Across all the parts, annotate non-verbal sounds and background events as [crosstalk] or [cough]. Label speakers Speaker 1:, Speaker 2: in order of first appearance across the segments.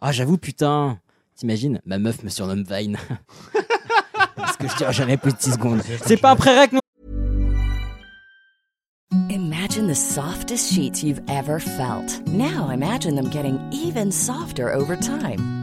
Speaker 1: Ah, j'avoue, putain. T'imagines, ma meuf me surnomme Vine. [laughs] Parce que je tiens jamais plus de 10 secondes. C'est pas un pré-rec, non
Speaker 2: Imagine the softest sheets you've ever felt. Now imagine them getting even softer over time.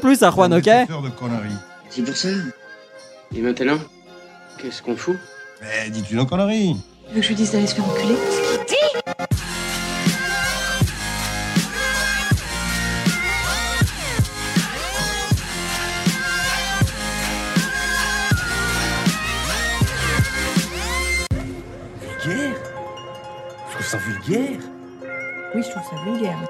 Speaker 1: plus à Juan, ok
Speaker 3: Des faiseurs de conneries.
Speaker 4: C'est pour ça. Et maintenant, qu'est-ce qu'on fout
Speaker 3: Mais dis-tu nos conneries
Speaker 5: Tu veux que je lui dise d'aller se faire enculer
Speaker 6: Vulgaire Je trouve ça vulgaire
Speaker 5: Oui, je trouve ça vulgaire.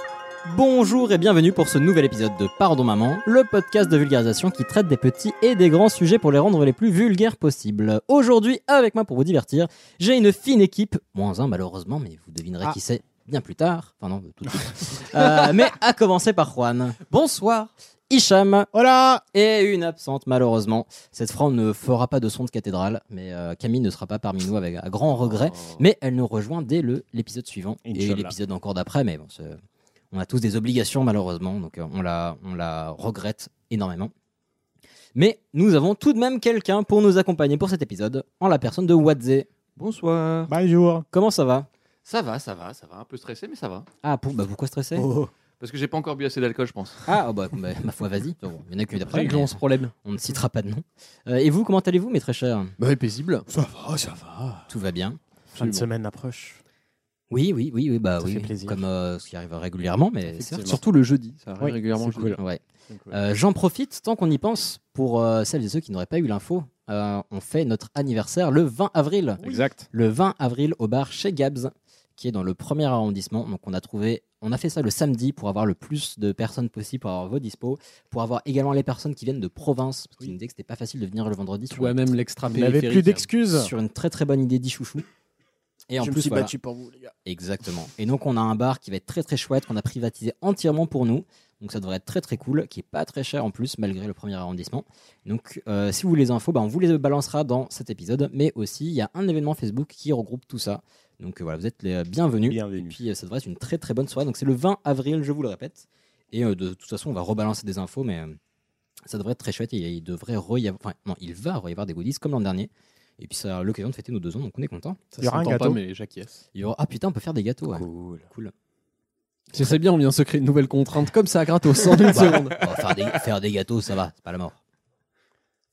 Speaker 1: Bonjour et bienvenue pour ce nouvel épisode de Pardon Maman, le podcast de vulgarisation qui traite des petits et des grands sujets pour les rendre les plus vulgaires possibles. Aujourd'hui, avec moi pour vous divertir, j'ai une fine équipe, moins un malheureusement, mais vous devinerez qui c'est bien plus tard. Enfin non, tout de suite. [laughs] Euh, mais à commencer par Juan. Bonsoir. Hicham. Hola. Et une absente malheureusement. Cette Fran ne fera pas de son de cathédrale, mais euh, Camille ne sera pas parmi nous avec un grand regret. Mais elle nous rejoint dès le- l'épisode suivant et
Speaker 6: Inch'Allah.
Speaker 1: l'épisode encore d'après. Mais bon, c'est- on a tous des obligations malheureusement, donc euh, on la, on la regrette énormément. Mais nous avons tout de même quelqu'un pour nous accompagner pour cet épisode, en la personne de Wadze.
Speaker 7: Bonsoir.
Speaker 8: Bonjour.
Speaker 1: Comment ça va
Speaker 7: Ça va, ça va, ça va. Un peu stressé, mais ça va.
Speaker 1: Ah, pour- bah, pourquoi stresser
Speaker 8: Oh.
Speaker 7: Parce que j'ai pas encore bu assez d'alcool, je pense.
Speaker 1: Ah, oh, bah, bah, ma foi, vas-y. Bon, Il y en a que d'après. mais
Speaker 8: Réglons ce problème.
Speaker 1: On ne citera pas de nom. Euh, et vous, comment allez-vous, mes très chers
Speaker 7: Bah, ouais, paisible.
Speaker 8: Ça va, ça va.
Speaker 1: Tout va bien.
Speaker 8: Fin de semaine approche.
Speaker 1: Oui, oui, oui, oui, bah
Speaker 8: Ça
Speaker 1: oui.
Speaker 8: fait plaisir.
Speaker 1: Comme euh, ce qui arrive régulièrement, mais c'est
Speaker 7: Effectivement. Surtout le jeudi, ça arrive
Speaker 8: Oui,
Speaker 7: régulièrement.
Speaker 8: c'est
Speaker 7: le jeudi.
Speaker 1: Ouais.
Speaker 7: Donc, ouais.
Speaker 1: Euh, J'en profite tant qu'on y pense pour euh, celles et ceux qui n'auraient pas eu l'info. euh, on fait notre anniversaire le 20 avril.
Speaker 8: Exact.
Speaker 1: Le 20 avril au bar chez Gabs, qui est dans le premier arrondissement. Donc on a trouvé, on a fait ça le samedi pour avoir le plus de personnes possible, pour avoir vos dispos, pour avoir également les personnes qui viennent de province, parce qu'ils nous disaient que c'était pas facile de venir le vendredi. sur
Speaker 6: Toi
Speaker 1: une-
Speaker 6: même l'extra
Speaker 8: Vous n'avez plus d'excuses.
Speaker 1: sur une très très bonne idée d'Ichouchou. Et en
Speaker 6: Je me
Speaker 1: plus,
Speaker 6: suis
Speaker 1: voilà.
Speaker 6: battu pour vous, les gars.
Speaker 1: Exactement. Et donc on a un bar qui va être très très chouette, qu'on a privatisé entièrement pour nous. Donc ça devrait être très très cool, qui est pas très cher en plus malgré le premier arrondissement. Donc euh, si vous voulez les infos, bah, on vous les balancera dans cet épisode. Mais aussi il y a un événement Facebook qui regroupe tout ça. Donc euh, voilà, vous êtes les bienvenus.
Speaker 8: Bienvenue.
Speaker 1: Et puis euh, ça devrait être une très très bonne soirée. Donc c'est le 20 avril, je vous le répète. Et euh, de, toute façon on va rebalancer des infos, mais euh, ça devrait être très chouette. Et il devrait re y avoir- enfin, non, il va re y avoir des goodies comme l'an dernier. Et puis ça a l'occasion de fêter nos deux ans, donc on est content.
Speaker 7: Ça
Speaker 6: hein.
Speaker 8: y aura un
Speaker 7: s'entend pas,
Speaker 8: gâteau
Speaker 7: mais j'acquiesce.
Speaker 1: Il y aura- Ah putain, on peut faire des gâteaux. ouais. Cool.
Speaker 6: C'est très bien, on vient se créer une nouvelle contrainte comme ça, gratos, [laughs] en une seconde.
Speaker 1: Oh, faire, des, faire des gâteaux, ça va, c'est pas la mort.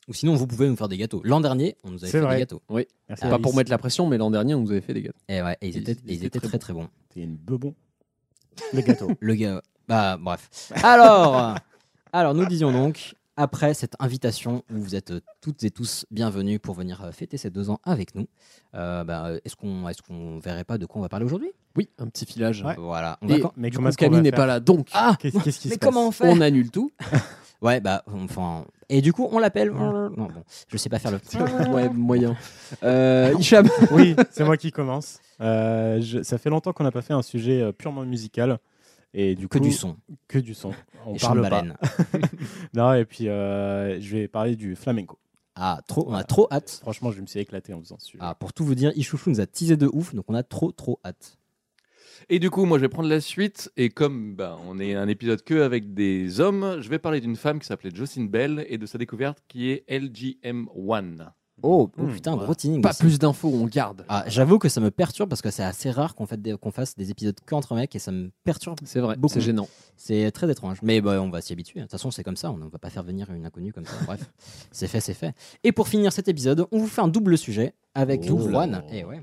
Speaker 1: Ou sinon, vous pouvez nous faire des gâteaux. L'an dernier, on nous avait fait
Speaker 8: C'est vrai.
Speaker 1: des gâteaux.
Speaker 8: Merci.
Speaker 7: Pas pour mettre la pression, mais l'an dernier, on nous avait fait des gâteaux.
Speaker 1: Et ouais, et ils,
Speaker 7: Ils-
Speaker 1: étaient,
Speaker 7: ils
Speaker 1: ils étaient
Speaker 7: étaient
Speaker 1: très très bons.
Speaker 8: T'es une bebon. Le gâteau.
Speaker 1: Le gars. Bah, bref. Alors, alors, nous disions donc, après cette invitation où vous êtes euh, toutes et tous bienvenus pour venir euh, fêter ces deux ans avec nous, euh, bah, euh, est-ce qu'on est qu'on verrait pas de quoi on va parler aujourd'hui
Speaker 7: Oui, un petit filage.
Speaker 8: Ouais.
Speaker 1: Voilà. On va
Speaker 7: Et
Speaker 1: quand-
Speaker 8: Mais
Speaker 7: du
Speaker 8: comment
Speaker 7: coup,
Speaker 8: est-ce qu'on
Speaker 7: Camille
Speaker 8: va
Speaker 7: n'est
Speaker 8: faire
Speaker 7: pas là, donc
Speaker 1: Ah
Speaker 8: [laughs] Qu'est-ce qu'est-ce qui
Speaker 1: Mais
Speaker 8: se
Speaker 1: comment on
Speaker 8: passe
Speaker 1: fait
Speaker 7: on annule
Speaker 1: [laughs]
Speaker 7: tout.
Speaker 1: Ouais, bah, enfin. Et du coup, on l'appelle. Non, bon, je sais pas faire le.
Speaker 6: Ouais, moyen. Euh, [laughs] Hicham,
Speaker 8: Oui, c'est moi qui commence. Euh, je- ça fait longtemps qu'on n'a pas fait un sujet euh, purement musical. Et du
Speaker 1: Que
Speaker 8: coup,
Speaker 1: du son.
Speaker 8: Que du son. On
Speaker 1: et chant de
Speaker 8: parle pas.
Speaker 1: baleine.
Speaker 8: Non, et puis euh, je vais parler du flamenco.
Speaker 1: Ah, trop, on a trop hâte.
Speaker 8: Franchement, je me suis éclaté en faisant ce sujet.
Speaker 1: Ah, pour tout vous dire, Ichouchou nous a teasé de ouf, donc on a trop trop hâte.
Speaker 7: Et du coup, moi, je vais prendre la suite. Et comme bah, on est un épisode que avec des hommes, je vais parler d'une femme qui s'appelait Jocelyne Bell et de sa découverte qui est LGM1.
Speaker 1: Oh,
Speaker 8: Hmm,
Speaker 1: putain,
Speaker 7: voilà.
Speaker 1: gros teasing.
Speaker 6: pas
Speaker 1: aussi.
Speaker 6: plus d'infos, on garde.
Speaker 1: Ah, J'avoue que ça me perturbe parce que c'est assez rare qu'on fait des- qu'on fasse des épisodes qu'entre mecs et ça me perturbe.
Speaker 6: C'est vrai,
Speaker 1: Beaucoup.
Speaker 6: c'est gênant.
Speaker 1: C'est très étrange. Mais bah, on va s'y habituer. De toute façon, c'est comme ça. On ne va pas faire venir une inconnue
Speaker 6: [laughs]
Speaker 1: comme ça. Bref, c'est fait, c'est fait. Et pour finir cet épisode, on vous fait un double sujet avec
Speaker 6: Oh
Speaker 8: Double.
Speaker 1: Juan. Et ouais.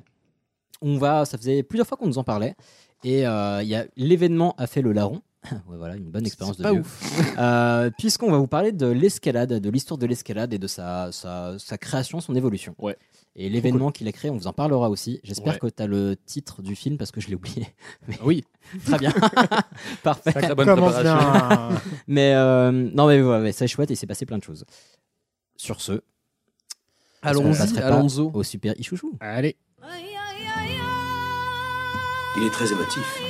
Speaker 1: On va, ça faisait plusieurs fois qu'on nous en parlait. Et euh, il y a l'événement a fait le larron. [laughs] Ouais, voilà, une bonne expérience de
Speaker 6: C'est pas
Speaker 1: vieux.
Speaker 6: ouf.
Speaker 1: Euh, puisqu'on va vous parler de l'escalade, de l'histoire de l'escalade et de sa, sa, sa création, son évolution.
Speaker 7: Ouais.
Speaker 1: Et l'événement qu'il a créé, on vous en parlera aussi. J'espère
Speaker 6: Ouais.
Speaker 1: que tu as le titre du film parce que je l'ai oublié. [laughs] Mais-
Speaker 6: Oui.
Speaker 1: Très bien. Parfait.
Speaker 7: Très bonne
Speaker 8: Commence
Speaker 7: préparation.
Speaker 8: bien.
Speaker 1: Mais euh, non, mais voilà, mais c'est chouette et il s'est passé plein de choses. Sur ce, Parce qu'on
Speaker 6: Allons-y,
Speaker 1: passerait pas
Speaker 6: Alonso.
Speaker 1: au super Ichouchou.
Speaker 6: Allez.
Speaker 9: Il est très émotif.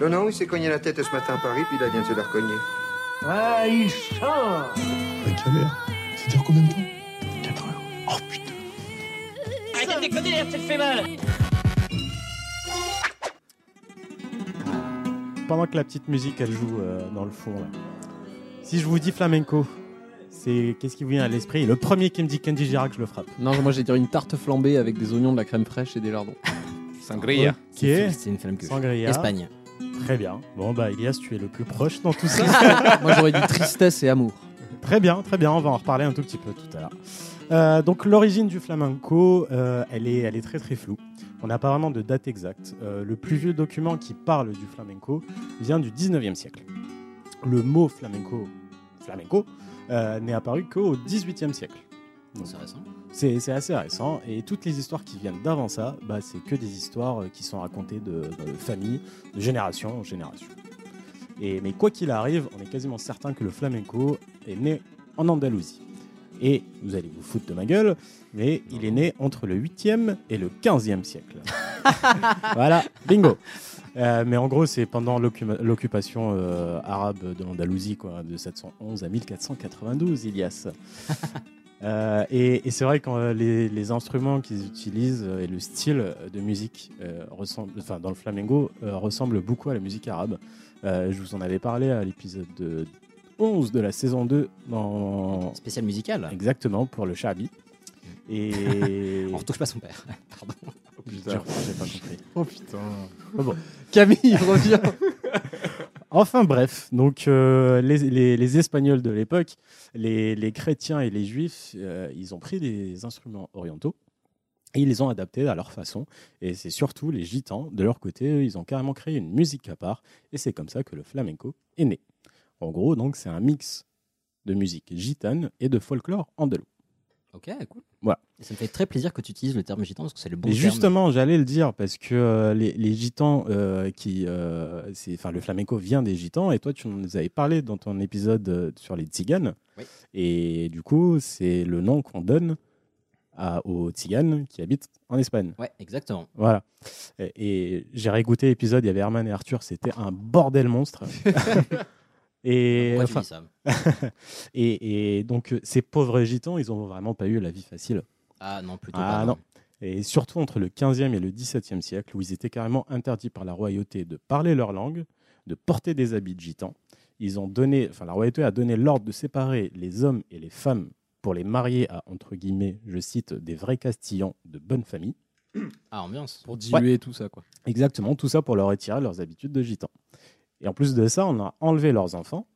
Speaker 10: Non, non, il s'est cogné la tête ce matin à Paris, puis là, il vient de se la recogner.
Speaker 3: quelle heure C'est-à-dire combien de temps
Speaker 8: Pendant que la petite musique, elle joue euh, dans le fond. là. Si je vous dis flamenco, c'est qu'est-ce qui vous vient à l'esprit Le premier qui me dit Candy Girac, je le frappe.
Speaker 6: Non, moi j'ai dire une tarte flambée avec des oignons, de la crème fraîche et des lardons.
Speaker 7: Sangria.
Speaker 8: Qui est
Speaker 1: hein. C'est une flamme que
Speaker 8: Sangria.
Speaker 1: Espagne.
Speaker 8: Très bien. Bon, bah, Elias, tu es le plus proche dans tout ça.
Speaker 1: [laughs]
Speaker 6: moi j'aurais dit tristesse et amour.
Speaker 8: Très bien, très bien. On va en reparler un tout petit peu tout à l'heure. Euh, donc l'origine du flamenco, euh, elle, est, elle est très très floue. On n'a pas vraiment de date exacte. Euh, le plus vieux document qui parle du flamenco vient du 19e siècle. Le mot flamenco, flamenco, euh, n'est apparu qu'au 18e siècle. Donc,
Speaker 1: Intéressant.
Speaker 8: C'est c'est assez récent et toutes les histoires qui viennent d'avant ça, bah, c'est que des histoires euh, qui sont racontées de, bah, de famille, de génération en génération. Et, mais quoi qu'il arrive, on est quasiment certain que le flamenco est né en Andalousie. Et vous allez vous foutre de ma gueule, mais il est né entre le 8e et le 15e siècle. [laughs] voilà, bingo. Euh, mais en gros, c'est pendant l'occu- l'occupation euh, arabe de l'Andalousie, quoi, de 711 à 1492, Ilias. Euh, et et c'est vrai que euh, les, les instruments qu'ils utilisent euh, et le style de musique euh, ressemble, enfin, dans le flamenco euh, ressemble beaucoup à la musique arabe. Euh, je vous en avais parlé à l'épisode de 11 de la saison 2 dans,
Speaker 1: Spécial musical.
Speaker 8: Exactement, pour le Shabi. Et.
Speaker 1: On retouche pas son père. [laughs] Pardon.
Speaker 8: J'ai pas compris.
Speaker 6: [laughs] Oh putain.
Speaker 8: Oh bon.
Speaker 6: Camille, reviens.
Speaker 8: Enfin bref, donc euh, les, les- les Espagnols de l'époque, les, les chrétiens et les juifs, euh, ils ont pris des instruments orientaux et ils les ont adaptés à leur façon. Et c'est surtout les gitans, de leur côté, eux, ils ont carrément créé une musique à part. Et c'est comme ça que le flamenco est né. En gros, donc, c'est un mix de musique gitane et de folklore andalou.
Speaker 1: Ok, cool.
Speaker 8: Voilà.
Speaker 1: Et ça me fait très plaisir que tu utilises le terme gitan parce que c'est le bon
Speaker 8: Mais
Speaker 1: terme.
Speaker 8: justement, j'allais le dire parce que euh, les, les gitans, euh, qui, euh, c'est- enfin, le flamenco vient des gitans et toi, tu nous avais parlé dans ton épisode euh, sur les tziganes.
Speaker 1: Oui.
Speaker 8: Et du coup, c'est le nom qu'on donne à- aux tziganes qui habitent en Espagne.
Speaker 1: Ouais, exactement.
Speaker 8: Voilà. Et, et j'ai réécouté l'épisode, il y avait Herman et Arthur, c'était un
Speaker 1: [laughs]
Speaker 8: bordel monstre. et,
Speaker 1: Pourquoi tu
Speaker 8: enfin,
Speaker 1: dis ça
Speaker 8: et, et donc, euh, ces pauvres gitans, ils ont vraiment pas eu la vie facile.
Speaker 1: Ah non, plutôt
Speaker 8: Ah,
Speaker 1: pas.
Speaker 8: non. Et surtout entre le 15e et le 17e siècle, où ils étaient carrément interdits par la royauté de parler leur langue, de porter des habits de gitans. Ils ont donné, enfin, la royauté a donné l'ordre de séparer les hommes et les femmes pour les marier à, entre guillemets, je cite, des vrais Castillans de bonne famille.
Speaker 1: Ah, ambiance.
Speaker 6: Pour diluer tout ça, quoi.
Speaker 8: Exactement, tout ça pour leur retirer leurs habitudes de gitans. Et en plus de ça, on a enlevé leurs enfants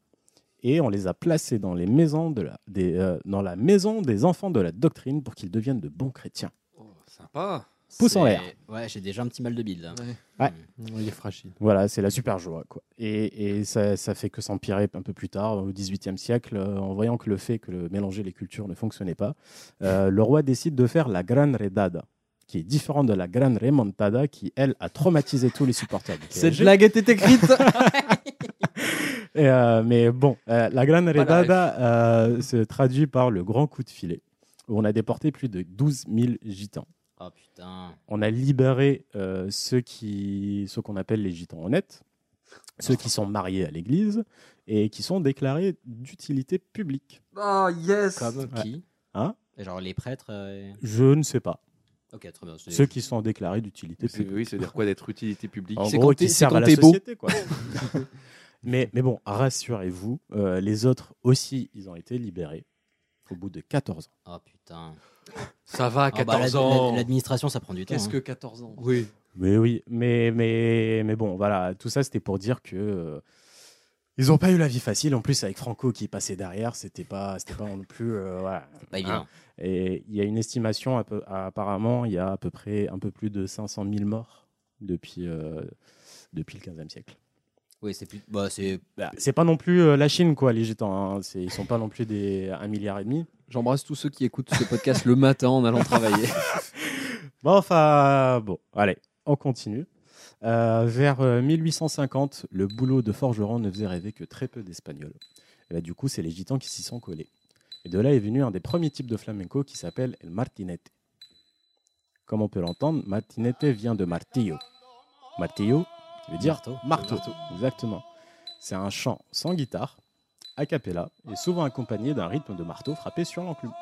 Speaker 8: et on les a placés dans, les maisons de la, des, euh, dans la maison des enfants de la doctrine pour qu'ils deviennent de bons chrétiens.
Speaker 7: Sympa.
Speaker 8: Pouce en
Speaker 1: C'est-
Speaker 8: l'air.
Speaker 1: Ouais, j'ai déjà un petit mal de build.
Speaker 6: Il est fragile.
Speaker 8: Voilà, c'est la super joie. Quoi. Et, et ça, ça fait que s'empirer un peu plus tard, au XVIIIe siècle, euh, en voyant que le fait que le mélanger les cultures ne fonctionnait pas, euh, le roi décide de faire la Gran Redada, qui est différente de la Gran Remontada, qui, elle, a traumatisé tous les supporters. du
Speaker 6: Cette
Speaker 8: PSG.
Speaker 6: blague était écrite.
Speaker 8: Et, euh, mais bon, euh, la Gran
Speaker 7: la
Speaker 8: Redada euh, se traduit par le grand coup de filet, où on a déporté plus de 12 000 gitans.
Speaker 1: Oh putain.
Speaker 8: on a libéré euh, ceux qui ceux qu'on appelle les gitans honnêtes, ceux qui sont mariés à l'Église et qui sont déclarés d'utilité publique.
Speaker 6: Oh yes.
Speaker 1: Comme
Speaker 8: Ouais.
Speaker 1: qui
Speaker 8: Hein
Speaker 1: Genre les prêtres. euh,
Speaker 8: Je ne sais pas.
Speaker 1: Ok, très bien. c'est-
Speaker 8: Ceux qui sont déclarés d'utilité publique.
Speaker 7: Oui, c'est dire quoi d'être utilité publique
Speaker 8: En
Speaker 6: C'est
Speaker 8: gros,
Speaker 6: quand t'es-
Speaker 8: qui
Speaker 6: c'est
Speaker 8: servent
Speaker 6: quand
Speaker 8: à la
Speaker 6: t'es beau.
Speaker 8: société, quoi. [laughs] mais, mais bon, rassurez-vous, euh, les autres aussi, ils ont été libérés au bout de 14 ans.
Speaker 1: Oh putain.
Speaker 7: Ça va,
Speaker 1: Ah, bah,
Speaker 7: 14
Speaker 1: l'ad-
Speaker 7: ans.
Speaker 1: l'ad- L'administration, ça prend du temps.
Speaker 6: [laughs] Qu'est-ce
Speaker 1: hein.
Speaker 6: que 14 ans
Speaker 7: Oui.
Speaker 8: Mais oui, mais, mais, mais bon, voilà, tout ça c'était pour dire que. euh, Ils n'ont pas eu la vie facile. En plus, avec Franco qui passait derrière, c'était pas, c'était pas non plus. euh, voilà.
Speaker 1: Pas évident.
Speaker 6: Ah.
Speaker 8: Et il y a une estimation, à peu- à- apparemment, il y a à peu près un peu plus de 500 000 morts depuis, euh, depuis le 15e siècle.
Speaker 1: Oui, c'est plus. Bah, c'est.
Speaker 8: Bah, c'est pas non plus euh, la Chine, quoi, les Gétans. hein. C'est- Ils sont pas non plus des 1 milliard et demi.
Speaker 6: J'embrasse tous ceux qui écoutent ce podcast le matin en allant travailler.
Speaker 8: Bon, enfin, bon, allez, on continue. Euh, vers euh, 1850, le boulot de forgeron ne faisait rêver que très peu d'Espagnols. Et bah, du coup, c'est les Gitans qui s'y sont collés. Et de là est venu un des premiers types de flamenco qui s'appelle el martinete. Comme on peut l'entendre, martinete vient de martillo. Martillo veut dire
Speaker 1: Marteau.
Speaker 8: marteau. Exactement. C'est un chant sans guitare, a cappella, et souvent accompagné d'un rythme de marteau frappé sur l'enclume.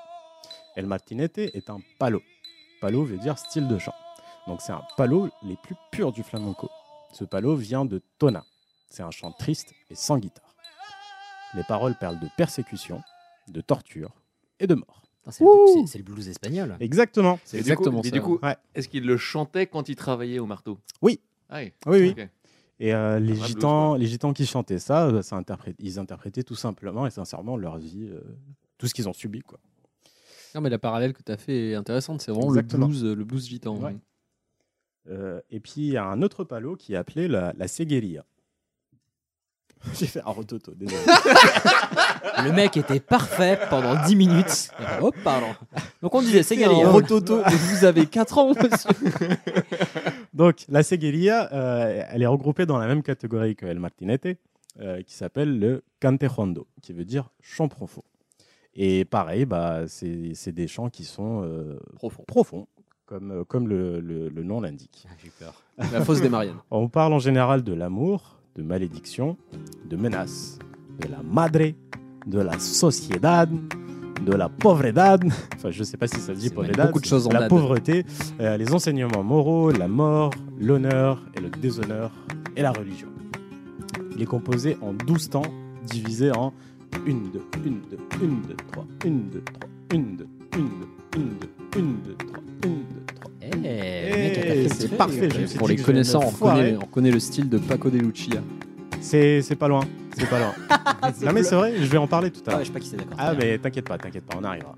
Speaker 8: El martinete est un palo. Palo veut dire style de chant. Donc c'est un palo les plus purs du flamenco. Ce palo vient de tona. C'est un chant triste et sans guitare. Les paroles parlent de persécution, de torture et de mort.
Speaker 1: Putain, C'est le, blues- c'est- c'est le blues espagnol.
Speaker 8: Exactement.
Speaker 6: [laughs] C'est
Speaker 7: Et du coup-
Speaker 6: exactement
Speaker 7: et
Speaker 6: ça.
Speaker 7: du coup,
Speaker 8: Ouais.
Speaker 7: est-ce qu'il le chantait quand il travaillait au marteau
Speaker 8: Oui.
Speaker 7: Ah oui.
Speaker 8: Oui, oui.
Speaker 7: Ok.
Speaker 8: Et euh, les,
Speaker 7: vrai blues,
Speaker 8: gitans, les gitans qui chantaient ça, euh, ça interpré- ils interprétaient tout simplement et sincèrement leur vie, euh, tout ce qu'ils ont subi. Quoi.
Speaker 6: Non, mais la parallèle que tu as fait est intéressante. C'est vraiment
Speaker 8: Exactement.
Speaker 6: le blues, euh, le blues gitan.
Speaker 8: Ouais. Euh, et puis il y a un autre palo qui est appelé la, la segueria. [laughs] J'ai fait un rototo, désolé.
Speaker 1: Le mec était parfait pendant 10 minutes. Et après, Hop, pardon. Donc on disait, c'est
Speaker 6: Quel
Speaker 1: Guerrero.
Speaker 6: rototo mais Vous avez 4 ans,
Speaker 1: [laughs]
Speaker 6: monsieur.
Speaker 8: Donc, la segueria, euh, elle est regroupée dans la même catégorie que El Martinete, euh, qui s'appelle le cantejondo, qui veut dire chant profond. Et pareil, bah, c'est c'est des chants qui sont euh,
Speaker 6: Profond.
Speaker 8: profonds, comme, euh, comme le, le- le nom l'indique.
Speaker 1: Ah, J'ai peur.
Speaker 6: [laughs] La fosse des Mariannes.
Speaker 8: On parle en général de l'amour, de malédiction, de menace, de la madre, de la sociedad, de la pauvredad. Enfin, je ne sais pas si ça se dit
Speaker 6: C'est vrai,
Speaker 8: pauvredad.
Speaker 6: beaucoup de choses en
Speaker 8: La
Speaker 6: dad.
Speaker 8: pauvreté, euh, les enseignements moraux, la mort, l'honneur et le déshonneur et la religion. Il est composé en 12 temps, divisé en 1, 2, 1, 2, 1, 2, 3, 1, 2, 3, 1, 2, 1, 2, 1, 2, 1, 2, 3, 1, 2, 3.
Speaker 1: Eh, le mec a tapé
Speaker 8: Eh,
Speaker 1: le
Speaker 8: c'est
Speaker 1: truc.
Speaker 8: parfait, je me suis
Speaker 6: Pour
Speaker 8: dit
Speaker 6: les
Speaker 8: que je
Speaker 6: connaissants,
Speaker 8: vais
Speaker 6: on
Speaker 8: me foirer.
Speaker 6: reconnaît, on reconnaît le style de Paco de Lucia.
Speaker 8: C'est c'est pas loin, c'est
Speaker 1: [laughs]
Speaker 8: pas loin. non mais c'est vrai, je vais en parler tout à
Speaker 1: Ah
Speaker 8: l'heure.
Speaker 1: ouais, je sais pas qui c'est d'accord.
Speaker 8: Ah mais t'inquiète pas, t'inquiète pas, on arrivera.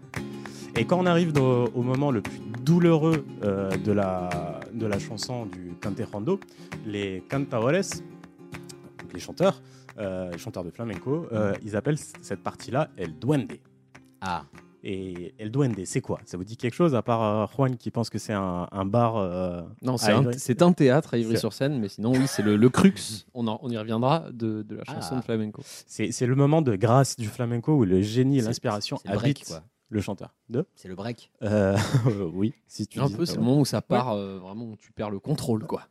Speaker 8: Et quand on arrive dans- au moment le plus douloureux euh, de, la, de la chanson du Canterando, les cantaores, donc les chanteurs, euh, les chanteurs de flamenco, euh, ils appellent c- cette partie-là El Duende.
Speaker 1: Mm. Ah,
Speaker 8: Et El Duende, c'est quoi Ça vous dit quelque chose à part euh, Juan qui pense que c'est un, un bar euh,
Speaker 6: Non,
Speaker 8: à
Speaker 6: c'est un,
Speaker 8: Ivry.
Speaker 6: Ah, c'est un théâtre à Ivry-sur-Seine, mais sinon, oui, c'est le, le crux. On, en- on y reviendra de, de la chanson
Speaker 1: Ah.
Speaker 6: de flamenco.
Speaker 8: C'est c'est le moment de grâce du flamenco où le génie et
Speaker 1: C'est-
Speaker 8: l'inspiration
Speaker 1: c'est le break,
Speaker 8: habitent
Speaker 1: quoi.
Speaker 8: le chanteur. De
Speaker 1: C'est le break.
Speaker 8: Euh, [laughs] oui, si tu
Speaker 6: Un
Speaker 8: dis- Ah
Speaker 6: peu, c'est le moment où ça part, euh, vraiment, où tu perds le contrôle, quoi.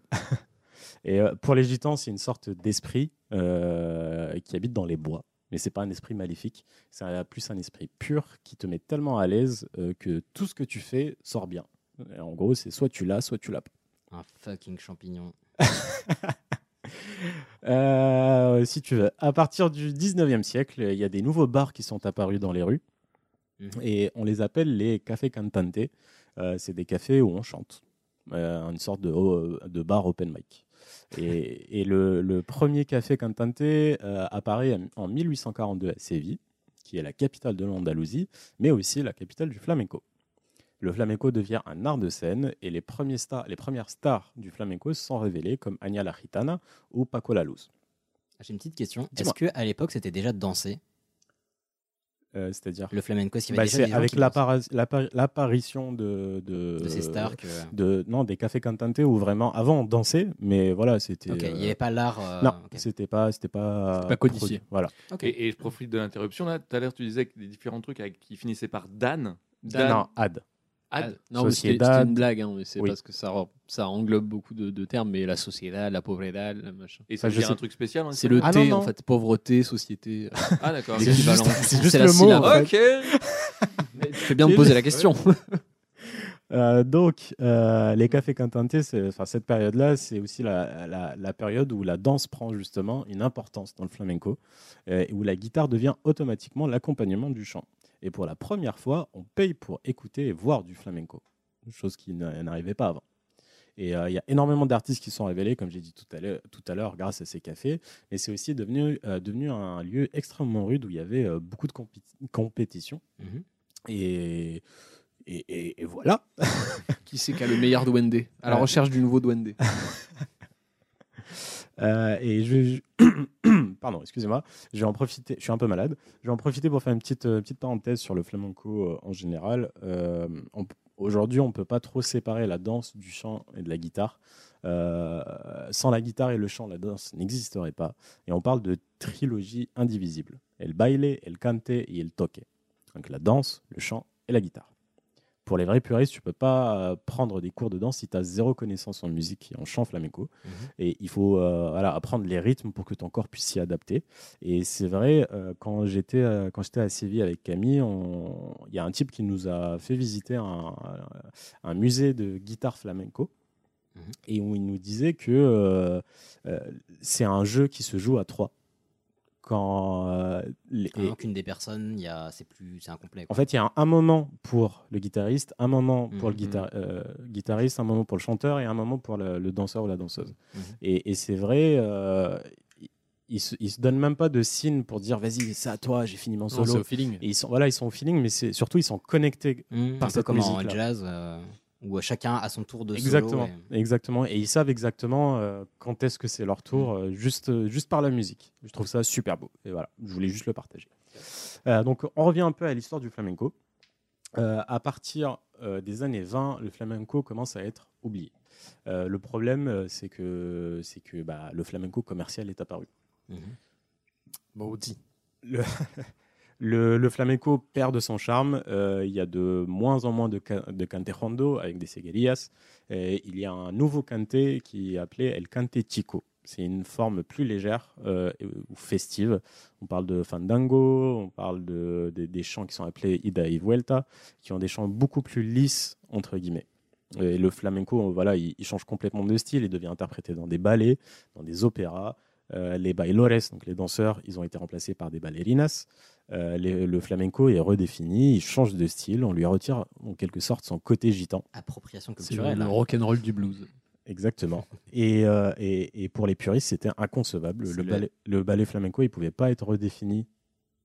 Speaker 8: Et euh, pour les gitans, c'est une sorte d'esprit euh, qui habite dans les bois. Mais c'est pas un esprit maléfique, c'est un- plus un esprit pur qui te met tellement à l'aise euh, que tout ce que tu fais sort bien. Et en gros, c'est soit tu l'as, soit tu l'as pas.
Speaker 1: Un fucking champignon.
Speaker 8: Euh, si tu veux. À partir du 19e siècle, il y a des nouveaux bars qui sont apparus dans les rues
Speaker 1: Mhm.
Speaker 8: et on les appelle les cafés cantante. Euh, c'est des cafés où on chante, Euh, une sorte de, oh, de bar open mic. Et, et le, le premier café cantante euh, apparaît en 1842 à Séville, qui est la capitale de l'Andalousie, mais aussi la capitale du flamenco. Le flamenco devient un art de scène et les, premiers stars, les premières stars du flamenco se sont révélées comme Anya la Gitana ou Paco la Luz.
Speaker 1: J'ai une petite question. Est-ce
Speaker 8: Dis-moi.
Speaker 1: que à l'époque c'était déjà dansé
Speaker 8: Euh, C'est-à-dire
Speaker 1: le flamenco Est-ce qu'il y
Speaker 8: Bah,
Speaker 1: avait déjà
Speaker 8: c'est
Speaker 1: des gens
Speaker 8: avec
Speaker 1: qui
Speaker 8: l'appara- l'appar- l'apparition de, de,
Speaker 1: dansaient de ces
Speaker 8: euh,
Speaker 1: stars que
Speaker 8: de- non, des cafés cantantes où vraiment, avant, on dansait, mais voilà, c'était.
Speaker 1: Ok, il
Speaker 8: euh,
Speaker 1: n'y avait pas l'art. euh,
Speaker 8: Non,
Speaker 1: ok.
Speaker 8: c'était pas, c'était pas,
Speaker 6: C'était pas codifié.
Speaker 8: produit. Voilà.
Speaker 1: Ok.
Speaker 7: Et, et je profite de l'interruption là. Tout à l'heure, tu disais que les différents trucs avec- qui finissaient par Dan. Dan.
Speaker 8: Non, ad.
Speaker 7: Ad.
Speaker 6: non, mais c'était
Speaker 8: Sociedad.
Speaker 6: c'était une blague, hein, mais c'est
Speaker 8: Oui.
Speaker 6: parce que ça, re- ça englobe beaucoup de, de termes, mais la sociedad, la pauvredad, le machin.
Speaker 7: Et ça
Speaker 8: Enfin,
Speaker 7: veut
Speaker 8: Bah, je
Speaker 7: dire
Speaker 8: sais-
Speaker 7: un truc spécial. en
Speaker 6: C'est
Speaker 7: espagnol
Speaker 6: le
Speaker 8: Ah,
Speaker 6: T,
Speaker 8: non,
Speaker 6: en
Speaker 8: non.
Speaker 6: fait, pauvreté, [laughs] société, euh,
Speaker 7: Ah d'accord.
Speaker 8: C'est juste-
Speaker 6: l'équivalent.
Speaker 8: c'est juste
Speaker 6: C'est la
Speaker 8: le mot,
Speaker 6: syllabe.
Speaker 8: en fait.
Speaker 7: Ok.
Speaker 6: Mais Tu fais bien de poser la question. [laughs]
Speaker 8: Euh, donc, euh, les cafés cantantes, c'est- enfin, cette période-là, c'est aussi la, la- la période où la danse prend justement une importance dans le flamenco, euh, et où la guitare devient automatiquement l'accompagnement du chant. Et pour la première fois, on paye pour écouter et voir du flamenco, chose qui n'a- n'arrivait pas avant. Et euh, il y a énormément d'artistes qui sont révélés, comme j'ai dit tout à l'heure- tout à l'heure, grâce à ces cafés. Mais c'est aussi devenu, euh, devenu un lieu extrêmement rude où il y avait euh, beaucoup de compé- compétition.
Speaker 1: Mhm.
Speaker 8: Et- et- et- et voilà.
Speaker 6: Qui c'est qui a le meilleur Duende À la
Speaker 8: Ouais.
Speaker 6: Ah, recherche du nouveau Duende.
Speaker 8: Euh, et je, je- [coughs] pardon, excusez-moi, je vais en profiter. Je suis un peu malade. Je vais en profiter pour faire une petite euh, petite parenthèse sur le flamenco euh, en général. Euh, on- Aujourd'hui, on peut pas trop séparer la danse du chant et de la guitare. Euh, sans la guitare et le chant, la danse n'existerait pas. Et on parle de trilogie indivisible. El baile, el cante et el toque. Donc la danse, le chant et la guitare. Pour les vrais puristes, tu peux pas euh, prendre des cours de danse si tu as zéro connaissance en musique et en chant flamenco. Et il faut euh, voilà, apprendre les rythmes pour que ton corps puisse s'y adapter. Et c'est vrai, euh, quand j'étais euh, quand j'étais à Séville avec Camille, on- il y a un type qui nous a fait visiter un, euh, un musée de guitare flamenco. Et où il nous disait que euh, euh, c'est un jeu qui se joue à trois. Quand euh, les-
Speaker 1: Dans Aucune des personnes, il y a- c'est plus, c'est incomplet.
Speaker 8: en
Speaker 1: quoi.
Speaker 8: fait, il y a un, un moment pour le guitariste, un moment pour le
Speaker 1: Mhm.
Speaker 8: guitar- euh, guitariste, un moment pour le chanteur et un moment pour le, le danseur ou la danseuse.
Speaker 1: Mhm.
Speaker 8: Et, et c'est vrai, euh, ils- ils se, ils se donnent même pas de signes pour dire vas-y, c'est à toi, j'ai fini mon
Speaker 6: Non, c'est
Speaker 8: solo.
Speaker 6: au feeling.
Speaker 8: Et ils sont, voilà, ils sont au feeling, mais c'est surtout ils sont connectés.
Speaker 1: Mmh, un
Speaker 8: par
Speaker 1: peu
Speaker 8: cette
Speaker 1: comme en
Speaker 8: musique-là.
Speaker 1: jazz, euh, où chacun a son tour de solo.
Speaker 8: Exactement,
Speaker 1: et-
Speaker 8: exactement. Et ils savent exactement euh, quand est-ce que c'est leur tour,
Speaker 1: Mm.
Speaker 8: euh, juste, euh, juste par la musique. Je trouve ça super beau. Et voilà, je voulais juste le partager. Euh, donc, on revient un peu à l'histoire du flamenco. Euh, à partir euh, des années 20, le flamenco commence à être oublié. Euh, le problème, euh, c'est que, c'est que bah, le flamenco commercial est apparu.
Speaker 1: mhm.
Speaker 6: Maudit.
Speaker 8: [laughs] Le, le flamenco perd de son charme. euh, il y a de moins en moins de, ca- de cantejondo avec des seguerillas. Et il y a un nouveau canté qui est appelé el cante chico. C'est une forme plus légère euh, et- ou festive. On parle de fandango, on parle de, des- des chants qui sont appelés ida y vuelta, qui ont des chants beaucoup plus lisses, entre guillemets. Et le flamenco, voilà, il, il change complètement de style. Il devient interprété dans des ballets, dans des opéras. Euh, les bailores, donc les danseurs, ils ont été remplacés par des ballerinas. Euh, les- le flamenco est redéfini, il change de style, on lui retire en quelque sorte son côté gitan.
Speaker 1: Appropriation
Speaker 6: C'est le,
Speaker 1: culturelle.
Speaker 6: le
Speaker 1: hein.
Speaker 6: rock'n'roll du blues.
Speaker 8: Exactement. [laughs] Et, euh, et, et pour les puristes, c'était inconcevable.
Speaker 7: C'est
Speaker 8: Le
Speaker 7: le-
Speaker 8: ballet, le ballet flamenco, il pouvait pas être redéfini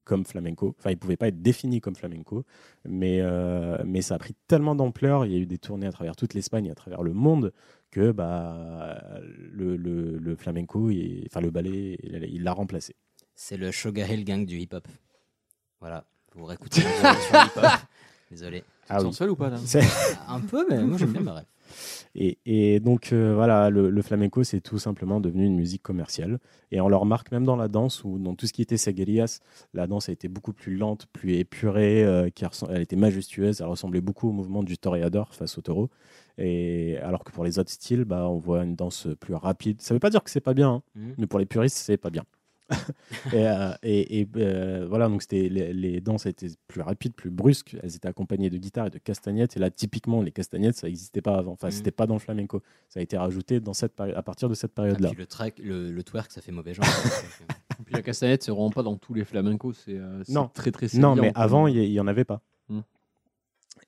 Speaker 8: comme flamenco. Enfin, il pouvait pas être défini comme flamenco. Mais, euh, mais ça a pris tellement d'ampleur. Il y a eu des tournées à travers toute l'Espagne, et à travers le monde, que bah, le, le, le flamenco, il- enfin, le ballet, il l'a- il l'a remplacé.
Speaker 1: C'est le Sugar Hill Gang du hip-hop. Voilà, vous
Speaker 8: [laughs]
Speaker 1: réécoutez mon revue sur le hip-hop. Désolé.
Speaker 7: Tu te sens seul ou pas là
Speaker 1: Un peu, mais moi j'aime bien ma rêve.
Speaker 8: Et, et donc euh, voilà, le, le flamenco c'est tout simplement devenu une musique commerciale. Et on le remarque même dans la danse ou dans tout ce qui était seguerillas, la danse a été beaucoup plus lente, plus épurée, euh, qui ressem- elle était majestueuse, elle ressemblait beaucoup au mouvement du toréador face au taureau. Et alors que pour les autres styles, bah, on voit une danse plus rapide. Ça veut pas dire que c'est pas bien, hein,
Speaker 1: Mhm.
Speaker 8: mais pour les puristes c'est
Speaker 1: [laughs]
Speaker 8: pas bien. et euh, et- et, euh, voilà, donc c'était les, les danses étaient plus rapides, plus brusques. Elles étaient accompagnées de guitares et de castagnettes. Et là, typiquement, les castagnettes, ça n'existait pas avant. Enfin,
Speaker 1: Mhm.
Speaker 8: c'était pas dans le flamenco. Ça a été rajouté dans cette période, à partir de cette
Speaker 1: Ah,
Speaker 8: période-là.
Speaker 1: puis le, track, le, le twerk, ça fait mauvais
Speaker 8: [laughs]
Speaker 1: genre. Donc, euh,
Speaker 6: Puis la castagnette, c'est vraiment pas dans tous les flamencos. C'est euh, c'est
Speaker 8: Non.
Speaker 6: très très
Speaker 8: Non,
Speaker 6: sévère,
Speaker 8: mais
Speaker 6: quoi.
Speaker 8: avant, il y- il y en avait pas.
Speaker 6: Mhm.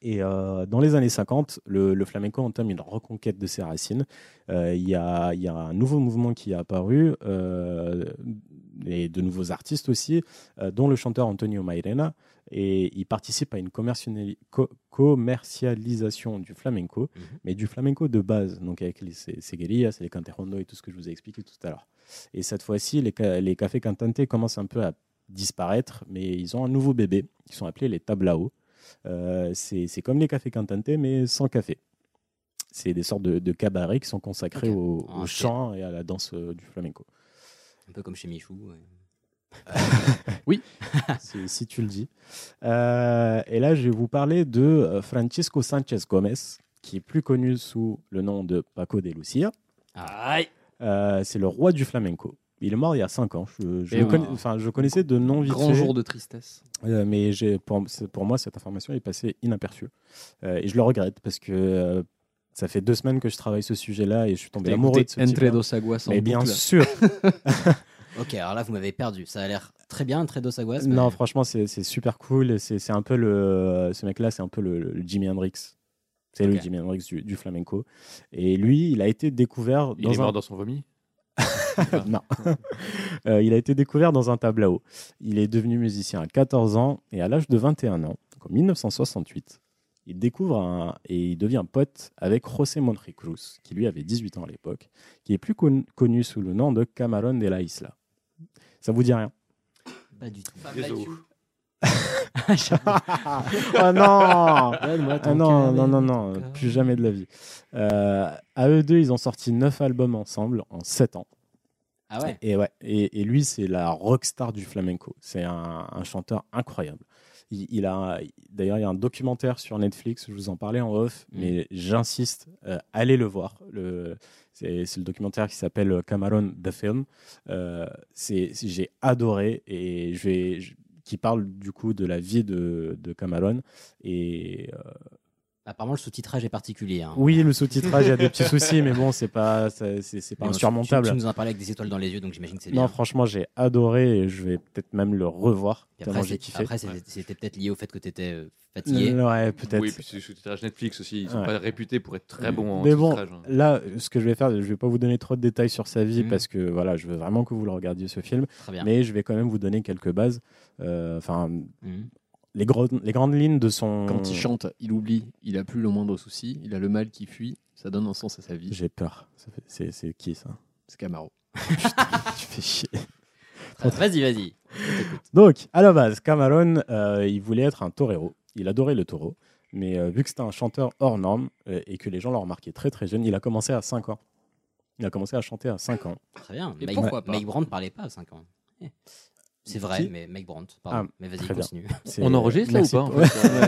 Speaker 8: Et euh, dans les années 50, le, le flamenco entame une reconquête de ses racines. Euh, Il y, a, il y a un nouveau mouvement qui est apparu, euh, et de nouveaux artistes aussi, euh, dont le chanteur Antonio Mairena. Et il participe à une commerciali- co- commercialisation du flamenco,
Speaker 1: Mhm.
Speaker 8: mais du flamenco de base, donc avec les se- seguerillas, les cantejondo et tout ce que je vous ai expliqué tout à l'heure. Et cette fois-ci, les, ca- les cafés cantantes commencent un peu à disparaître, mais ils ont un nouveau bébé, qui sont appelés les tablao. Euh, c'est c'est comme les cafés cantantes, mais sans café. C'est des sortes de, de cabarets qui sont consacrés
Speaker 1: Ok.
Speaker 8: au,
Speaker 1: Ah,
Speaker 8: au
Speaker 1: ok.
Speaker 8: chant et à la danse euh, du flamenco.
Speaker 1: un peu comme chez Michou. ouais. Ah.
Speaker 8: [laughs] si, si tu le dis. Euh, et là, je vais vous parler de euh, Francisco Sanchez Gomez, qui est plus connu sous le nom de Paco de Lucia.
Speaker 1: Aïe
Speaker 8: Euh, c'est le roi du flamenco. Il est mort il y a 5 ans. Je, je
Speaker 6: Et
Speaker 8: le
Speaker 6: ouais.
Speaker 8: connais- enfin, je connaissais de nom vite
Speaker 6: Grand
Speaker 8: fait.
Speaker 6: jour de tristesse.
Speaker 8: Euh, mais j'ai- pour, c'est- pour moi, cette information est passée inaperçue. Euh, et je le regrette parce que euh, ça fait deux semaines que je travaille ce sujet-là et je suis tombé
Speaker 6: T'as
Speaker 8: amoureux de
Speaker 6: écouté
Speaker 8: ce type-là.
Speaker 6: Entre dos aguas en
Speaker 8: Mais bien
Speaker 6: boucle. [laughs]
Speaker 8: sûr,
Speaker 1: Ok, alors là, vous m'avez perdu. Ça a l'air très bien, très dos aguas. mais-
Speaker 8: non, franchement, c'est c'est super cool. et C'est c'est un peu le, ce mec-là, c'est un peu le, le Jimi Hendrix. C'est le
Speaker 1: Ok.
Speaker 8: Jimi Hendrix du, du flamenco. Et lui, il a été découvert
Speaker 7: Il est
Speaker 8: dans
Speaker 7: mort
Speaker 8: un
Speaker 7: dans son vomi
Speaker 8: non. [laughs] Euh, il a été découvert dans un tablao. Il est devenu musicien à 14 ans et à l'âge de 21 ans, donc en 1968, il découvre un- et il devient pote avec José Montrecruz, qui lui avait 18 ans à l'époque, qui est plus con- connu sous le nom de Camarón de la Isla. Ça vous dit rien
Speaker 1: Pas du tout.
Speaker 7: Désolé.
Speaker 8: Oh [laughs] non
Speaker 1: Donne-moi ton
Speaker 8: Ah non,
Speaker 1: camel.
Speaker 8: non, non, non,
Speaker 1: D'accord.
Speaker 8: plus jamais de la vie. Euh, à eux deux, ils ont sorti 9 albums ensemble en 7 ans.
Speaker 1: Ah ouais.
Speaker 8: Et, ouais, et, et lui, c'est la rockstar du flamenco. C'est un, un chanteur incroyable. Il, il a, d'ailleurs, il y a un documentaire sur Netflix, je vous en parlais en off,
Speaker 1: Mm.
Speaker 8: mais j'insiste, euh, allez le voir. Le, c'est, c'est le documentaire qui s'appelle Cameron the Film. Euh, c'est, c'est- j'ai adoré et je vais, je- qui parle du coup de la vie de, de Cameron. Et euh,
Speaker 1: Apparemment, le sous-titrage est particulier. hein.
Speaker 8: oui, le sous-titrage, il y a des
Speaker 1: [laughs]
Speaker 8: petits soucis, mais bon, c'est pas, c'est, c'est- c'est
Speaker 1: Mais
Speaker 8: pas
Speaker 1: bon, tu-
Speaker 8: insurmontable.
Speaker 1: Tu, tu nous en as parlé avec des étoiles dans les yeux, donc j'imagine que c'est bien.
Speaker 8: Non, franchement, j'ai adoré et je vais peut-être même le revoir.
Speaker 1: Puis
Speaker 8: tellement
Speaker 1: après,
Speaker 8: j'ai
Speaker 1: c'est-
Speaker 8: kiffé. Euh,
Speaker 1: après, c'était c'était peut-être lié au fait que tu étais fatigué.
Speaker 8: Ouais, peut-être.
Speaker 7: Oui, puis c'est sous-titrage Netflix aussi. Ils sont
Speaker 8: Ouais. Mm.
Speaker 7: pas réputés pour être très bons en
Speaker 8: Mais bon,
Speaker 7: sous-titrage. hein.
Speaker 8: là, ce que je vais faire, je vais pas vous donner trop de détails sur sa vie
Speaker 1: Mhm.
Speaker 8: parce que voilà, je veux vraiment que vous le regardiez ce film,
Speaker 1: Très bien.
Speaker 8: mais je vais quand même vous donner quelques bases. Euh, Enfin,
Speaker 1: Mhm.
Speaker 8: les, gros- les grandes lignes de son.
Speaker 6: Quand il chante, il oublie, il a plus le moindre souci, il a le mal qui fuit, ça donne un sens à sa vie.
Speaker 8: J'ai peur. Ça fait- C'est c'est qui ça [laughs]
Speaker 6: C'est Camaro.
Speaker 8: Tu fais chier.
Speaker 1: Très- Vas-y, vas-y.
Speaker 8: Donc, à la base, Cameron, euh, il voulait être un torero. Il adorait le taureau. Mais euh, vu que c'était un chanteur hors norme euh, et que les gens l'ont remarqué très très jeune, il a commencé à 5 ans. Il a commencé à chanter à 5 ans.
Speaker 1: Très bien.
Speaker 6: Et
Speaker 1: Mike,
Speaker 6: pourquoi pas
Speaker 1: Mike Brandt parlait pas à 5 ans. Eh. C'est vrai,
Speaker 8: Qui
Speaker 1: mais Mike Brandt, pardon. mais vas-y,
Speaker 8: Ah, très
Speaker 1: [laughs]
Speaker 8: bien.
Speaker 1: continue.
Speaker 8: C'est-
Speaker 7: On enregistre là ou
Speaker 8: Merci
Speaker 7: pas en
Speaker 8: pour- [laughs]
Speaker 7: fait, euh,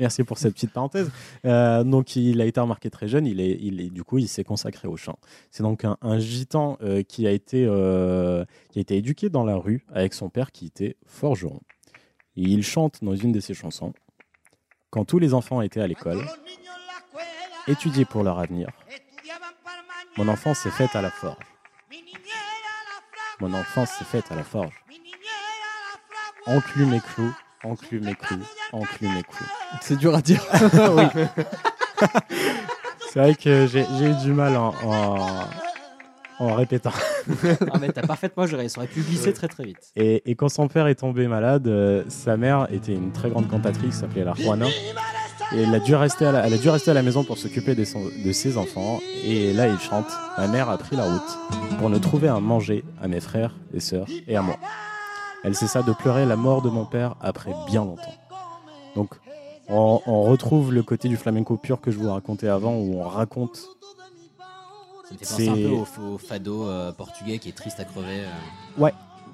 Speaker 8: Merci pour cette petite parenthèse. Euh, donc, il a été remarqué très jeune. Il est, il est- du coup, il s'est consacré au chant. C'est donc un, un gitan euh, qui, a été, euh, qui a été éduqué dans la rue avec son père qui était forgeron. Et il chante dans une de ses chansons Quand tous les enfants étaient à l'école, étudier pour leur avenir. Mon enfance s'est faite à la forge. Mon enfance s'est faite à la forge. Enclume mes clous, enclume mes clous, enclume mes clous.
Speaker 6: C'est dur
Speaker 8: [laughs]
Speaker 6: à dire.
Speaker 8: C'est vrai que j'ai j'ai eu du mal en, en, en répétant.
Speaker 1: Ah, mais t'as parfaitement géré. Ça aurait pu glisser très très vite.
Speaker 8: Et, et quand son père est tombé malade, euh, sa mère était une très grande cantatrice, s'appelait la Juana. Et elle a dû rester à la, elle a dû rester à la maison pour s'occuper de, son- de ses enfants. Et là, il chante Ma mère a pris la route pour ne trouver à manger à mes frères et sœurs et à moi. Elle cessa de pleurer la mort de mon père après bien longtemps. Donc, on, on retrouve le côté du flamenco pur que je vous racontais avant, où on raconte.
Speaker 1: Ça me fait penser un
Speaker 8: C'est-
Speaker 1: peu au, au fado euh, portugais qui est triste à crever. euh.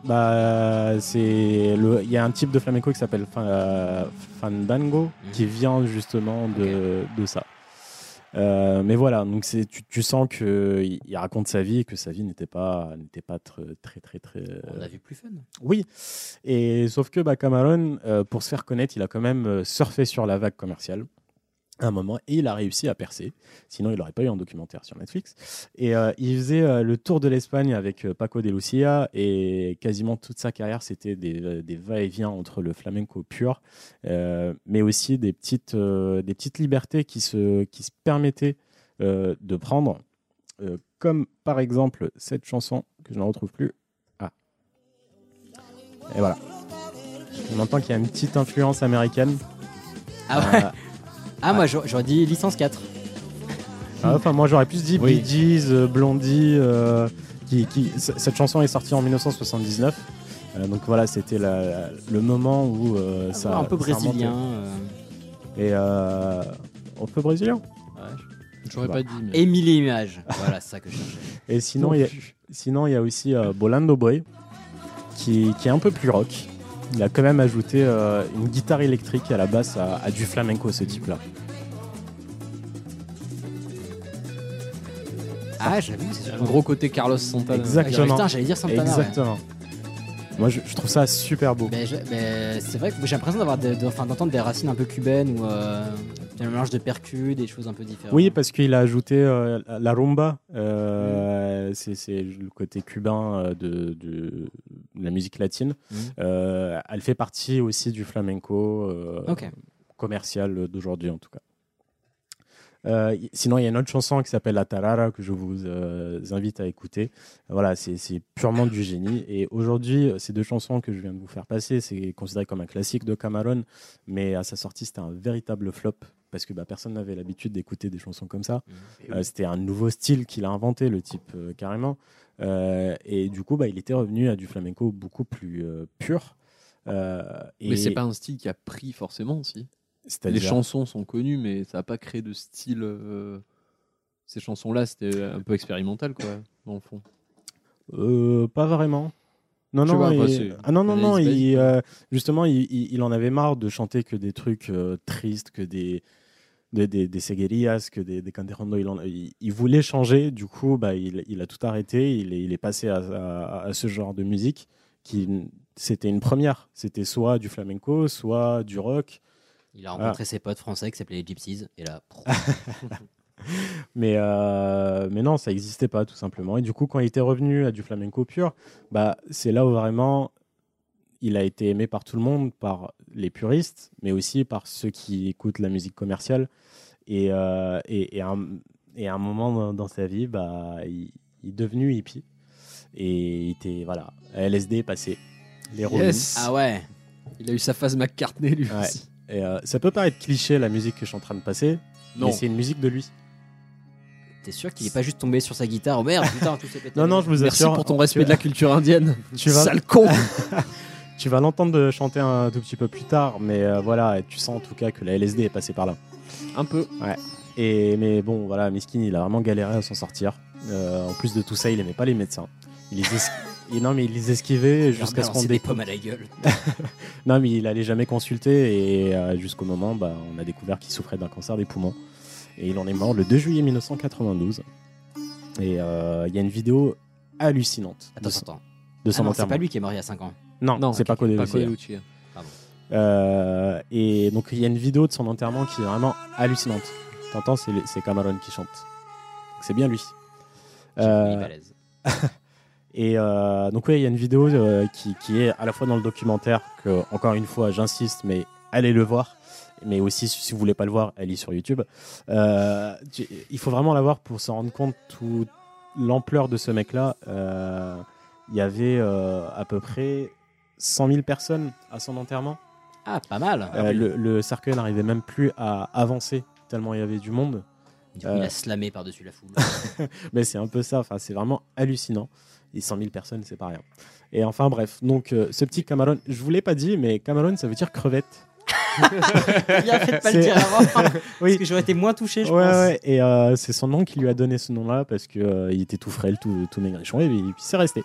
Speaker 8: Bah, c'est le. Il y a un type de flamenco qui s'appelle fa- euh, fandango,
Speaker 1: Mhm.
Speaker 8: qui vient justement de, de ça. Euh, mais voilà, donc c'est tu, tu sens que il il raconte sa vie et que sa vie n'était pas n'était pas tr- très très très. euh,
Speaker 1: On a vu plus fun.
Speaker 8: Oui, et sauf que bah, Cameron, euh, pour se faire connaître, il a quand même euh, surfé sur la vague commerciale à un moment et il a réussi à percer. Sinon, il n'aurait pas eu un documentaire sur Netflix. Et euh, il faisait euh, le tour de l'Espagne avec euh, Paco de Lucia et quasiment toute sa carrière, c'était des, euh, des va-et-vient entre le flamenco pur, euh, mais aussi des petites, euh, des petites libertés qui se, qui se permettaient euh, de prendre, euh, comme par exemple cette chanson que je ne retrouve plus. Et voilà. On entend qu'il y a une petite influence américaine.
Speaker 1: Ah ouais.
Speaker 8: Euh,
Speaker 1: Ah, moi j'aurais j'aurais dit licence 4.
Speaker 8: ah, enfin, moi j'aurais plus dit
Speaker 6: Oui.
Speaker 8: Bee Gees, euh, Blondie. euh, qui, qui- c- cette chanson est sortie en 1979. Euh, donc voilà, c'était la- le moment où euh, ça.
Speaker 1: Ah, un peu
Speaker 8: ça remontait.
Speaker 1: brésilien. euh.
Speaker 8: Et euh, un peu brésilien.
Speaker 6: J'aurais pas dit, mais.
Speaker 1: Et mille et une images. euh, Voilà, c'est ça que je cherchais.
Speaker 8: Et sinon, il y a, sinon, il y a aussi euh, Bolando Boy, qui, qui est un peu plus rock. Il a quand même ajouté euh, une guitare électrique à la basse à, à du flamenco, ce type-là.
Speaker 1: Ah, j'avoue, c'est
Speaker 6: Un
Speaker 1: sûr.
Speaker 6: gros côté Carlos Santana.
Speaker 8: Exactement.
Speaker 1: Putain, j'allais dire Santana. ouais. Bah,
Speaker 8: Exactement. Moi, je, je trouve ça super beau.
Speaker 1: Mais je- mais c'est vrai que j'ai l'impression d'avoir des- de- enfin, d'entendre des racines un peu cubaines ou euh, un mélange de percus, des choses un peu différentes.
Speaker 8: Oui, parce qu'il a ajouté euh, la rumba. euh,
Speaker 1: Mm.
Speaker 8: c'est, c'est le côté cubain euh, de, de la musique latine.
Speaker 1: Mm.
Speaker 8: Euh, elle fait partie aussi du flamenco euh,
Speaker 1: Ok.
Speaker 8: commercial d'aujourd'hui, en tout cas. Euh, y- sinon, il y a une autre chanson qui s'appelle La Tarara que je vous euh, invite à écouter. Voilà, c'est c'est purement du génie. Et aujourd'hui, euh, ces deux chansons que je viens de vous faire passer, c'est considéré comme un classique de Cameron, mais à sa sortie, c'était un véritable flop parce que bah, personne n'avait l'habitude d'écouter des chansons comme ça. Euh, C'était un nouveau style qu'il a inventé, le type, euh, carrément. Euh, et du coup, bah, il était revenu à du flamenco beaucoup plus euh, pur. Euh, et
Speaker 6: Mais c'est pas un style qui a pris forcément, si. Les
Speaker 8: c'est-à-dire-
Speaker 6: chansons sont connues, mais ça n'a pas créé de style. euh, Ces chansons-là, c'était un peu expérimental, quoi, dans le fond.
Speaker 8: Euh, pas vraiment. Non,
Speaker 6: Je sais
Speaker 8: non,
Speaker 6: pas,
Speaker 8: il-
Speaker 6: après, c'est
Speaker 8: ah, non, non, non,
Speaker 6: analyse
Speaker 8: il,
Speaker 6: basique, quoi.
Speaker 8: euh, justement, il, il- il en avait marre de chanter que des trucs euh, tristes, que des, des, des, des seguerías, que des, des canterandos. Il, en- il- il voulait changer, du coup, bah, il, il a tout arrêté, il est, il est passé à, à- à ce genre de musique qui, c'était une première. C'était soit du flamenco, soit du rock.
Speaker 1: Il a rencontré ses potes français qui s'appelaient les Gypsies, et là, prou.
Speaker 8: Mais, euh, mais non, ça n'existait pas, tout simplement. Et du coup, quand il était revenu à du flamenco pur, bah, c'est là où vraiment il a été aimé par tout le monde, par les puristes, mais aussi par ceux qui écoutent la musique commerciale. Et, euh, et, et à un, et à un moment dans, dans sa vie, bah, il, il est devenu hippie. Et il était, voilà, LSD est passé. Les
Speaker 6: Yes.
Speaker 1: ah ouais,
Speaker 6: Il a eu sa phase McCartney, lui
Speaker 8: Ouais.
Speaker 6: aussi.
Speaker 8: Et, euh, ça peut paraître cliché, la musique que je suis en train de passer,
Speaker 6: Non.
Speaker 8: mais c'est une musique de
Speaker 6: [laughs]
Speaker 8: lui.
Speaker 1: t'es sûr qu'il est pas juste tombé sur sa guitare Oh merde, putain, tout s'est [laughs] pété.
Speaker 8: Non, non, je vous
Speaker 6: Merci
Speaker 8: assure.
Speaker 6: pour ton
Speaker 8: tu-
Speaker 6: respect de la culture indienne.
Speaker 8: tu vas-
Speaker 6: Sale
Speaker 1: [laughs]
Speaker 6: con
Speaker 8: Tu vas l'entendre chanter un tout petit peu plus tard, mais euh, voilà, tu sens en tout cas que la LSD est passée par là.
Speaker 6: Un peu.
Speaker 8: Et mais bon, voilà, Miskin, il a vraiment galéré à s'en sortir. Euh, en plus de tout ça, il aimait pas les médecins. Il les es- [laughs] il- non, mais il les esquivait
Speaker 1: Il leur
Speaker 8: jusqu'à ce qu'on
Speaker 1: balançait des
Speaker 8: dé...
Speaker 1: pommes à la gueule.
Speaker 8: Non, mais il allait jamais consulter et euh, jusqu'au moment, bah, on a découvert qu'il souffrait d'un cancer des poumons. Et il en est mort le 2 juillet 1992. Et euh, il y a une vidéo hallucinante de
Speaker 1: Attends,
Speaker 8: son,
Speaker 1: attends.
Speaker 8: de
Speaker 1: Ah
Speaker 8: son
Speaker 1: non, c'est
Speaker 8: enterrement.
Speaker 1: pas lui qui est mort il y a 5 ans.
Speaker 8: Non, c'est pas Codé
Speaker 6: Pas
Speaker 8: Lucia.
Speaker 6: Colucci.
Speaker 8: Euh, et donc il y a une vidéo de son enterrement qui est vraiment hallucinante. T'entends, c'est, c'est Cameron qui chante. Donc, C'est bien lui. Euh,
Speaker 1: Il est balèze.
Speaker 8: et euh, donc oui, il y a une vidéo euh, qui, qui est à la fois dans le documentaire, que encore une fois j'insiste, mais allez le voir. Mais aussi, si vous voulez pas le voir, elle est sur YouTube. Euh, tu- il faut vraiment la voir pour se rendre compte toute l'ampleur de ce mec-là. Euh, Il y avait euh, à peu près 100 000 personnes à son enterrement.
Speaker 1: Ah, pas mal.
Speaker 8: Euh, le, le cercueil n'arrivait même plus à avancer tellement il y avait du monde.
Speaker 1: Du coup, il
Speaker 8: euh,
Speaker 1: a slamé par-dessus la foule.
Speaker 8: Mais c'est un peu ça, enfin, c'est vraiment hallucinant. Et 100 000 personnes, c'est pas rien. Et enfin, bref, donc euh, ce petit Cameron, je vous l'ai pas dit, mais Cameron, ça veut dire crevette.
Speaker 1: [laughs] Bien fait de pas le
Speaker 8: C'est-
Speaker 1: dire
Speaker 8: [laughs]
Speaker 1: avant. Parce
Speaker 8: Oui.
Speaker 1: que j'aurais été moins touché, je
Speaker 8: Ouais, ouais,
Speaker 1: pense.
Speaker 8: et euh, c'est son nom qui lui a donné ce nom-là parce qu'il était tout frêle, tout, tout maigrichon, et, puis c'est resté.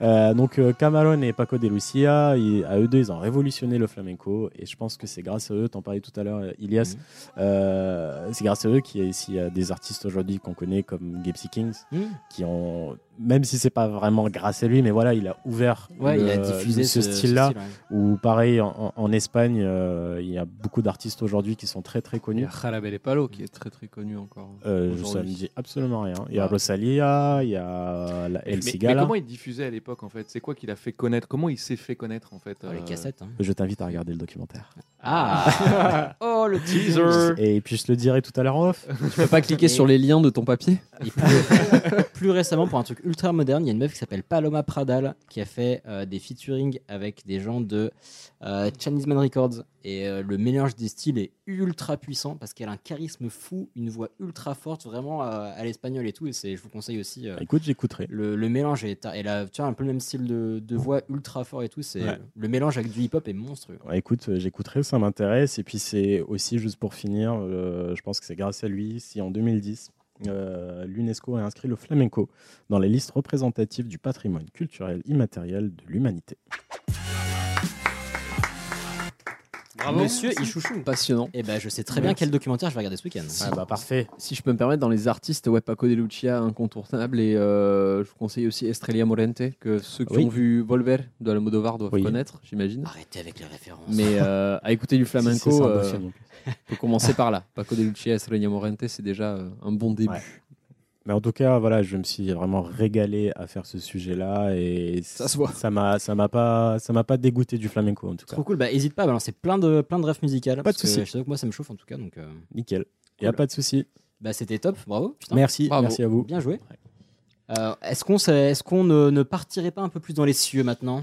Speaker 8: Euh, donc euh, Cameron et Paco de Lucia, ils- à eux deux, ils ont révolutionné le flamenco, et je pense que c'est grâce à eux, t'en parlais tout à l'heure, euh, Ilias,
Speaker 1: Mhm.
Speaker 8: euh, c'est grâce à eux qu'il y a ici euh, des artistes aujourd'hui qu'on connaît comme Gypsy Kings,
Speaker 1: Hmm.
Speaker 8: qui ont, même si c'est pas vraiment grâce à lui, mais voilà, il a ouvert
Speaker 1: Ouais,
Speaker 8: le-
Speaker 1: il a diffusé
Speaker 8: ce,
Speaker 1: ce, ce
Speaker 8: style-là.
Speaker 1: style, ouais.
Speaker 8: Ou pareil, en, en Espagne, euh, il y a beaucoup d'artistes aujourd'hui qui sont très très
Speaker 6: Il y
Speaker 8: connus.
Speaker 6: a Jalabel et Palo qui est très très connu encore.
Speaker 8: Euh, ça me
Speaker 6: aujourd'hui.
Speaker 8: dit absolument rien. Il y a
Speaker 6: Ah.
Speaker 8: Rosalia, il y a la-
Speaker 7: Mais-
Speaker 8: El
Speaker 7: mais,
Speaker 8: Cigala.
Speaker 7: comment il diffusait à l'époque en fait C'est quoi qu'il a fait connaître Comment il s'est fait connaître en fait
Speaker 8: Ah,
Speaker 1: Oh,
Speaker 7: euh,
Speaker 1: les cassettes. hein.
Speaker 8: Je t'invite à regarder le documentaire.
Speaker 1: Ah Oh, le
Speaker 7: Teaser
Speaker 8: Et puis je te le dirai tout à l'heure en off.
Speaker 6: Tu peux pas cliquer sur les liens de ton papier
Speaker 1: Et [laughs] plus, plus récemment, pour un truc ultra moderne, il y a une meuf qui s'appelle Paloma Pradal qui a fait euh, des featuring avec des gens de euh, Chinese Man Records. Et euh, le mélange des styles est ultra puissant parce qu'elle a un charisme fou, une voix ultra forte, vraiment euh, à l'espagnol et tout. Et c'est, je vous conseille aussi. euh,
Speaker 8: Bah, Écoute, j'écouterai.
Speaker 1: le, le mélange est, elle a tu vois, un peu le même style de, de voix ultra fort et tout. C'est
Speaker 8: Ouais.
Speaker 1: le mélange avec du hip hop est monstrueux.
Speaker 8: Ouais, écoute, euh, j'écouterai, ça m'intéresse. Et puis c'est aussi, juste pour finir, euh, je pense que c'est grâce à lui si en 2010, euh, l'UNESCO a inscrit le flamenco dans les listes représentatives du patrimoine culturel immatériel de l'humanité.
Speaker 1: Monsieur Ichouchou.
Speaker 6: Passionnant.
Speaker 1: Et ben, je sais très bien
Speaker 6: Merci.
Speaker 1: quel documentaire je vais regarder ce week-end.
Speaker 8: Ah bah parfait.
Speaker 6: Si je peux me permettre, dans les artistes, ouais, Paco de Lucia, incontournable, et euh, je vous conseille aussi Estrella Morente, que ceux qui
Speaker 8: Oui.
Speaker 6: ont vu Volver de Almodovar doivent
Speaker 8: Oui.
Speaker 6: connaître, j'imagine.
Speaker 1: Arrêtez avec les références.
Speaker 6: Mais euh, à écouter du
Speaker 8: Si, si, c'est
Speaker 6: flamenco,
Speaker 8: un beau
Speaker 6: euh,
Speaker 8: film.
Speaker 6: faut commencer par là. Paco de Lucia, Estrella Morente, c'est déjà euh, un bon début.
Speaker 8: Ouais. Mais en tout cas, voilà, je me suis vraiment régalé à faire ce sujet-là et
Speaker 6: Ça se voit.
Speaker 8: Ça m'a, ça m'a pas, ça m'a pas dégoûté du flamenco en tout cas.
Speaker 1: Trop cool, bah hésite pas à balancer plein de, plein de refs musicales. parce que
Speaker 8: souci.
Speaker 1: Je sais que moi ça me chauffe en tout cas, donc euh,
Speaker 8: Nickel. Y a
Speaker 1: Cool.
Speaker 8: pas de souci.
Speaker 1: bah, c'était top, bravo. putain.
Speaker 8: Merci,
Speaker 6: Bravo.
Speaker 8: merci à vous.
Speaker 1: Bien joué. Euh, est-ce qu'on, s'est- est-ce qu'on ne, ne partirait pas un peu plus dans les cieux maintenant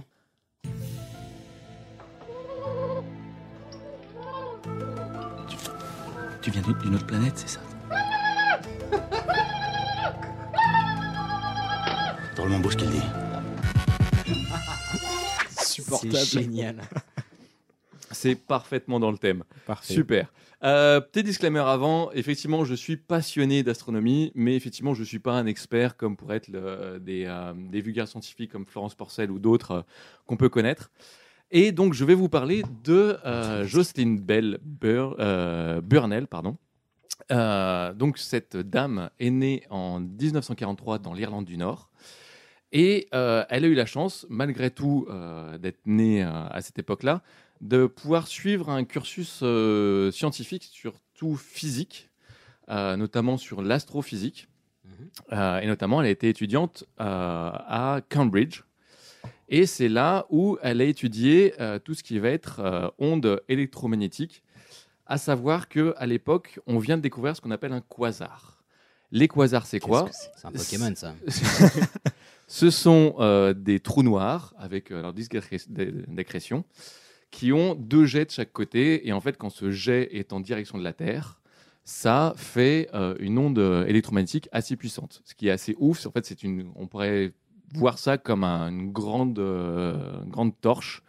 Speaker 9: Tu viens d'une- d'une autre planète, c'est ça Drôlement beau ce qu'il dit.
Speaker 1: C'est génial.
Speaker 7: C'est parfaitement dans le thème. Super. Euh, petit disclaimer avant, effectivement, je suis passionné d'astronomie, mais effectivement, je ne suis pas un expert comme pourraient être le- des, euh, des vulgaires scientifiques comme Florence Porcel ou d'autres euh, qu'on peut connaître. Et donc, je vais vous parler de euh, Jocelyn Bell Bur- euh, Burnell. Pardon. Euh, donc, cette dame est née en 1943 dans l'Irlande du Nord. Et euh, elle a eu la chance, malgré tout, euh, d'être née euh, à cette époque-là, de pouvoir suivre un cursus euh, scientifique, surtout physique, euh, notamment sur l'astrophysique. Euh, et notamment, elle a été étudiante euh, à Cambridge. Et c'est là où elle a étudié euh, tout ce qui va être euh, ondes électromagnétiques, à savoir que à l'époque, on vient de découvrir ce qu'on appelle un quasar. Les quasars, c'est quoi
Speaker 1: C'est un Pokémon, ça.
Speaker 7: [laughs] ce sont euh, des trous noirs avec euh, leur disque d'accré- d'accrétion qui ont deux jets de chaque côté. Et en fait, quand ce jet est en direction de la Terre, ça fait euh, une onde euh, électromagnétique assez puissante. Ce qui est assez ouf, c'est- en fait, c'est une, on pourrait voir ça comme un- une grande, euh, une grande torche,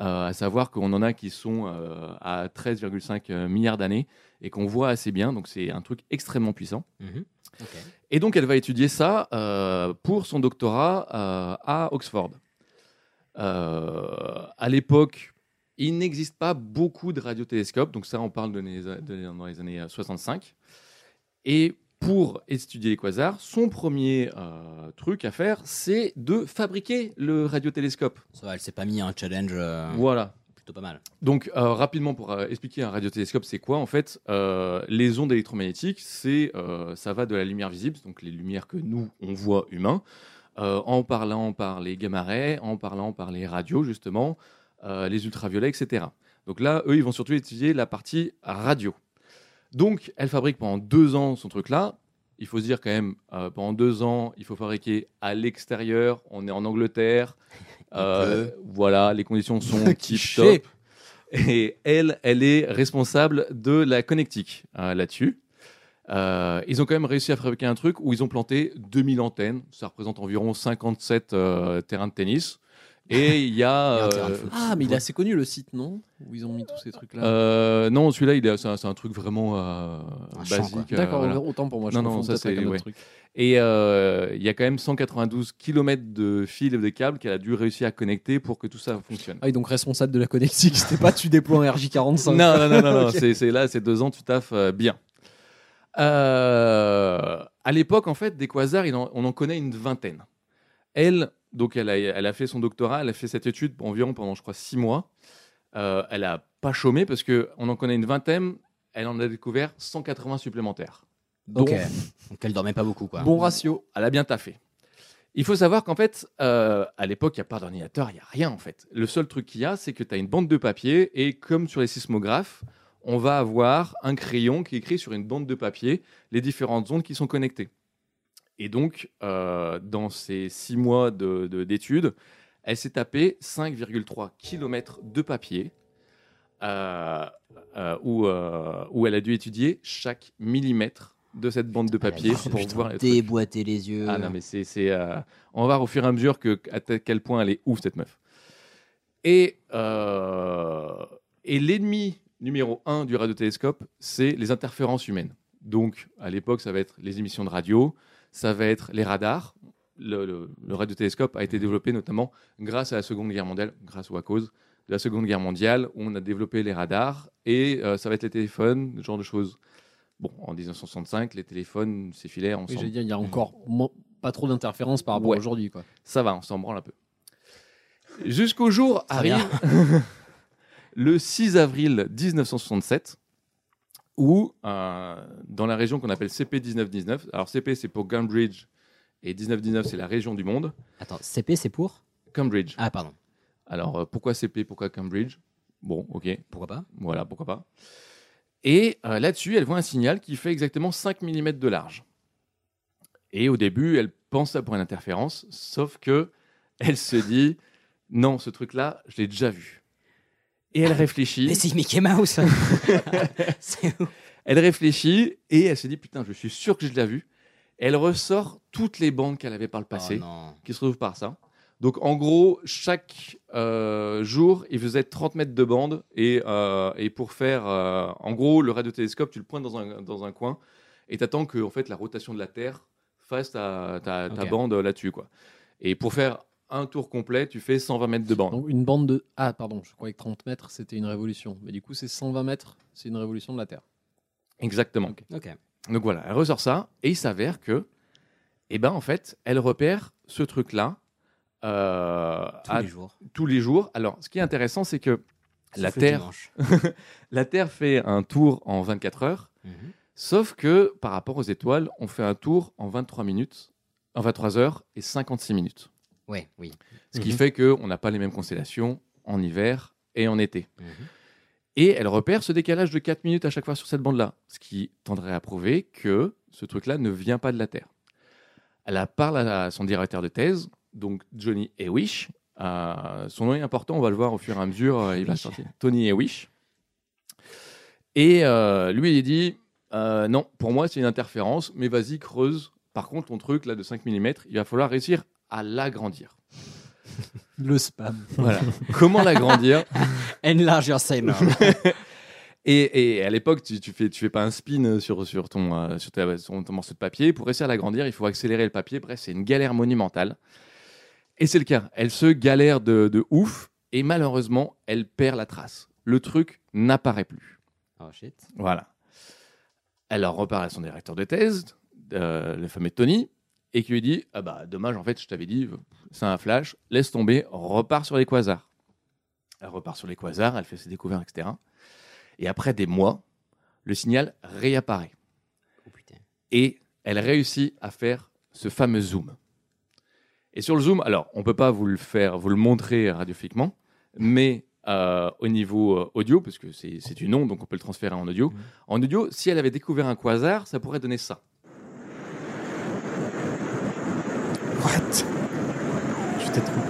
Speaker 7: euh, à savoir qu'on en a qui sont euh, à 13,5 euh, milliards d'années et qu'on voit assez bien. Donc c'est un truc extrêmement puissant.
Speaker 1: Mhm. Ok.
Speaker 7: Et donc, elle va étudier ça euh, pour son doctorat euh, à Oxford. Euh, à l'époque, il n'existe pas beaucoup de radiotélescopes, donc ça, on parle de les- de- dans les années 65. Et pour étudier les quasars, son premier euh, truc à faire, c'est de fabriquer le radiotélescope.
Speaker 1: Ça va, elle s'est pas mis un challenge euh,
Speaker 7: Voilà.
Speaker 1: plutôt pas mal.
Speaker 7: Donc, euh, rapidement, pour euh, expliquer un radiotélescope, c'est quoi En fait, euh, les ondes électromagnétiques, c'est, euh, ça va de la lumière visible, donc les lumières que nous, on voit humains, euh, en parlant par les gamma-rays, en parlant par les radios, justement, euh, les ultraviolets, etc. Donc là, eux, ils vont surtout étudier la partie radio. Donc, elle fabrique pendant deux ans son truc-là. Il faut se dire quand même, euh, pendant deux ans, il faut fabriquer à l'extérieur. On est en Angleterre. Euh, Voilà, les conditions
Speaker 6: [laughs]
Speaker 7: sont
Speaker 1: Qui
Speaker 7: tip-top.
Speaker 1: chie.
Speaker 7: Et elle, elle est responsable de la connectique euh, là-dessus. Euh, ils ont quand même réussi à fabriquer un truc où ils ont planté 2000 antennes. Ça représente environ 57 euh, terrains de tennis.
Speaker 1: [laughs]
Speaker 7: Et il y a...
Speaker 1: Et un terrain de
Speaker 7: euh,
Speaker 1: foot.
Speaker 6: Ah, mais il est assez connu le site, non Où ils ont mis tous ces trucs-là.
Speaker 7: euh, non, celui-là, il est- c'est un, c'est un truc vraiment euh,
Speaker 1: Un champ,
Speaker 7: basique. euh,
Speaker 6: D'accord,
Speaker 7: voilà.
Speaker 6: autant pour moi. Je
Speaker 7: Non, non,
Speaker 6: confonds
Speaker 7: ça,
Speaker 6: peut-être avec
Speaker 7: c'est-
Speaker 6: un autre
Speaker 7: ouais.
Speaker 6: truc.
Speaker 7: Et euh, il y a quand même 192 km de fils et de câbles qu'elle a dû réussir à connecter pour que tout ça fonctionne.
Speaker 6: Ah oui, donc responsable de la connectique, c'était pas tu déploies un RJ45.
Speaker 7: Non, non, non, non, non,
Speaker 6: Ok.
Speaker 7: c'est- c'est là, ces deux ans, tu taffes euh, bien. Euh, à l'époque, en fait, des quasars, il en- on en connaît une vingtaine. Elle, donc, elle a, elle a fait son doctorat, elle a fait cette étude environ pendant, je crois, six mois. Euh, elle a pas chômé parce que on en connaît une vingtaine. Elle en a découvert 180 supplémentaires.
Speaker 1: Donc, euh, donc elle dormait pas beaucoup, quoi.
Speaker 6: Bon ratio.
Speaker 7: Elle a bien taffé. Il faut savoir qu'en fait, euh, à l'époque, il n'y a pas d'ordinateur, il n'y a rien en fait. Le seul truc qu'il y a, c'est que tu as une bande de papier et comme sur les sismographes, on va avoir un crayon qui écrit sur une bande de papier les différentes ondes qui sont connectées. Et donc, euh, dans ces six mois de- de- d'études, elle s'est tapée 5,3 km de papier euh, euh, où, euh, où elle a dû étudier chaque millimètre de cette bande de papier
Speaker 1: Ah,
Speaker 7: pour voir les trucs.
Speaker 1: déboîter les yeux.
Speaker 7: Ah non, mais c'est. c'est, euh, on va voir au fur et à mesure que, à tel- quel point elle est ouf, cette meuf. Et, euh, et l'ennemi numéro un du radiotélescope, c'est les interférences humaines. Donc, à l'époque, ça va être les émissions de radio, ça va être les radars. Le, le- le radiotélescope a été développé notamment grâce à la Seconde Guerre mondiale, grâce ou à cause de la Seconde Guerre mondiale, où on a développé les radars et euh, ça va être les téléphones, ce genre de choses. Bon, en 1965, les téléphones s'effilaient
Speaker 6: Oui,
Speaker 7: ensemble.
Speaker 6: j'allais dire, il y a encore mo- pas trop d'interférences par rapport
Speaker 7: Ouais.
Speaker 6: à aujourd'hui. Quoi.
Speaker 7: ça va, on s'en branle un peu. Jusqu'au jour
Speaker 1: Ça
Speaker 7: arrive [laughs] le 6 avril 1967, où, euh, dans la région qu'on appelle CP1919, alors CP c'est pour Cambridge et 1919 c'est la région du monde,
Speaker 1: Attends, CP, c'est pour
Speaker 7: Cambridge.
Speaker 1: Ah, pardon.
Speaker 7: Alors euh, pourquoi CP, pourquoi Cambridge Bon, ok,
Speaker 1: Pourquoi pas
Speaker 7: voilà, pourquoi pas. Et euh, là-dessus, elle voit un signal qui fait exactement 5 mm de large. Et au début, elle pense ça pour une interférence, sauf que elle se dit non, ce truc-là, je l'ai déjà vu. Et elle réfléchit.
Speaker 1: [laughs] Mais c'est Mickey Mouse C'est où
Speaker 7: Elle réfléchit et elle se dit Putain, je suis sûr que je l'ai vu. Elle ressort toutes les banques qu'elle avait par le
Speaker 1: Oh
Speaker 7: passé, qui se retrouvent par ça. Donc en gros, chaque euh, jour, il faisait 30 mètres de bande. Et, euh, et pour faire. euh, en gros, le radiotélescope, tu le pointes dans un, dans un coin et t'attends que en fait, la rotation de la Terre fasse ta, ta- ta
Speaker 6: Ok.
Speaker 7: bande euh, là-dessus. quoi. Et pour faire un tour complet, tu fais 120 mètres de bande.
Speaker 6: Donc une bande de. Ah, pardon, je croyais que 30 mètres c'était une révolution. Mais du coup, c'est 120 mètres, c'est une révolution de la Terre.
Speaker 7: Exactement.
Speaker 1: Ok.
Speaker 7: Donc voilà, elle ressort ça et il s'avère que, eh ben en fait, elle repère ce truc-là euh,
Speaker 1: Tous
Speaker 7: à-
Speaker 1: les jours.
Speaker 7: Tous les jours. Alors, ce qui est intéressant, c'est que
Speaker 1: Sauf
Speaker 7: la
Speaker 1: le
Speaker 7: Terre,
Speaker 1: dimanche.
Speaker 7: la Terre fait un tour en 24 heures,
Speaker 1: Mhm.
Speaker 7: sauf que par rapport aux étoiles, on fait un tour en 23 minutes, en 23 heures et 56 minutes.
Speaker 1: Ouais, oui.
Speaker 7: Ce qui
Speaker 1: Mhm.
Speaker 7: fait qu'on n'a pas les mêmes constellations en hiver et en été.
Speaker 1: Mhm.
Speaker 7: Et elle repère ce décalage de 4 minutes à chaque fois sur cette bande-là, ce qui tendrait à prouver que ce truc-là ne vient pas de la Terre. Elle en parle à son directeur de thèse, donc Johnny Ewish. Euh, son nom est important, on va le voir au fur et à mesure. euh, il va sortir. Tony Ewish. Et euh, lui, il dit euh, Non, pour moi, c'est une interférence, mais vas-y, creuse. Par contre, ton truc là de 5 mm, il va falloir réussir à l'agrandir.
Speaker 6: Le spam.
Speaker 7: Voilà. [laughs] Comment l'agrandir
Speaker 1: Enlarge your [laughs] sailor.
Speaker 7: et, et à l'époque, tu, tu fais, tu fais pas un spin sur, sur, ton, euh, sur ta- sur ton morceau de papier. Pour réussir à l'agrandir, il faut accélérer le papier. Bref, c'est une galère monumentale. Et c'est le cas. Elle se galère de, de ouf. Et malheureusement, elle perd la trace. Le truc n'apparaît plus.
Speaker 1: Oh shit.
Speaker 7: Voilà. Elle en reparle à son directeur de thèse, euh, le fameux Tony, et qui lui dit Ah bah, dommage, en fait, je t'avais dit, euh, c'est un flash, laisse tomber, repars sur les quasars. Elle repart sur les quasars, elle fait ses découvertes, etc. Et après des mois, le signal réapparaît.
Speaker 1: Oh,
Speaker 7: Et elle réussit à faire ce fameux zoom. Et sur le zoom, alors, on ne peut pas vous le faire, vous le montrer radiophiquement, mais euh, au niveau euh, audio, parce que c'est c'est du nom, donc on peut le transférer en audio. En audio, si elle avait découvert un quasar, ça pourrait donner ça.
Speaker 8: What Je t'ai trompé.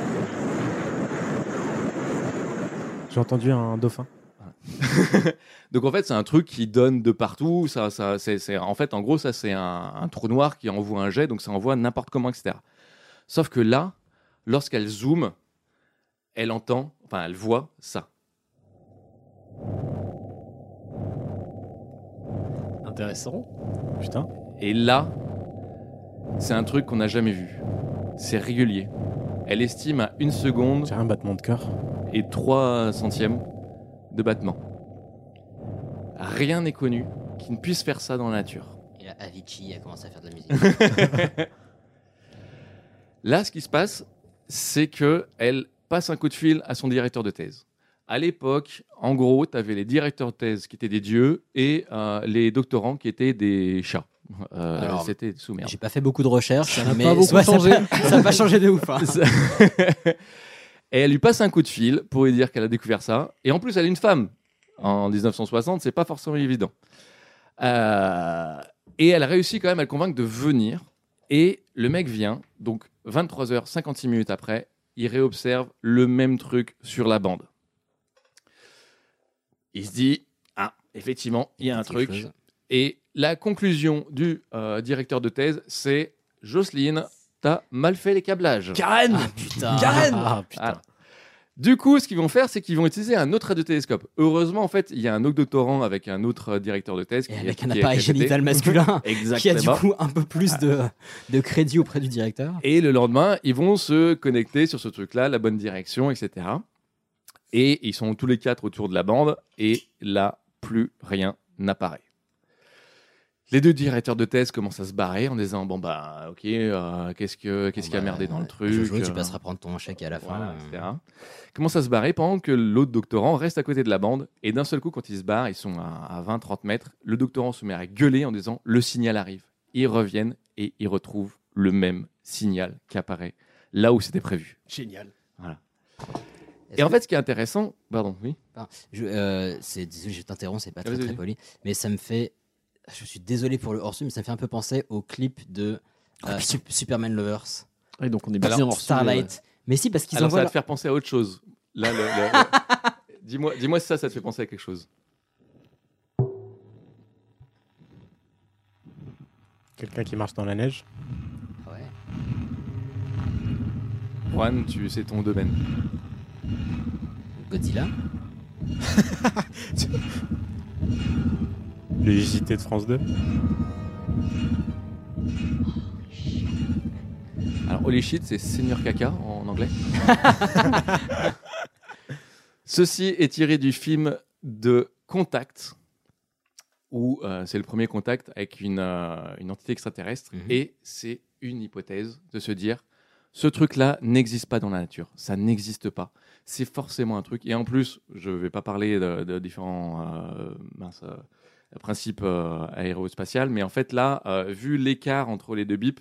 Speaker 8: J'ai entendu un dauphin.
Speaker 7: Donc en fait, c'est un truc qui donne de partout. Ça, ça, c'est, c'est- en fait, en gros, ça, c'est un, un trou noir qui envoie un jet, donc ça envoie n'importe comment, etc. Sauf que là, lorsqu'elle zoome, elle entend, enfin, elle voit ça.
Speaker 6: Intéressant.
Speaker 8: Putain.
Speaker 7: Et là, c'est un truc qu'on n'a jamais vu. C'est régulier. Elle estime à une seconde
Speaker 8: J'ai un battement de cœur.
Speaker 7: et 3 centièmes de battement. Rien n'est connu qui ne puisse faire ça dans la nature.
Speaker 1: Et là, Avicii a commencé à faire de la musique.
Speaker 7: Là, ce qui se passe, c'est que elle passe un coup de fil à son directeur de thèse. À l'époque, en gros, tu avais les directeurs de thèse qui étaient des dieux et euh, les doctorants qui étaient des chats. Euh,
Speaker 1: Alors,
Speaker 7: C'était sous merde.
Speaker 1: J'ai pas fait beaucoup de recherches,
Speaker 7: Ah,
Speaker 6: Ça n'a
Speaker 1: mais
Speaker 6: pas beaucoup
Speaker 1: ouais,
Speaker 6: changé.
Speaker 1: Ça n'a pas, ça a pas changé de ouf. hein.
Speaker 7: Ça- [laughs] et elle lui passe un coup de fil pour lui dire qu'elle a découvert ça. Et en plus, elle est une femme. En 1960, c'est pas forcément évident. Euh, et elle réussit quand même à le convaincre de venir. Et le mec vient, donc 23h56 minutes après, il réobserve le même truc sur la bande. Il se dit Ah, effectivement, il y a un
Speaker 1: Quelque
Speaker 7: truc.
Speaker 1: chose.
Speaker 7: Et la conclusion du euh, directeur de thèse, c'est Jocelyne, t'as mal fait les câblages.
Speaker 1: Karen Putain
Speaker 8: Ah putain.
Speaker 7: Voilà. Du coup, ce qu'ils vont faire, c'est qu'ils vont utiliser un autre radiotélescope. Heureusement, en fait, il y a un autre doctorant avec un autre euh, directeur de thèse.
Speaker 1: Et
Speaker 7: qui-
Speaker 1: avec un
Speaker 7: qui est
Speaker 1: appareil
Speaker 7: accepté.
Speaker 1: génital [laughs]
Speaker 7: [laughs]
Speaker 1: masculin qui a du
Speaker 7: Exactement.
Speaker 1: coup un peu
Speaker 7: Ah.
Speaker 1: plus de, de crédit auprès du directeur.
Speaker 7: Et le lendemain, ils vont se connecter sur ce truc-là, la bonne direction, etc. Et ils sont tous les quatre autour de la bande, et là, plus rien n'apparaît. Les deux directeurs de thèse commencent à se barrer en disant Bon, bah, ok, euh, qu'est-ce que- qu'est-ce qui a merdé dans le truc
Speaker 1: Jojo, bah, tu
Speaker 7: euh,
Speaker 1: passeras prendre ton chèque à la fin.
Speaker 7: Voilà,
Speaker 1: euh.
Speaker 7: etc. Commence à se barrer pendant que l'autre doctorant reste à côté de la bande. Et d'un seul coup, quand ils se barrent, ils sont à, à 20-30 mètres. Le doctorant se met à gueuler en disant Le signal arrive. Ils reviennent et ils retrouvent le même signal qui apparaît là où c'était prévu.
Speaker 6: Génial.
Speaker 1: Est-ce
Speaker 7: Et en
Speaker 1: que-
Speaker 7: fait, ce qui est intéressant. Pardon, oui.
Speaker 1: Je, euh, c'est- désolé, je t'interromps, c'est pas très,
Speaker 7: Vas-y,
Speaker 1: très
Speaker 7: vas-y.
Speaker 1: poli, mais ça me fait. Je suis désolé pour le hors-su, mais ça me fait un peu penser au clip de
Speaker 7: Oh,
Speaker 1: euh, Sup- Superman Lovers,
Speaker 6: Ah. Et donc on est
Speaker 1: Alors,
Speaker 6: bien en
Speaker 1: Starlight. Mais si, parce qu'ils
Speaker 7: euh, Alors, ça
Speaker 1: envoient.
Speaker 7: va te faire penser à autre chose. Là,
Speaker 1: [laughs]
Speaker 7: le- le- le- dis-moi, dis-moi si ça, ça te fait penser à quelque chose.
Speaker 8: Quelqu'un qui marche dans la neige.
Speaker 7: Juan, tu, c'est ton domaine.
Speaker 1: Godzilla
Speaker 8: Les JT de France 2.
Speaker 7: Alors, holy shit, c'est Seigneur Caca en anglais. Ceci est tiré du film de Contact, où euh, c'est le premier contact avec une, euh, une entité extraterrestre, et c'est une hypothèse de se dire ce truc-là n'existe pas dans la nature, ça n'existe pas. C'est forcément un truc. Et en plus, je ne vais pas parler de, de différents euh, mince, euh, principes euh, aérospatiaux, mais en fait, là, euh, vu l'écart entre les deux bips,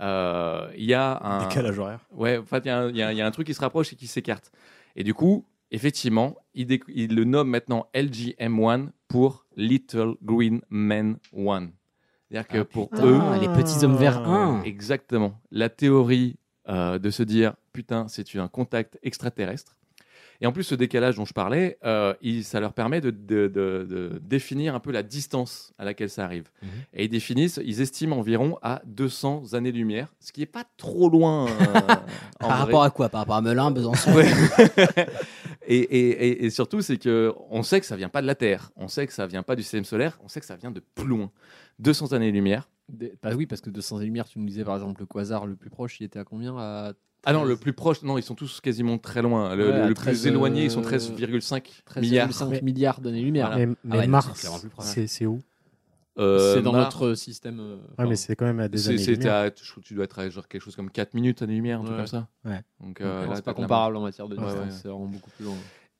Speaker 7: euh, il y a
Speaker 1: Ah.
Speaker 7: un.
Speaker 8: Décalage horaire.
Speaker 7: Ouais, en fait, il y, a un- il y a un- il y a un truc qui se rapproche et qui s'écarte. Et du coup, effectivement, il, déc- il le nomme maintenant LGM1 pour Little Green Man 1. C'est-à-dire que
Speaker 1: Ah,
Speaker 7: pour
Speaker 1: putain,
Speaker 7: eux.
Speaker 1: les petits hommes verts 1.
Speaker 7: Exactement. La théorie euh, de se dire putain, c'est un contact extraterrestre. Et en plus, ce décalage dont je parlais, euh, il- ça leur permet de, de- de- de définir un peu la distance à laquelle ça arrive.
Speaker 1: Mhm.
Speaker 7: Et ils définissent, ils estiment environ à 200 années-lumière, ce qui n'est pas
Speaker 1: [laughs]
Speaker 7: trop loin. euh, en
Speaker 1: Par
Speaker 7: vrai.
Speaker 1: rapport à quoi Par rapport à Melun,
Speaker 7: [laughs]
Speaker 1: Besançon
Speaker 7: Ouais. et, et- et- et surtout, c'est que on sait que ça vient pas de la Terre, on sait que ça vient pas du système solaire, on sait que ça vient de plus loin, 200 années-lumière.
Speaker 6: Des- Bah oui, parce que 200 lumières, tu nous disais par exemple le quasar le plus proche, il était à combien à
Speaker 7: Ah non, le plus proche, non, ils sont tous quasiment très loin. Le,
Speaker 6: Ouais,
Speaker 7: le
Speaker 6: à
Speaker 7: plus
Speaker 6: 13,
Speaker 7: éloigné, ils sont
Speaker 6: euh,
Speaker 7: 13,5 milliards.
Speaker 6: 13,5 milliards d'années-lumière.
Speaker 7: Voilà.
Speaker 8: Mais, mais
Speaker 1: Ah ouais, donc c'est
Speaker 8: Mars,
Speaker 1: clairement plus proche.
Speaker 8: c'est c'est où
Speaker 7: Euh,
Speaker 6: c'est dans
Speaker 7: Mars,
Speaker 6: notre système. euh,
Speaker 8: Ouais,
Speaker 6: enfin,
Speaker 8: mais c'est quand même à des
Speaker 7: c'est-
Speaker 8: années.
Speaker 7: c'est à- je- tu dois être à genre quelque chose comme 4 minutes années-lumière, un truc
Speaker 6: Ouais.
Speaker 7: comme ça.
Speaker 8: Ouais.
Speaker 7: Donc,
Speaker 6: non,
Speaker 7: euh, là,
Speaker 6: c'est pas
Speaker 7: t'as de la
Speaker 6: comparable en matière de
Speaker 7: Ouais,
Speaker 6: distance,
Speaker 7: ouais.
Speaker 6: c'est vraiment beaucoup plus loin.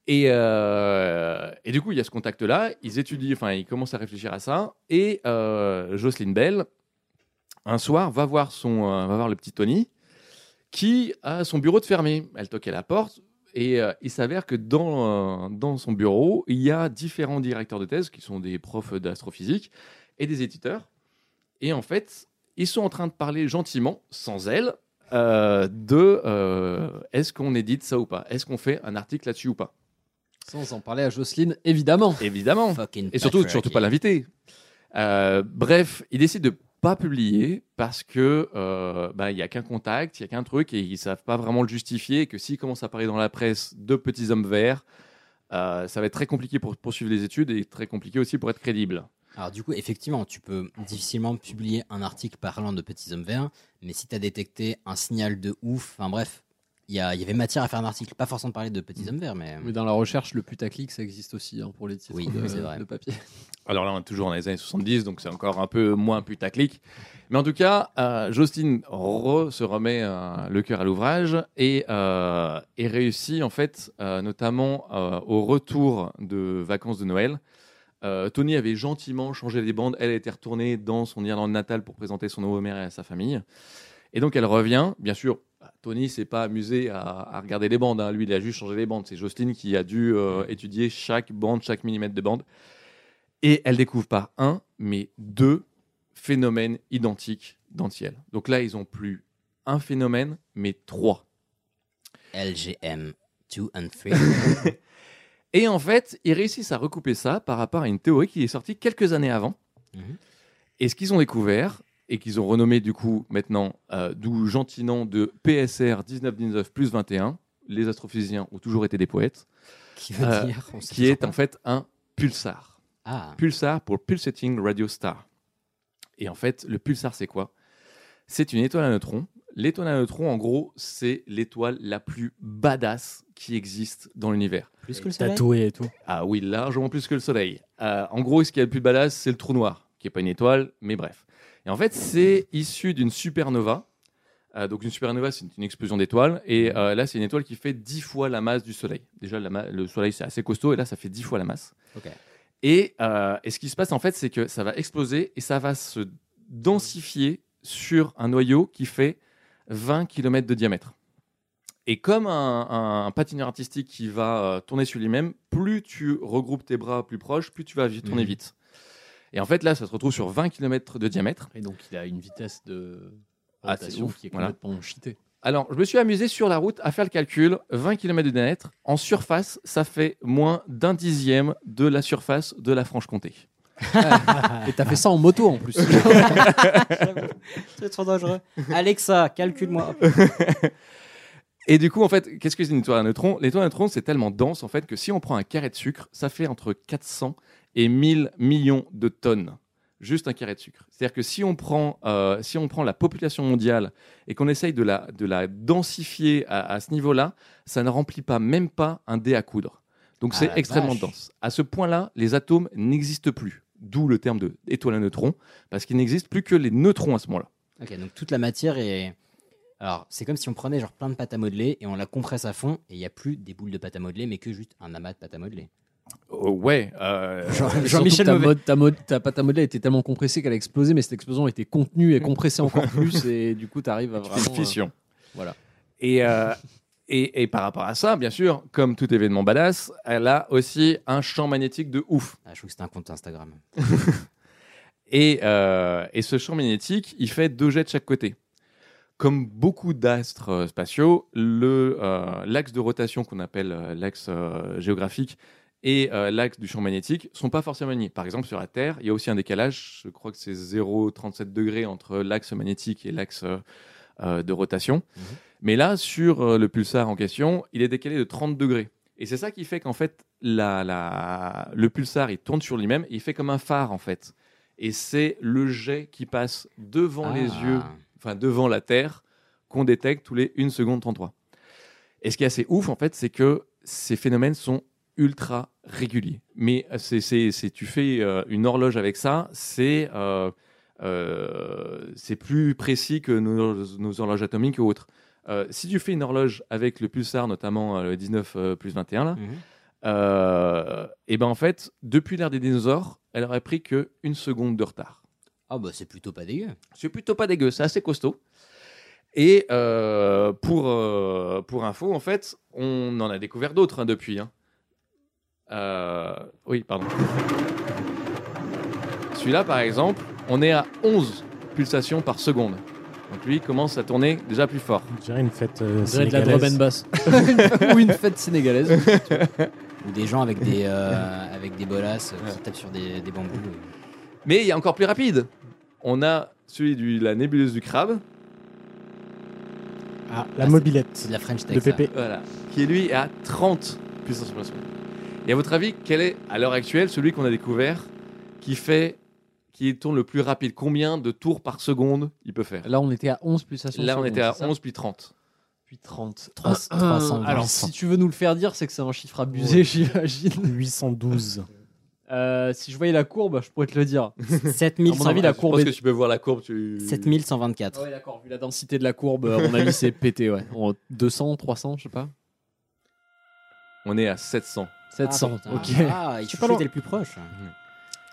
Speaker 7: Et, euh, et du coup, il y a ce contact-là. Ils étudient, enfin, ils commencent à réfléchir à ça. Et euh, Jocelyne Bell, un soir, va voir, son, euh, va voir le petit Tony, qui a son bureau de fermé. Elle toque à la porte. Et euh, il s'avère que dans, euh, dans son bureau, il y a différents directeurs de thèse qui sont des profs d'astrophysique et des éditeurs. Et en fait, ils sont en train de parler gentiment, sans elle, euh, de euh, est-ce qu'on édite ça ou pas Est-ce qu'on fait un article là-dessus ou pas
Speaker 6: Sans en parler à Jocelyne, évidemment.
Speaker 7: Évidemment. Et surtout, surtout pas l'inviter. Euh, bref, il décide de pas publier parce que euh, bah, il y a qu'un contact, il y a qu'un truc et ils savent pas vraiment le justifier. Et que s'il commence à parler dans la presse de petits hommes verts, euh, ça va être très compliqué pour poursuivre les études et très compliqué aussi pour être crédible.
Speaker 1: Alors du coup, effectivement, tu peux difficilement publier un article parlant de petits hommes verts, mais si tu as détecté un signal de ouf, enfin bref, il y, a- il y avait matière à faire un article, pas forcément de parler de
Speaker 7: Mm.
Speaker 1: petits hommes verts, mais... euh,
Speaker 6: Mais dans la recherche, le putaclic, ça existe aussi hein, pour les titres
Speaker 1: Oui,
Speaker 6: de,
Speaker 1: c'est vrai.
Speaker 6: de papier.
Speaker 7: Alors là, on est toujours dans les années 70, donc c'est encore un peu moins putaclic. Mais en tout cas, euh, Justine re- se remet euh, le cœur à l'ouvrage et, euh, et réussit, en fait, euh, notamment euh, au retour de vacances de Noël. Euh, Tony avait gentiment changé les bandes. Elle était retournée dans son Irlande natale pour présenter son nouveau maire à sa famille. Et donc, elle revient. Bien sûr, bah, Tony s'est pas amusé à, à regarder les bandes. hein. Lui, il a juste changé les bandes. C'est Jocelyne qui a dû euh, étudier chaque bande, chaque millimètre de bande. Et elle découvre pas un, mais deux phénomènes identiques dans le ciel. Donc là, ils ont plus un phénomène, mais trois.
Speaker 1: LGM 2 and 3.
Speaker 7: Et en fait, ils réussissent à recouper ça par rapport à une théorie qui est sortie quelques années avant.
Speaker 1: Mhm.
Speaker 7: Et ce qu'ils ont découvert, et qu'ils ont renommé du coup maintenant, euh, d'où gentil nom de PSR 1919 plus 21, les astrophysiciens ont toujours été des poètes,
Speaker 1: qui veut
Speaker 7: Euh,
Speaker 1: dire... on sait
Speaker 7: qui est
Speaker 1: toujours
Speaker 7: en fait un pulsar.
Speaker 1: pas. Ah,
Speaker 7: Pulsar pour Pulsating Radio Star. Et en fait, le pulsar, c'est quoi C'est une étoile à neutrons. L'étoile à neutrons, en gros, c'est l'étoile la plus badass qui existe dans l'univers.
Speaker 1: plus que le soleil
Speaker 8: Tatoué et tout. [laughs]
Speaker 7: Ah oui, largement plus que le Soleil. Euh, en gros, ce qu'il y a de plus badass, c'est le trou noir, qui n'est pas une étoile, mais bref. Et en fait, c'est issu d'une supernova. Euh, donc une supernova, c'est une explosion d'étoiles. Et euh, là, c'est une étoile qui fait 10 fois la masse du Soleil. Déjà, la ma- le Soleil, c'est assez costaud, et là, ça fait 10 fois la masse.
Speaker 1: Ok.
Speaker 7: Et, euh, et ce qui se passe, en fait, c'est que ça va exploser et ça va se densifier sur un noyau qui fait 20 km de diamètre. Et comme un, un- un patineur artistique qui va euh, tourner sur lui-même, plus tu regroupes tes bras plus proches, plus tu vas vi- tourner
Speaker 1: Mhm.
Speaker 7: vite. Et en fait, là, ça se retrouve sur 20 km de diamètre.
Speaker 6: Et donc, il a une vitesse de
Speaker 7: Ah, c'est
Speaker 6: rotation
Speaker 7: ouf,
Speaker 6: qui est
Speaker 7: voilà.
Speaker 6: complètement cheatée.
Speaker 7: Alors, je me suis amusé sur la route à faire le calcul. 20 km de diamètre, en surface, ça fait moins d'un dixième de la surface de la Franche-Comté.
Speaker 6: [laughs] Et t'as fait ça en moto
Speaker 7: [laughs]
Speaker 6: en plus.
Speaker 1: C'est trop dangereux. Alexa, calcule-moi.
Speaker 7: Et du coup, en fait, qu'est-ce que c'est une étoile à neutrons L'étoile à neutrons, c'est tellement dense en fait que si on prend un carré de sucre, ça fait entre 400 et 1000 millions de tonnes. Juste un carré de sucre. C'est-à-dire que si on prend, euh, si on prend la population mondiale et qu'on essaye de la, de la densifier à, à ce niveau-là, ça ne remplit pas même pas un dé à coudre. Donc
Speaker 1: Ah,
Speaker 7: c'est
Speaker 1: la
Speaker 7: extrêmement
Speaker 1: vache.
Speaker 7: dense. À ce point-là, les atomes n'existent plus. D'où le terme de étoile à neutrons, parce qu'il n'existe plus que les neutrons à ce moment-là.
Speaker 1: Ok, donc toute la matière est. Alors, c'est comme si on prenait genre plein de pâte à modeler et on la compresse à fond et il n'y a plus des boules de pâte à modeler mais que juste un amas de pâte à modeler.
Speaker 7: Oh, ouais.
Speaker 1: Jean-
Speaker 6: Et surtout,
Speaker 1: Jean-Michel
Speaker 6: ta,
Speaker 1: Mauvais.
Speaker 6: mode, ta, mode, ta pâte à modeler était tellement compressée qu'elle a explosé, mais cette explosion était contenue et compressée encore plus, et du coup, t'arrives à vraiment. euh, voilà.
Speaker 7: Et, euh, et, et par rapport à ça, bien sûr, comme tout événement badass, elle a aussi un champ magnétique de ouf.
Speaker 1: Ah, je trouve que c'était un compte Instagram.
Speaker 7: Et, euh, et ce champ magnétique, il fait deux jets de chaque côté. Comme beaucoup d'astres euh, spatiaux, le, euh, l'axe de rotation qu'on appelle euh, l'axe euh, géographique et euh, l'axe du champ magnétique sont pas forcément unis. Par exemple, sur la Terre, il y a aussi un décalage, je crois que c'est 0,37 degrés entre l'axe magnétique et l'axe euh, euh, de rotation.
Speaker 1: Mhm.
Speaker 7: Mais là, sur euh, le pulsar en question, il est décalé de 30 degrés. Et c'est ça qui fait qu'en fait, la, la- le pulsar, il tourne sur lui-même, il fait comme un phare en fait. Et c'est le jet qui passe devant les
Speaker 1: Ah.
Speaker 7: yeux enfin devant la Terre, qu'on détecte tous les 1 seconde 33. Et ce qui est assez ouf, en fait, c'est que ces phénomènes sont ultra réguliers. Mais euh, c'est, c'est, c'est- tu fais euh, une horloge avec ça, c'est, euh, euh, c'est plus précis que nos, nos horloges atomiques ou autres. Euh, si tu fais une horloge avec le pulsar, notamment euh, le 19 euh, plus 21, là,
Speaker 1: Mhm.
Speaker 7: et ben en fait, depuis l'ère des dinosaures, elle aurait pris que une seconde de retard.
Speaker 1: Ah, bah c'est plutôt pas dégueu.
Speaker 7: C'est plutôt pas dégueu, c'est assez costaud. Et euh, pour, euh, pour info, en fait, on en a découvert d'autres hein, depuis. hein. Euh, oui, pardon. Celui-là, par exemple, on est à 11 pulsations par seconde. Donc lui il commence à tourner déjà plus fort.
Speaker 8: On dirait une fête
Speaker 6: On
Speaker 8: euh,
Speaker 6: dirait de la Droben
Speaker 8: sénégalaise.
Speaker 6: basse.
Speaker 7: [laughs]
Speaker 6: Ou une fête sénégalaise.
Speaker 1: Ou des gens avec des, euh, avec des bolasses euh, qui tapent sur des, des bambous.
Speaker 7: Mais il y a encore plus rapide. On a celui de la nébuleuse du crabe,
Speaker 8: Ah,
Speaker 1: Ah,
Speaker 8: la
Speaker 1: c'est-
Speaker 8: mobilette
Speaker 1: C'est de la French Tech.
Speaker 8: de
Speaker 1: ça.
Speaker 8: Pépé.
Speaker 7: voilà, qui lui est à 30 puissances par seconde. Et à votre avis, quel est à l'heure actuelle celui qu'on a découvert qui fait, qui tourne le plus rapide Combien de tours par seconde il peut faire
Speaker 6: Là, on était à 11 pulsations.
Speaker 7: Là, on
Speaker 6: secondes,
Speaker 7: était à
Speaker 6: c'est ça
Speaker 7: 11 puis 30.
Speaker 6: puis 30.
Speaker 1: Trois- 320.
Speaker 6: Alors, si tu veux nous le faire dire, c'est que c'est un chiffre abusé, j'imagine.
Speaker 8: 812.
Speaker 6: [laughs] Euh, si je voyais la courbe, je pourrais te le dire. À
Speaker 1: 7100
Speaker 6: mon avis, la
Speaker 7: Ah, Je
Speaker 6: courbe
Speaker 7: pense
Speaker 6: est-
Speaker 7: que tu peux voir la courbe. Tu...
Speaker 1: 7124.
Speaker 6: Ah Ouais, d'accord, vu la densité de la courbe, à mon avis, c'est [laughs] pété, ouais. En 200, 300, je sais pas.
Speaker 7: On est à 700.
Speaker 6: 700,
Speaker 1: Ah,
Speaker 6: ok.
Speaker 1: putain. Ah, il
Speaker 8: suis
Speaker 1: faut
Speaker 8: pas loin.
Speaker 1: le plus proche. Attends,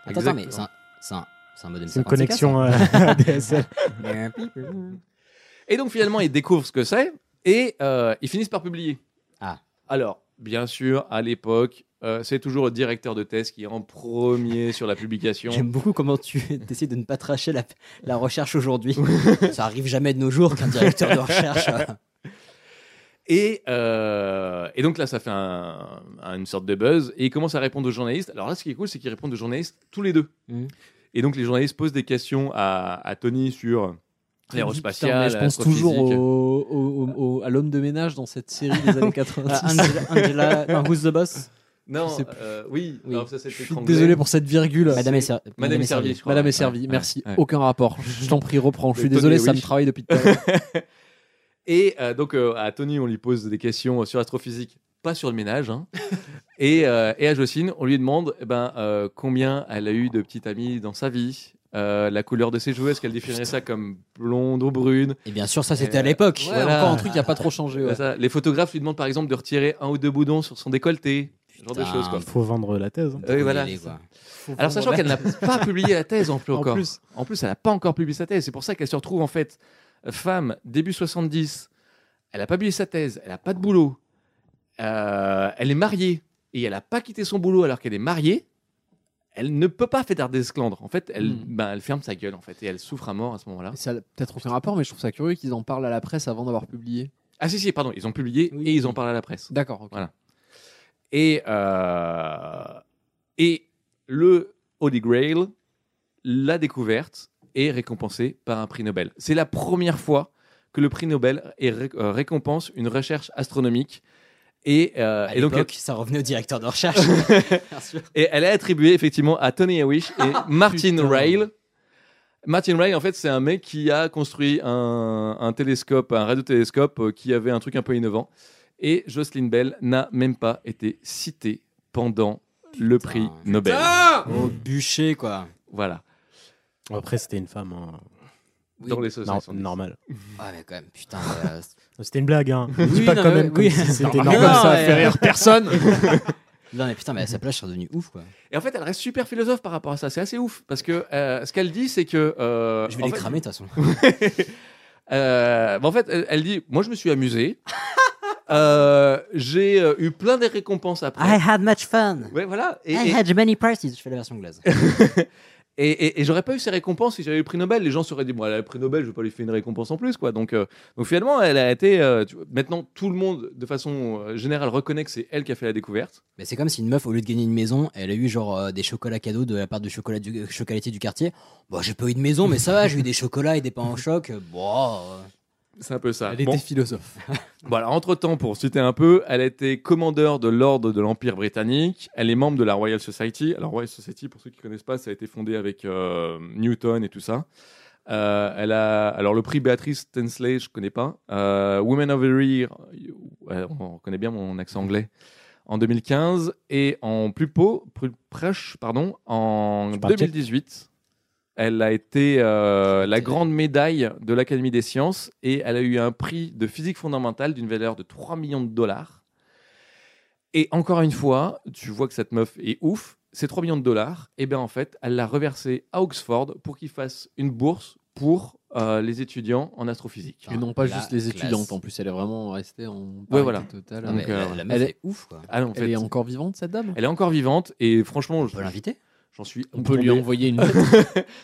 Speaker 1: attends,
Speaker 7: Exactement.
Speaker 1: mais c'est un, c'est un, c'est un hein. modem
Speaker 8: C'est une
Speaker 1: 56K,
Speaker 8: connexion hein. euh, ADSL.
Speaker 1: ça.
Speaker 7: Et donc, finalement, ils découvrent ce que c'est et euh, ils finissent par publier.
Speaker 1: Ah.
Speaker 7: Alors, bien sûr, à l'époque, euh, c'est toujours le directeur de thèse qui est en premier sur
Speaker 1: [laughs]
Speaker 7: la publication.
Speaker 1: J'aime beaucoup comment tu [laughs] essaies de ne pas tracher la, la recherche
Speaker 7: [laughs]
Speaker 1: aujourd'hui. ça arrive jamais de nos jours qu'un directeur de recherche. euh,
Speaker 7: Et, euh, et donc là, ça fait un- un- une sorte de buzz. Et il commence à répondre aux journalistes. Alors là, ce qui est cool, c'est qu'ils répondent aux journalistes tous les deux.
Speaker 1: Mhm.
Speaker 7: Et donc, les journalistes posent des questions à, à Tony sur
Speaker 6: Putain, mais
Speaker 7: l'aérospatial.
Speaker 6: Je pense toujours au- au- au- au- à l'homme de ménage dans cette série
Speaker 1: [laughs]
Speaker 6: des années
Speaker 7: Ah,
Speaker 6: 90.
Speaker 1: Angela, Angela- non, who's the
Speaker 6: [laughs]
Speaker 1: boss
Speaker 7: Non,
Speaker 6: je sais plus.
Speaker 7: euh, oui,
Speaker 1: Oui.
Speaker 7: non, ça,
Speaker 6: Je
Speaker 7: c'était
Speaker 6: suis
Speaker 7: Tremblay.
Speaker 6: désolé pour cette virgule.
Speaker 1: Madame est, ser-
Speaker 7: Madame est servie, je crois.
Speaker 6: Madame
Speaker 7: Ouais,
Speaker 6: est servie,
Speaker 7: ouais,
Speaker 6: merci.
Speaker 7: ouais.
Speaker 6: Aucun rapport. Je t'en prie, reprends. Je suis
Speaker 7: Tony
Speaker 6: désolé, ça me
Speaker 7: Wish.
Speaker 6: travaille depuis tout à l'heure.
Speaker 7: Et euh, donc, euh, à Tony, on lui pose des questions sur l'astrophysique, pas sur le ménage.
Speaker 6: [laughs]
Speaker 7: hein. et, euh, et à Jocelyne, on lui demande eh ben, euh, combien elle a eu de petites amies dans sa vie, euh, la couleur de ses jouets, est-ce qu'elle définirait ça comme blonde ou brune.
Speaker 1: Et bien sûr, ça c'était à
Speaker 7: Euh,
Speaker 1: l'époque.
Speaker 7: ouais,
Speaker 1: Voilà.
Speaker 6: Encore un truc qui a pas trop changé. ouais.
Speaker 7: Ça, les photographes lui demandent par exemple de retirer un ou deux boudons sur son décolleté. Ce genre de
Speaker 1: Putain.
Speaker 7: choses. Quoi.
Speaker 8: Faut vendre la thèse. hein.
Speaker 1: Donc, on y
Speaker 7: voilà,
Speaker 1: allait,
Speaker 7: c'est ça.
Speaker 1: quoi.
Speaker 7: Alors, sachant qu'elle n'a pas publié la thèse en plus
Speaker 8: En
Speaker 7: encore.
Speaker 8: plus,
Speaker 7: En plus, elle n'a pas encore publié sa thèse. C'est pour ça qu'elle se retrouve en fait femme, début 70. Elle n'a pas publié sa thèse, elle n'a pas de boulot. Euh, elle est mariée et elle n'a pas quitté son boulot alors qu'elle est mariée. Elle ne peut pas faire d'esclandre. En fait, elle,
Speaker 6: Hmm.
Speaker 7: ben, elle ferme sa gueule en fait et elle souffre à mort à ce moment-là.
Speaker 6: Ça a peut-être aucun rapport, mais je trouve ça curieux qu'ils en parlent à la presse avant d'avoir publié.
Speaker 7: Ah si, si, pardon, ils ont publié
Speaker 1: Oui.
Speaker 7: et ils en parlent à la presse.
Speaker 6: D'accord, ok.
Speaker 7: Voilà. Et, euh, et le Holy Grail, la découverte est récompensée par un prix Nobel. C'est la première fois que le prix Nobel est ré- euh, récompense une recherche astronomique. Et, euh,
Speaker 1: À
Speaker 7: et donc,
Speaker 1: l'époque, ça revenait au directeur de
Speaker 7: [laughs]
Speaker 1: recherche. Bien sûr.
Speaker 7: et elle est attribuée effectivement à Tony Awish et Martin
Speaker 6: Putain.
Speaker 7: Ryle. Martin Ryle, en fait, c'est un mec qui a construit un, un télescope, un radiotélescope euh, qui avait un truc un peu innovant. Et Jocelyn Bell n'a même pas été citée pendant le prix Nobel.
Speaker 1: Au bûcher, quoi.
Speaker 7: Voilà.
Speaker 8: Après, c'était une femme. hein.
Speaker 1: Oui.
Speaker 7: Dans les sauces.
Speaker 8: Non, normal.
Speaker 1: Ah, mais quand même, putain. euh,
Speaker 8: C'était une blague, hein.
Speaker 1: Oui,
Speaker 8: Dis pas
Speaker 1: non,
Speaker 8: quand
Speaker 1: mais-
Speaker 8: même comme
Speaker 1: oui.
Speaker 8: si c'était
Speaker 1: Non,
Speaker 8: normal.
Speaker 1: mais non,
Speaker 8: ça a
Speaker 1: mais-
Speaker 8: fait rire personne.
Speaker 1: non, mais putain, mais à sa place, je suis redevenu ouf, quoi.
Speaker 7: [laughs] Et en fait, elle reste super philosophe par rapport à ça. C'est assez ouf. Parce que euh, ce qu'elle dit, c'est que. euh,
Speaker 1: Je vais
Speaker 7: en
Speaker 1: les
Speaker 7: fait,
Speaker 1: cramer, de toute façon.
Speaker 7: Euh, bah, en fait, elle, elle dit Moi, je me suis amusée. Euh, j'ai euh, eu plein de récompenses après.
Speaker 1: had much fun.
Speaker 7: Ouais,
Speaker 1: Ah,
Speaker 7: voilà. Et, et-
Speaker 1: many prizes. Je fais la version anglaise.
Speaker 7: et- et- et j'aurais pas eu ces récompenses si j'avais eu le prix Nobel. Les gens se seraient dit Bon, elle a le prix Nobel, je vais pas lui faire une récompense en plus. quoi. Donc, euh, donc finalement, elle a été. euh, tu vois, maintenant, tout le monde, de façon euh, générale, reconnaît que c'est elle qui a fait la découverte.
Speaker 1: Mais c'est comme si une meuf, au lieu de gagner une maison, elle a eu genre euh, des chocolats cadeaux de la part du, chocolat du euh, chocolatier du quartier. Bon, j'ai pas eu de maison, mais ça va, j'ai eu des chocolats et des pains en choc. [laughs] Bon. euh,
Speaker 7: C'est un peu ça.
Speaker 6: Elle
Speaker 7: Bon.
Speaker 6: était philosophe.
Speaker 7: Voilà, entre-temps, pour citer un peu, elle a été commandeur de l'ordre de l'Empire britannique, elle est membre de la Royal Society. Alors, Royal Society, pour ceux qui ne connaissent pas, ça a été fondé avec euh, Newton et tout ça. Euh, elle a, alors, le prix Béatrice Tinsley, je ne connais pas. Euh, Women of the Year, euh, on connaît bien mon accent anglais, en 2015. Et en plus, po- plus prêche, pardon, en
Speaker 8: parles tchèque
Speaker 7: 2018, elle a été euh, la grande médaille de l'Académie des sciences et elle a eu un prix de physique fondamentale d'une valeur de 3 millions de dollars. Et encore une fois, tu vois que cette meuf est ouf. Ces 3 millions de dollars, et bien en fait, elle l'a reversé à Oxford pour qu'ils fassent une bourse pour euh, les étudiants en astrophysique.
Speaker 1: putain,
Speaker 6: Et non pas
Speaker 1: la
Speaker 6: juste les
Speaker 1: classe.
Speaker 6: étudiantes. En plus, elle est vraiment restée en
Speaker 7: Ouais,
Speaker 6: parité
Speaker 7: voilà.
Speaker 6: totale.
Speaker 1: Non, mais
Speaker 7: Donc,
Speaker 1: la,
Speaker 7: euh,
Speaker 1: la meuf,
Speaker 6: elle
Speaker 1: elle
Speaker 6: est-
Speaker 1: est ouf, quoi.
Speaker 7: Ah non, en fait,
Speaker 6: Elle est encore vivante, cette dame
Speaker 7: elle est encore vivante et franchement,
Speaker 1: On peut l'inviter
Speaker 7: j'en suis
Speaker 6: On peut lui
Speaker 7: tombé-
Speaker 6: envoyer une.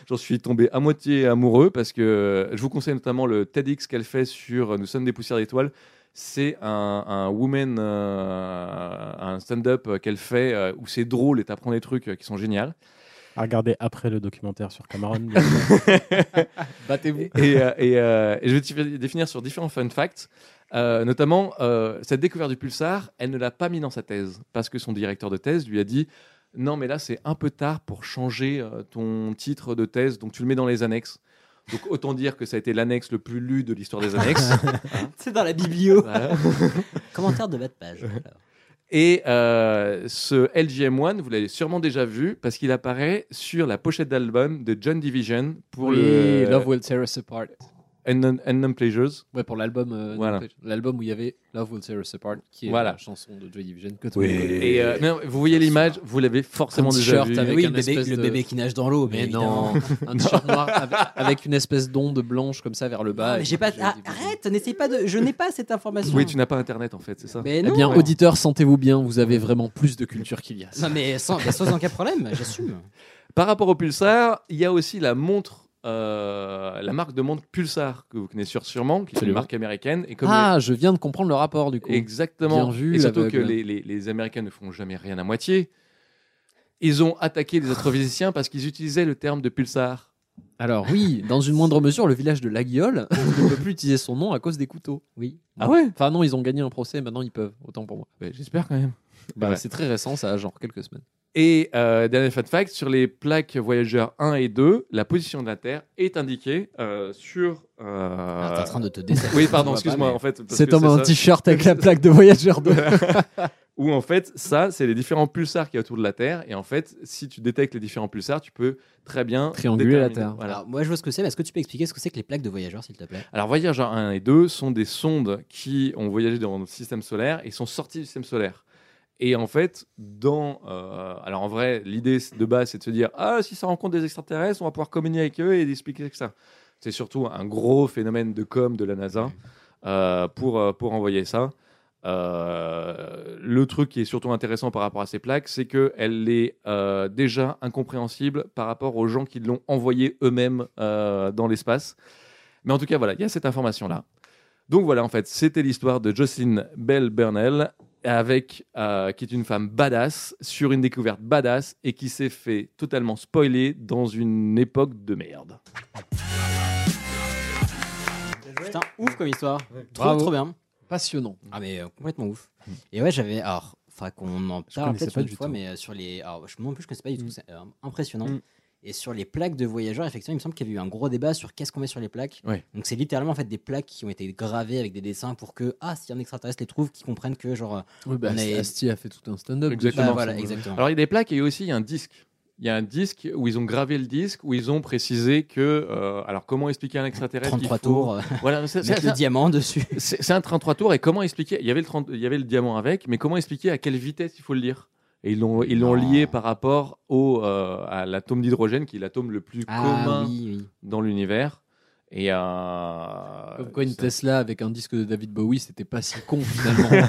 Speaker 7: J'en suis tombé à moitié amoureux parce que euh, je vous conseille notamment le TEDx qu'elle fait sur euh, Nous sommes des poussières d'étoiles. C'est un, un woman, euh, un stand-up euh, qu'elle fait euh, où c'est drôle et t'apprends des trucs euh, qui sont géniaux.
Speaker 8: À regarder après le documentaire sur Cameron.
Speaker 6: [laughs] Battez-vous.
Speaker 7: Et, euh, et, euh, et je vais te définir sur différents fun facts. Euh, notamment, euh, cette découverte du pulsar, elle ne l'a pas mis dans sa thèse parce que son directeur de thèse lui a dit Non, mais là, c'est un peu tard pour changer euh, ton titre de thèse, donc tu le mets dans les annexes. Donc autant dire que ça a été l'annexe le plus lu de l'histoire des annexes.
Speaker 1: C'est dans la biblio.
Speaker 7: Voilà.
Speaker 1: [laughs] Commentaire de bas de page. alors.
Speaker 7: Et euh, ce LGM1, vous l'avez sûrement déjà vu parce qu'il apparaît sur la pochette d'album de John Division pour le
Speaker 6: Love Will Tear Us Apart.
Speaker 7: Unknown Unknown Pleasures.
Speaker 6: Ouais, pour l'album. euh,
Speaker 7: Voilà.
Speaker 6: Nightwish. L'album où il y avait Love Will Tear Us Apart, qui est
Speaker 7: Voilà.
Speaker 6: la chanson de Joy Division que tout le monde connaît.
Speaker 7: Et euh, non, vous voyez l'image, vous l'avez forcément
Speaker 6: Un
Speaker 7: déjà
Speaker 6: t-shirt
Speaker 7: vu.
Speaker 6: avec
Speaker 1: oui,
Speaker 6: un
Speaker 1: le bébé,
Speaker 6: espèce
Speaker 1: le
Speaker 6: de-
Speaker 1: bébé qui nage dans l'eau.
Speaker 6: Mais
Speaker 1: Mais
Speaker 6: non,
Speaker 1: évidemment.
Speaker 6: un t-shirt noir avec, avec une espèce d'onde blanche comme ça vers le bas.
Speaker 1: Non, mais j'ai pas. ah,
Speaker 6: arrête
Speaker 1: arrête, n'essaye pas de. Je n'ai pas cette information.
Speaker 7: Oui, tu n'as pas internet en fait, c'est ça.
Speaker 1: Mais
Speaker 6: Eh
Speaker 1: non.
Speaker 6: bien, auditeurs, sentez-vous bien, vous avez vraiment plus de culture qu'Ilias.
Speaker 1: Non, mais sans, mais sans aucun problème, j'assume.
Speaker 7: Par rapport au Pulsar, il y a aussi la montre, euh, la marque de montre Pulsar que vous connaissez sûrement, qui est une
Speaker 6: Absolument.
Speaker 7: marque américaine. Et comme
Speaker 6: Ah, je viens de comprendre le rapport du coup.
Speaker 7: Exactement.
Speaker 6: Bien vu,
Speaker 7: et surtout que
Speaker 6: l'aveugle.
Speaker 7: les, les- les Américains ne font jamais rien à moitié. Ils ont attaqué les astrophysiciens parce qu'ils utilisaient le terme de pulsar.
Speaker 6: Alors oui, dans une moindre mesure, le village de Laguiole [laughs] ne peut plus utiliser son nom à cause des couteaux. Oui.
Speaker 7: Ah ouais
Speaker 6: Enfin non, ils ont gagné un procès, maintenant ils peuvent, autant pour moi.
Speaker 7: Ben, J'espère quand même.
Speaker 6: Bah,
Speaker 7: Ouais.
Speaker 6: C'est très récent, ça a genre quelques semaines.
Speaker 7: Et euh, dernier fun fact, sur les plaques Voyager 1 et 2, la position de la Terre est indiquée euh, sur... euh,
Speaker 1: Ah, T'es en train de te décevoir.
Speaker 7: Oui, pardon,
Speaker 1: Je vois pas,
Speaker 7: excuse-moi,
Speaker 1: mais-
Speaker 7: en fait. parce
Speaker 6: Cet
Speaker 7: que
Speaker 6: homme a un
Speaker 7: ça.
Speaker 6: t-shirt
Speaker 7: [laughs]
Speaker 6: avec la plaque de voyageur 2. [laughs]
Speaker 7: Où en fait, ça, c'est les différents pulsars qu'il y a autour de la Terre. Et en fait, si tu détectes les différents pulsars, tu peux très bien...
Speaker 6: Trianguler la
Speaker 7: déterminer.
Speaker 6: Terre.
Speaker 7: Voilà.
Speaker 1: Alors, moi, je vois ce que c'est, mais est-ce que tu peux expliquer ce que c'est que les plaques de voyageurs, s'il te plaît
Speaker 7: Alors Voyager 1 et 2 sont des sondes qui ont voyagé dans le système solaire et sont sorties du système solaire. Et en fait, dans... euh, alors en vrai, l'idée de base, c'est de se dire, ah, si ça rencontre des extraterrestres, on va pouvoir communiquer avec eux et expliquer ça. C'est surtout un gros phénomène de com de la NASA euh, pour, euh, pour envoyer ça. Euh, le truc qui est surtout intéressant par rapport à ces plaques, c'est qu'elle est euh, déjà incompréhensible par rapport aux gens qui l'ont envoyée eux-mêmes euh, dans l'espace. Mais en tout cas, voilà, il y a cette information-là. Donc voilà, en fait, c'était l'histoire de Jocelyn Bell Burnell. avec euh, qui est une femme badass sur une découverte badass et qui s'est fait totalement spoiler dans une époque de merde.
Speaker 1: Putain, ouf comme histoire. Trop,
Speaker 6: Bravo.
Speaker 1: trop bien.
Speaker 6: Passionnant.
Speaker 1: Ah, mais euh, complètement ouf. Et ouais, j'avais. Alors, faudra qu'on en parle
Speaker 6: connaissais
Speaker 1: peut-être
Speaker 6: pas
Speaker 1: une
Speaker 6: du
Speaker 1: fois,
Speaker 6: tout.
Speaker 1: mais euh, sur les. Alors, je, non plus, je connaissais pas du tout. C'est euh, impressionnant.
Speaker 7: Mm.
Speaker 1: Et sur les plaques de voyageurs, effectivement, il me semble qu'il y a eu un gros débat sur qu'est-ce qu'on met sur les plaques.
Speaker 7: Ouais.
Speaker 1: Donc, c'est littéralement en fait des plaques qui ont été gravées avec des dessins pour que, ah, si un extraterrestre les trouve, qu'ils comprennent que, genre. euh,
Speaker 6: Oui, bah,
Speaker 1: On est-
Speaker 6: Asti a fait tout un stand-up.
Speaker 7: Exactement.
Speaker 1: bah,
Speaker 6: dessus.
Speaker 1: voilà,
Speaker 6: Ouais.
Speaker 1: exactement.
Speaker 7: Alors il y a des plaques et aussi il y a un disque. Il y a un disque où ils ont gravé le disque, où ils ont précisé que. euh, alors comment expliquer à un extraterrestre qu'il
Speaker 1: 33
Speaker 7: faut-
Speaker 1: tours, euh,
Speaker 7: [laughs] Voilà, c'est- c'est-
Speaker 1: mettre le diamant dessus.
Speaker 7: c'est c'est un 33 tours et comment expliquer il y, avait le 30 il y avait le diamant avec, mais comment expliquer à quelle vitesse il faut le lire Et ils l'ont ils l'ont
Speaker 6: Ah.
Speaker 1: Non.
Speaker 7: lié par rapport au, euh, à l'atome d'hydrogène qui est l'atome le plus
Speaker 1: Ah
Speaker 7: [laughs] commun
Speaker 1: oui, oui.
Speaker 7: dans l'univers. Et euh,
Speaker 6: Comme quoi, une
Speaker 7: ça-
Speaker 6: Tesla avec un disque de David Bowie, c'était pas si [laughs] con finalement.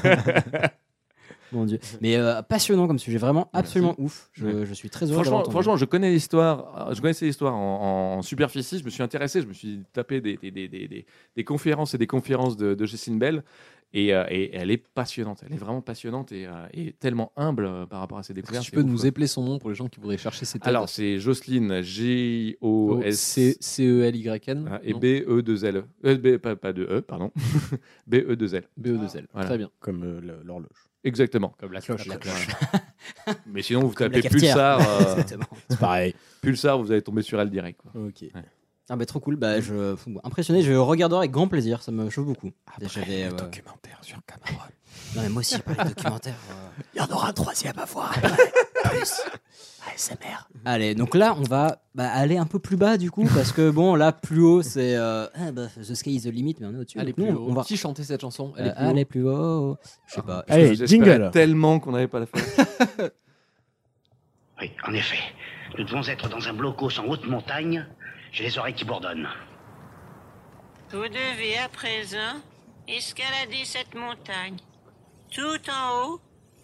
Speaker 1: Mon dieu. Mais euh, passionnant comme sujet, vraiment absolument ouf. Je, je suis très heureux. d'avoir
Speaker 7: Franchement,
Speaker 1: entendu. [laughs]
Speaker 7: franchement, je connais l'histoire. euh, Je connaissais l'histoire en, en superficie. Je me suis intéressé. Je me suis tapé des, des, des, des, des- des conférences et des conférences de, de Justine Bell. Et, euh, et elle est passionnante. Elle est vraiment passionnante et, euh, et tellement humble euh, par rapport à ses
Speaker 6: Est-ce que
Speaker 7: découvertes.
Speaker 6: tu peux
Speaker 7: C'est ouf,
Speaker 6: nous
Speaker 7: quoi.
Speaker 6: épeler son nom pour les gens qui voudraient chercher ses têtes
Speaker 7: Alors, c'est Jocelyne G-O-S.
Speaker 6: C-E-L-Y-N
Speaker 7: Ah,
Speaker 6: E
Speaker 7: Et B-E-2-L. Euh, B- pas, pas de E, pardon. [laughs] E B-E-2-L.
Speaker 6: BE2L.
Speaker 7: Voilà.
Speaker 6: Très bien.
Speaker 8: Comme euh, le- l'horloge.
Speaker 7: Exactement.
Speaker 6: Comme la Ah, cloche.
Speaker 1: La cloche.
Speaker 7: Mais sinon, vous
Speaker 1: Comme la
Speaker 7: tapez
Speaker 1: cafetière.
Speaker 7: Pulsar.
Speaker 1: [laughs]
Speaker 7: euh,
Speaker 1: Exactement.
Speaker 8: C'est pareil.
Speaker 7: Pulsar, vous allez tomber sur elle direct. quoi.
Speaker 8: Ok.
Speaker 1: Ah bah trop cool, bah je pff, impressionné, je regarderai avec grand plaisir, ça me chauffe beaucoup. J'avais, euh,
Speaker 8: Ah, Documentaire sur Cameron.
Speaker 1: Non mais moi aussi j'ai parlé de documentaire. euh.
Speaker 8: Il y en aura un troisième
Speaker 1: [laughs]
Speaker 8: à voir. Plus. ASMR.
Speaker 1: Allez, donc là on va bah, aller un peu plus bas du coup parce que bon là plus haut c'est euh, ah, bah, The Sky is the limit mais on est au-dessus.
Speaker 6: Allez,
Speaker 1: Donc, nous,
Speaker 6: plus
Speaker 1: on, on
Speaker 6: haut.
Speaker 1: va
Speaker 6: Qui chantait cette chanson
Speaker 1: Euh, allez plus haut. Je sais pas.
Speaker 8: Allez,
Speaker 7: J'espérais
Speaker 8: jingle.
Speaker 7: tellement qu'on n'avait pas la faire.
Speaker 9: Oui, en effet. Nous devons être dans un blocos en haute montagne. J'ai les oreilles qui bourdonnent.
Speaker 11: Vous devez à présent escalader cette montagne. Tout en haut,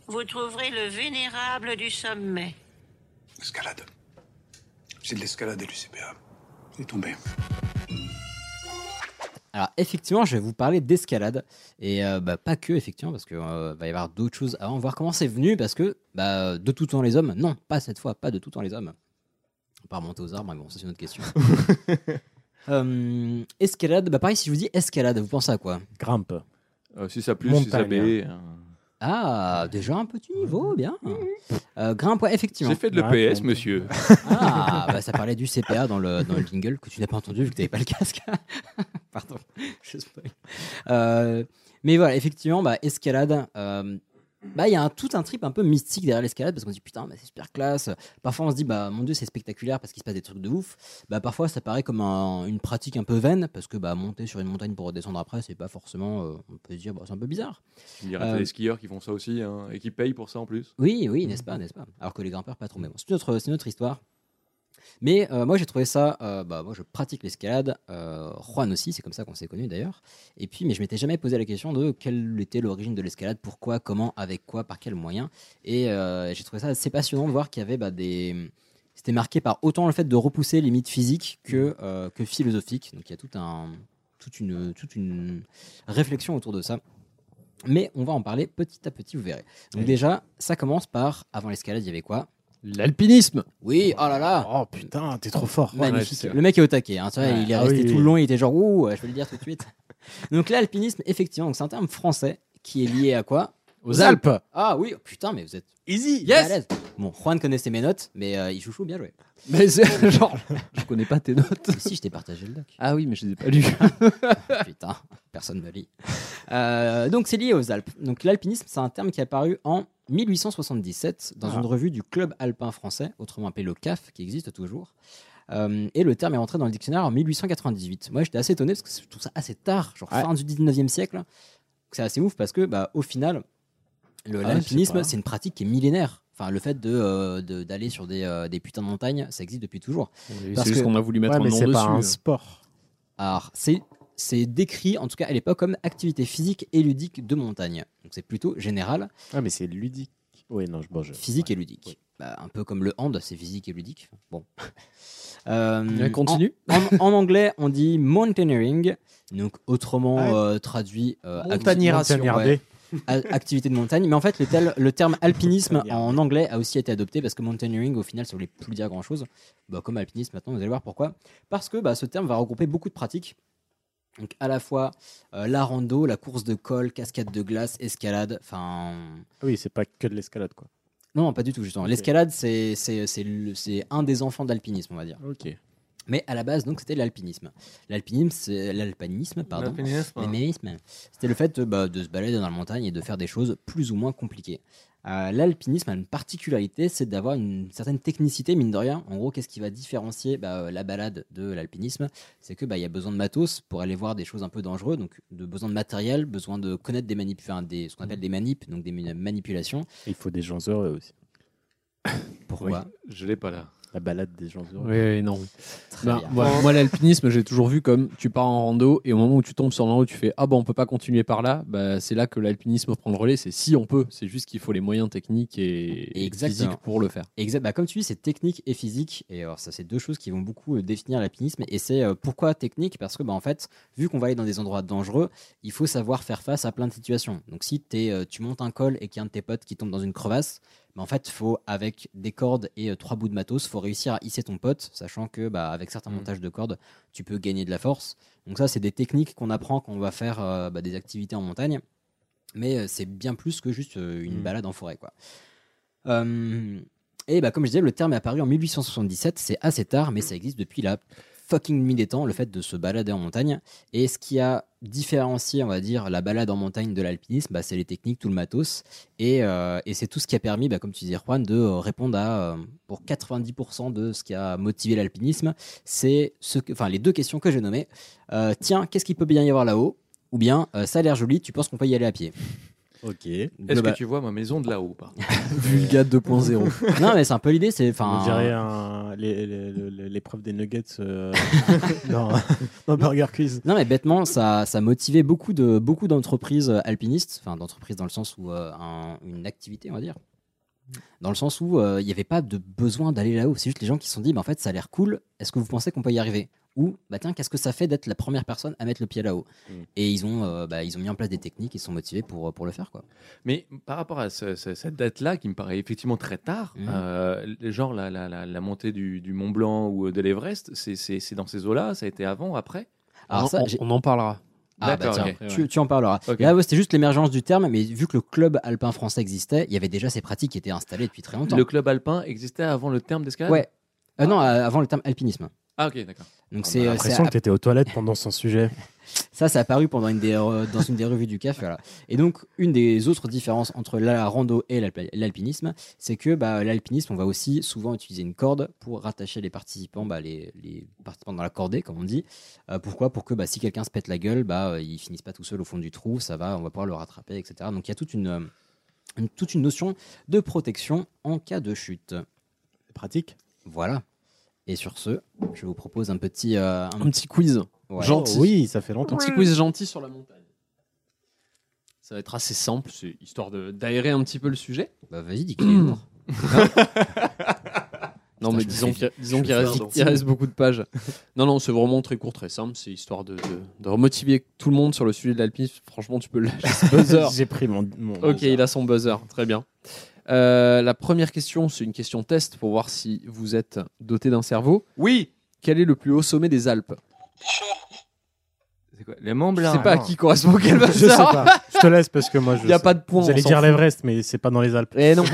Speaker 11: vous trouverez le vénérable du sommet.
Speaker 3: Escalade. C'est de l'escalade et du CPA. C'est tombé.
Speaker 1: Alors effectivement je vais vous parler d'escalade et euh, bah, pas que effectivement parce que euh, va y avoir d'autres choses avant voir comment c'est venu parce que bah, de tout temps les hommes non pas cette fois pas de tout temps les hommes. On peut remonter aux arbres mais bon ça c'est une autre question. Euh, escalade, bah pareil si je vous dis escalade, vous pensez à quoi
Speaker 8: Grimpe.
Speaker 7: Euh, si ça plus, si ça
Speaker 8: Montagne.
Speaker 7: baie, euh,
Speaker 1: Ah, déjà un petit niveau, bien. Euh, grimpe, ouais, effectivement.
Speaker 7: J'ai fait de l'EPS, [laughs]
Speaker 8: Raconte.
Speaker 7: monsieur.
Speaker 1: Ah, bah, ça parlait du CPA dans le, dans le jingle que tu n'as pas entendu vu que tu n'avais pas le casque. [laughs] Pardon, je spoil. Euh, mais voilà, effectivement, bah, escalade. euh, bah, il y a un, tout un trip un peu mystique derrière l'escalade parce qu'on se dit putain, bah, c'est super classe. Parfois, on se dit, bah, mon dieu, c'est spectaculaire parce qu'il se passe des trucs de ouf. Bah, parfois, ça paraît comme un- une pratique un peu vaine parce que bah, monter sur une montagne pour redescendre après, c'est pas forcément. euh, on peut se dire, bah, c'est un peu bizarre.
Speaker 7: Tu me diras, t'as
Speaker 1: Euh,
Speaker 7: des skieurs qui font ça aussi hein, et qui payent pour ça en plus.
Speaker 1: Oui, oui, n'est-ce pas, n'est-ce pas Alors que les grimpeurs, pas trop. Mais bon, c'est une autre, c'est une autre histoire. Mais euh, moi, j'ai trouvé ça. euh, bah, moi, je pratique l'escalade. euh, Juan aussi, c'est comme ça qu'on s'est connus d'ailleurs. Et puis, mais je m'étais jamais posé la question de quelle était l'origine de l'escalade, pourquoi, comment, avec quoi, par quels moyens. Et euh, j'ai trouvé ça assez passionnant de voir qu'il y avait bah, des. C'était marqué par autant le fait de repousser les limites physiques que, euh, que philosophiques. Donc, il y a tout un, toute, une, toute une réflexion autour de ça. Mais on va en parler petit à petit, vous verrez. Donc déjà, ça commence par avant l'escalade, il y avait quoi
Speaker 6: L'alpinisme.
Speaker 1: Oui, oh là là,
Speaker 8: Oh putain, t'es trop fort.
Speaker 1: magnifique.
Speaker 7: c'est vrai.
Speaker 1: le mec est au taquet, hein, tu vois, il est
Speaker 8: ah
Speaker 1: resté
Speaker 8: oui,
Speaker 1: tout
Speaker 8: oui.
Speaker 1: le long, il était genre ouh, je vais le dire tout de suite. [laughs] donc là, alpinisme, effectivement, donc c'est un terme français qui est lié à quoi
Speaker 8: Aux Alpes.
Speaker 1: Ah oui, oh, putain, mais vous êtes
Speaker 6: Easy.
Speaker 1: balèze. Bon, Juan connaissait mes notes, mais euh, il chouchou bien joué.
Speaker 6: Mais
Speaker 7: [laughs]
Speaker 6: c'est genre, je connais pas tes notes.
Speaker 1: Mais si je t'ai partagé le doc.
Speaker 6: Ah oui, mais je les ai pas lues.
Speaker 1: Putain, [laughs] personne ne lit. Euh, donc c'est lié aux Alpes. Donc l'alpinisme, c'est un terme qui est apparu en 1877 dans
Speaker 8: Ah.
Speaker 1: une revue du Club alpin français, autrement appelé le CAF, qui existe toujours. Euh, et le terme est rentré dans le dictionnaire en 1898. Moi, j'étais assez étonné parce que je trouve ça assez tard, genre
Speaker 8: Ouais.
Speaker 1: fin du 19e siècle. Donc, C'est assez ouf parce que, bah, au final, le-
Speaker 8: Ah,
Speaker 1: l'alpinisme,
Speaker 8: je sais pas.
Speaker 1: c'est une pratique qui est millénaire. Enfin, le fait de, euh, de- d'aller sur des, euh, des putains de montagnes, ça existe depuis toujours. Parce
Speaker 6: C'est juste
Speaker 1: que-
Speaker 6: qu'on a voulu mettre
Speaker 8: Ouais,
Speaker 6: un
Speaker 8: mais
Speaker 6: nom
Speaker 8: c'est
Speaker 6: dessus. hein.
Speaker 8: pas un sport.
Speaker 1: Alors, c'est, c'est décrit, en tout cas à l'époque, comme activité physique et ludique de montagne. Donc, c'est plutôt général,
Speaker 8: Ah, mais c'est ludique. Oui, non, je bon, je-
Speaker 1: physique et ludique.
Speaker 8: Euh, Ouais.
Speaker 1: Bah, un peu comme le hand, c'est physique et ludique.
Speaker 8: [laughs]
Speaker 1: Bon. Euh,
Speaker 6: Ouais, Continue.
Speaker 1: En, en- en anglais, on dit mountaineering, donc autrement
Speaker 8: Ouais.
Speaker 1: euh, traduit euh, acti-
Speaker 6: Montagneration,
Speaker 1: ouais.
Speaker 8: Montagnardé.
Speaker 1: a- activité de montagne. Mais en fait, le, tel- le terme alpinisme en anglais a aussi été adopté parce que mountaineering, au final, ça voulait plus dire grand chose. Bah, comme alpinisme, maintenant, vous allez voir pourquoi. Parce que bah, ce terme va regrouper beaucoup de pratiques. Donc, à la fois euh, la rando, la course de col, cascade de glace, escalade. Enfin.
Speaker 8: Oui, c'est pas que de l'escalade, quoi.
Speaker 1: Non, pas du tout, justement.
Speaker 8: Ok.
Speaker 1: L'escalade, c'est- c'est c'est le- c'est un des enfants d'alpinisme, on va dire. Ok. Mais à la base, donc, c'était l'alpinisme. L'alpinisme, c'est l'alpinisme, pardon.
Speaker 7: L'alpinisme.
Speaker 1: L'alpinisme. C'était le fait euh, bah, de se balader dans la montagne et de faire des choses plus ou moins compliquées. Euh, L'alpinisme a une particularité, c'est d'avoir une certaine technicité, mine de rien. En gros, qu'est-ce qui va différencier bah, euh, la balade de l'alpinisme C'est que bah, il y a besoin de matos pour aller voir des choses un peu dangereuses, donc de besoin de matériel, besoin de connaître des manip, enfin, des, ce qu'on appelle des manips, donc des mani- manipulations.
Speaker 8: Il faut des gens heureux aussi.
Speaker 1: Pourquoi
Speaker 7: Je l'ai pas là.
Speaker 8: La balade des gens heureux.
Speaker 6: Oui, oui, non. oui.
Speaker 1: Très
Speaker 6: Ben,
Speaker 1: bien.
Speaker 6: voilà. Moi, l'alpinisme, j'ai toujours vu comme tu pars en rando et au moment où tu tombes sur l'en haut, tu fais Ah, bah, on peut pas continuer par là. Bah, c'est là que l'alpinisme prend le relais. C'est si on peut. C'est juste qu'il faut les moyens techniques et, et
Speaker 1: Exactement.
Speaker 6: physiques pour le faire.
Speaker 1: Exact. Bah, comme tu dis, c'est technique et physique. Et alors, ça, c'est deux choses qui vont beaucoup euh, définir l'alpinisme. Et c'est euh, pourquoi technique Parce que, bah, en fait, vu qu'on va aller dans des endroits dangereux, il faut savoir faire face à plein de situations. Donc, si t'es, euh, tu montes un col et qu'il y a un de tes potes qui tombe dans une crevasse, bah, en fait, faut, avec des cordes et euh, trois bouts de matos, faut réussir à hisser ton pote, sachant que, bah, avec certains montages de cordes, tu peux gagner de la force. Donc, ça, c'est des techniques qu'on apprend quand on va faire euh, bah, des activités en montagne. Mais euh, c'est bien plus que juste euh, une balade en forêt, quoi. Euh, et bah, comme je disais, le terme est apparu en 1877, c'est assez tard, mais ça existe depuis la fucking nuit des temps, le fait de se balader en montagne. Et ce qui a différencié, on va dire, la balade en montagne de l'alpinisme, bah, c'est les techniques, tout le matos. Et, euh, et c'est tout ce qui a permis, bah, comme tu disais, Juan, de euh, répondre à, euh, pour 90% de ce qui a motivé l'alpinisme, c'est ce que- enfin, les deux questions que j'ai nommées. Euh, tiens, qu'est-ce qu'il peut bien y avoir là-haut Ou bien, euh, ça a l'air joli, tu penses qu'on peut y aller à
Speaker 8: [laughs]
Speaker 1: pied
Speaker 8: Ok.
Speaker 7: Est-ce que tu vois ma maison de là-haut par contre
Speaker 6: Vulga 2.0.
Speaker 1: Non, mais c'est un peu l'idée, c'est.
Speaker 8: On
Speaker 1: enfin
Speaker 8: dirait un- les- les- les- l'épreuve des nuggets [laughs] euh, dans, dans Burger Quiz.
Speaker 1: Non mais bêtement, ça, ça motivait beaucoup de beaucoup d'entreprises euh, alpinistes, enfin d'entreprises dans le sens où euh, un- une activité, on va dire, dans le sens où euh, il n'y avait pas de besoin d'aller là-haut. C'est juste les gens qui se sont dit, bah, en fait, ça a l'air cool. Est-ce que vous pensez qu'on peut y arriver Ou bah tiens, qu'est-ce que ça fait d'être la première personne à mettre le pied là-haut
Speaker 7: Mm.
Speaker 1: Et ils ont euh, bah, ils ont mis en place des techniques, ils sont motivés pour pour le faire quoi.
Speaker 7: Mais par rapport à ce- ce- cette date-là, qui me paraît effectivement très tard,
Speaker 1: Mhm.
Speaker 7: euh, genre la, la- la- la montée du, du Mont Blanc ou euh, de l'Everest, c'est- c'est c'est dans ces eaux-là, ça a été avant, après
Speaker 1: Alors
Speaker 6: on,
Speaker 1: ça,
Speaker 6: on-
Speaker 1: j'ai-
Speaker 6: on en parlera.
Speaker 1: Ah bah
Speaker 7: D'accord,
Speaker 1: tiens,
Speaker 7: ok.
Speaker 1: tu, tu en parleras.
Speaker 7: Ok.
Speaker 1: Là, ouais, c'était juste l'émergence du terme, mais vu que le club alpin français existait, il y avait déjà ces pratiques qui étaient installées depuis très longtemps.
Speaker 7: Le Ah. club alpin existait avant le terme d'escalade
Speaker 1: Ouais. Euh, Non, euh, avant le terme alpinisme.
Speaker 7: Ah ok, d'accord.
Speaker 1: Donc
Speaker 8: J'ai
Speaker 1: c'est euh,
Speaker 8: bah, l'impression
Speaker 1: c'est-
Speaker 8: que t'étais aux toilettes pendant son sujet.
Speaker 1: ça, ça a apparu pendant une des re- dans une des revues du CAF. voilà. Et donc, une des autres différences entre la rando et l'alp- l'alpinisme, c'est que bah, l'alpinisme, on va aussi souvent utiliser une corde pour rattacher les participants, bah, les, les participants dans la cordée, comme on dit. Euh, pourquoi Pour que bah, si quelqu'un se pète la gueule, bah, euh, il finisse pas tout seul au fond du trou, ça va, on va pouvoir le rattraper, etc. Donc, il y a toute une, euh, une- toute une notion de protection en cas de chute.
Speaker 8: Pratique.
Speaker 1: Voilà. Et sur ce, je vous propose un petit... euh,
Speaker 6: Un petit quiz.
Speaker 8: Ah,
Speaker 1: Ouais.
Speaker 6: Gentil.
Speaker 8: oui, ça fait
Speaker 6: Un
Speaker 8: longtemps.
Speaker 6: petit quiz gentil sur la montagne. Ça va être assez simple, c'est histoire de- d'aérer un petit peu le sujet.
Speaker 1: Bah, vas-y, dis qu'il est mort.
Speaker 6: Non,
Speaker 1: Putain, je me
Speaker 6: mais disons
Speaker 1: fais-
Speaker 6: qu'il y a-
Speaker 1: je
Speaker 6: disons
Speaker 1: me
Speaker 6: qu'il
Speaker 1: fais
Speaker 6: reste,
Speaker 1: victime.
Speaker 6: il reste beaucoup de pages. [laughs] Non, non, c'est vraiment très court, très simple. C'est histoire de, de, de remotiver tout le monde sur le sujet de l'alpinisme. Franchement, tu peux le lâcher [laughs] ce buzzer.
Speaker 8: J'ai pris mon. mon-
Speaker 6: ok, il a son buzzer. Très bien. Euh, la première question, c'est une question test pour voir si vous êtes doté d'un cerveau.
Speaker 7: Oui
Speaker 6: Quel est le plus haut sommet des Alpes
Speaker 7: C'est quoi Les Mont
Speaker 6: Je
Speaker 7: Blanc
Speaker 6: sais pas à qui correspond quel
Speaker 8: Je sais
Speaker 6: buzzer.
Speaker 8: pas. Je te laisse parce que moi je.
Speaker 6: [laughs] Il n'y a
Speaker 8: sais.
Speaker 6: pas de point.
Speaker 8: Vous allez dire l'Everest, mais c'est pas dans les Alpes.
Speaker 6: Eh non.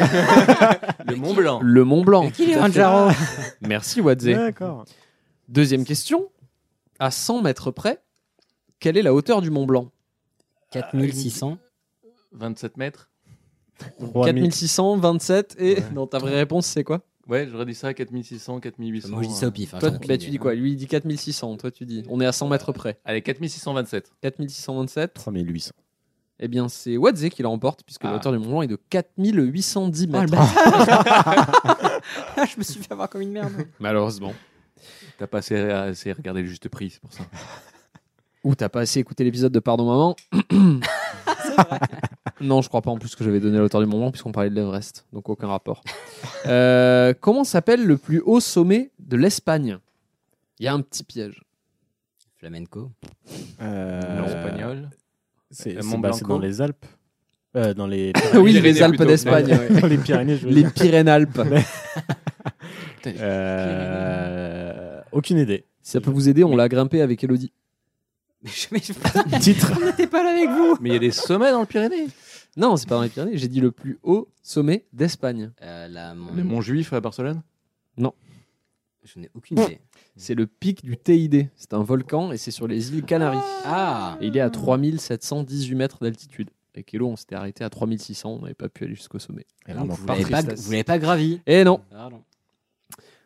Speaker 7: Le Mont Blanc
Speaker 6: Le Mont Blanc.
Speaker 1: Kilimanjaro.
Speaker 6: Merci Wadzé.
Speaker 8: D'accord.
Speaker 6: Deuxième question. À 100 mètres près, quelle est la hauteur du Mont Blanc
Speaker 1: 4600
Speaker 7: 27 mètres
Speaker 8: Trois mille.
Speaker 6: 4627 et
Speaker 8: Ouais.
Speaker 6: non, ta vraie réponse c'est quoi
Speaker 7: Ouais, j'aurais dit ça, 4600, 4800.
Speaker 1: Moi je dis ça au pif. hein,
Speaker 6: Toi
Speaker 1: j'en ai
Speaker 6: bah,
Speaker 1: aucune
Speaker 6: tu
Speaker 1: idée.
Speaker 6: dis quoi Lui il dit 4600, toi tu dis on est à 100 mètres près.
Speaker 7: Allez, 4627.
Speaker 6: 4627,
Speaker 8: 3800.
Speaker 6: eh bien c'est Wadze qui la remporte puisque la
Speaker 7: Ah.
Speaker 6: hauteur du Mont Blanc est de 4810
Speaker 1: Ah, le
Speaker 6: mètres. [laughs]
Speaker 1: bâtard. [laughs] Ah, je me suis fait avoir comme une merde.
Speaker 6: Malheureusement.
Speaker 7: T'as pas assez, assez regardé le juste prix, c'est pour ça.
Speaker 6: Ou t'as pas assez écouté l'épisode de Pardon Maman [clears throat] Non, je crois pas en plus que j'avais donné la hauteur du Mont Blanc puisqu'on parlait de l'Everest, donc aucun rapport. Euh, comment s'appelle le plus haut sommet de l'Espagne Il y a un petit piège.
Speaker 1: Flamenco.
Speaker 8: Euh,
Speaker 7: L'espagnol
Speaker 8: C'est
Speaker 7: Le
Speaker 8: c'est-
Speaker 7: Mont
Speaker 8: bah, Euh, c'est
Speaker 7: Blanco.
Speaker 8: dans les Alpes. Euh, dans
Speaker 6: [laughs]
Speaker 8: les
Speaker 6: Euh, Oui, les Pyrénées Alpes plutôt. d'Espagne,
Speaker 8: [laughs]
Speaker 6: ouais.
Speaker 8: Dans les Pyrénées, je veux
Speaker 6: Les
Speaker 8: dire.
Speaker 6: Pyrénées-Alpes.
Speaker 8: Mais- Euh, Aucune idée.
Speaker 6: Si ça peut vous aider, on l'a grimpé avec Elodie.
Speaker 1: Euh,
Speaker 8: Titre.
Speaker 1: On n'était pas là avec vous.
Speaker 7: [laughs] Mais il y a des sommets dans le Pyrénées.
Speaker 6: Non, c'est pas dans les Pyrénées. J'ai dit le plus haut sommet d'Espagne.
Speaker 7: Le Mont Juif à Barcelone
Speaker 6: Non.
Speaker 1: Je n'ai aucune idée.
Speaker 6: C'est le pic du TID. C'est un volcan et c'est sur les îles Canaries.
Speaker 1: Ah
Speaker 6: Et il est à 3718 mètres d'altitude. Avec Elo, on s'était arrêté à 3600. On n'avait pas pu aller jusqu'au sommet.
Speaker 1: Et donc,
Speaker 6: Par
Speaker 1: vous l'avez pas-
Speaker 6: tristesse.
Speaker 1: vous l'avez pas gravi.
Speaker 6: Eh non.
Speaker 1: Ah, non.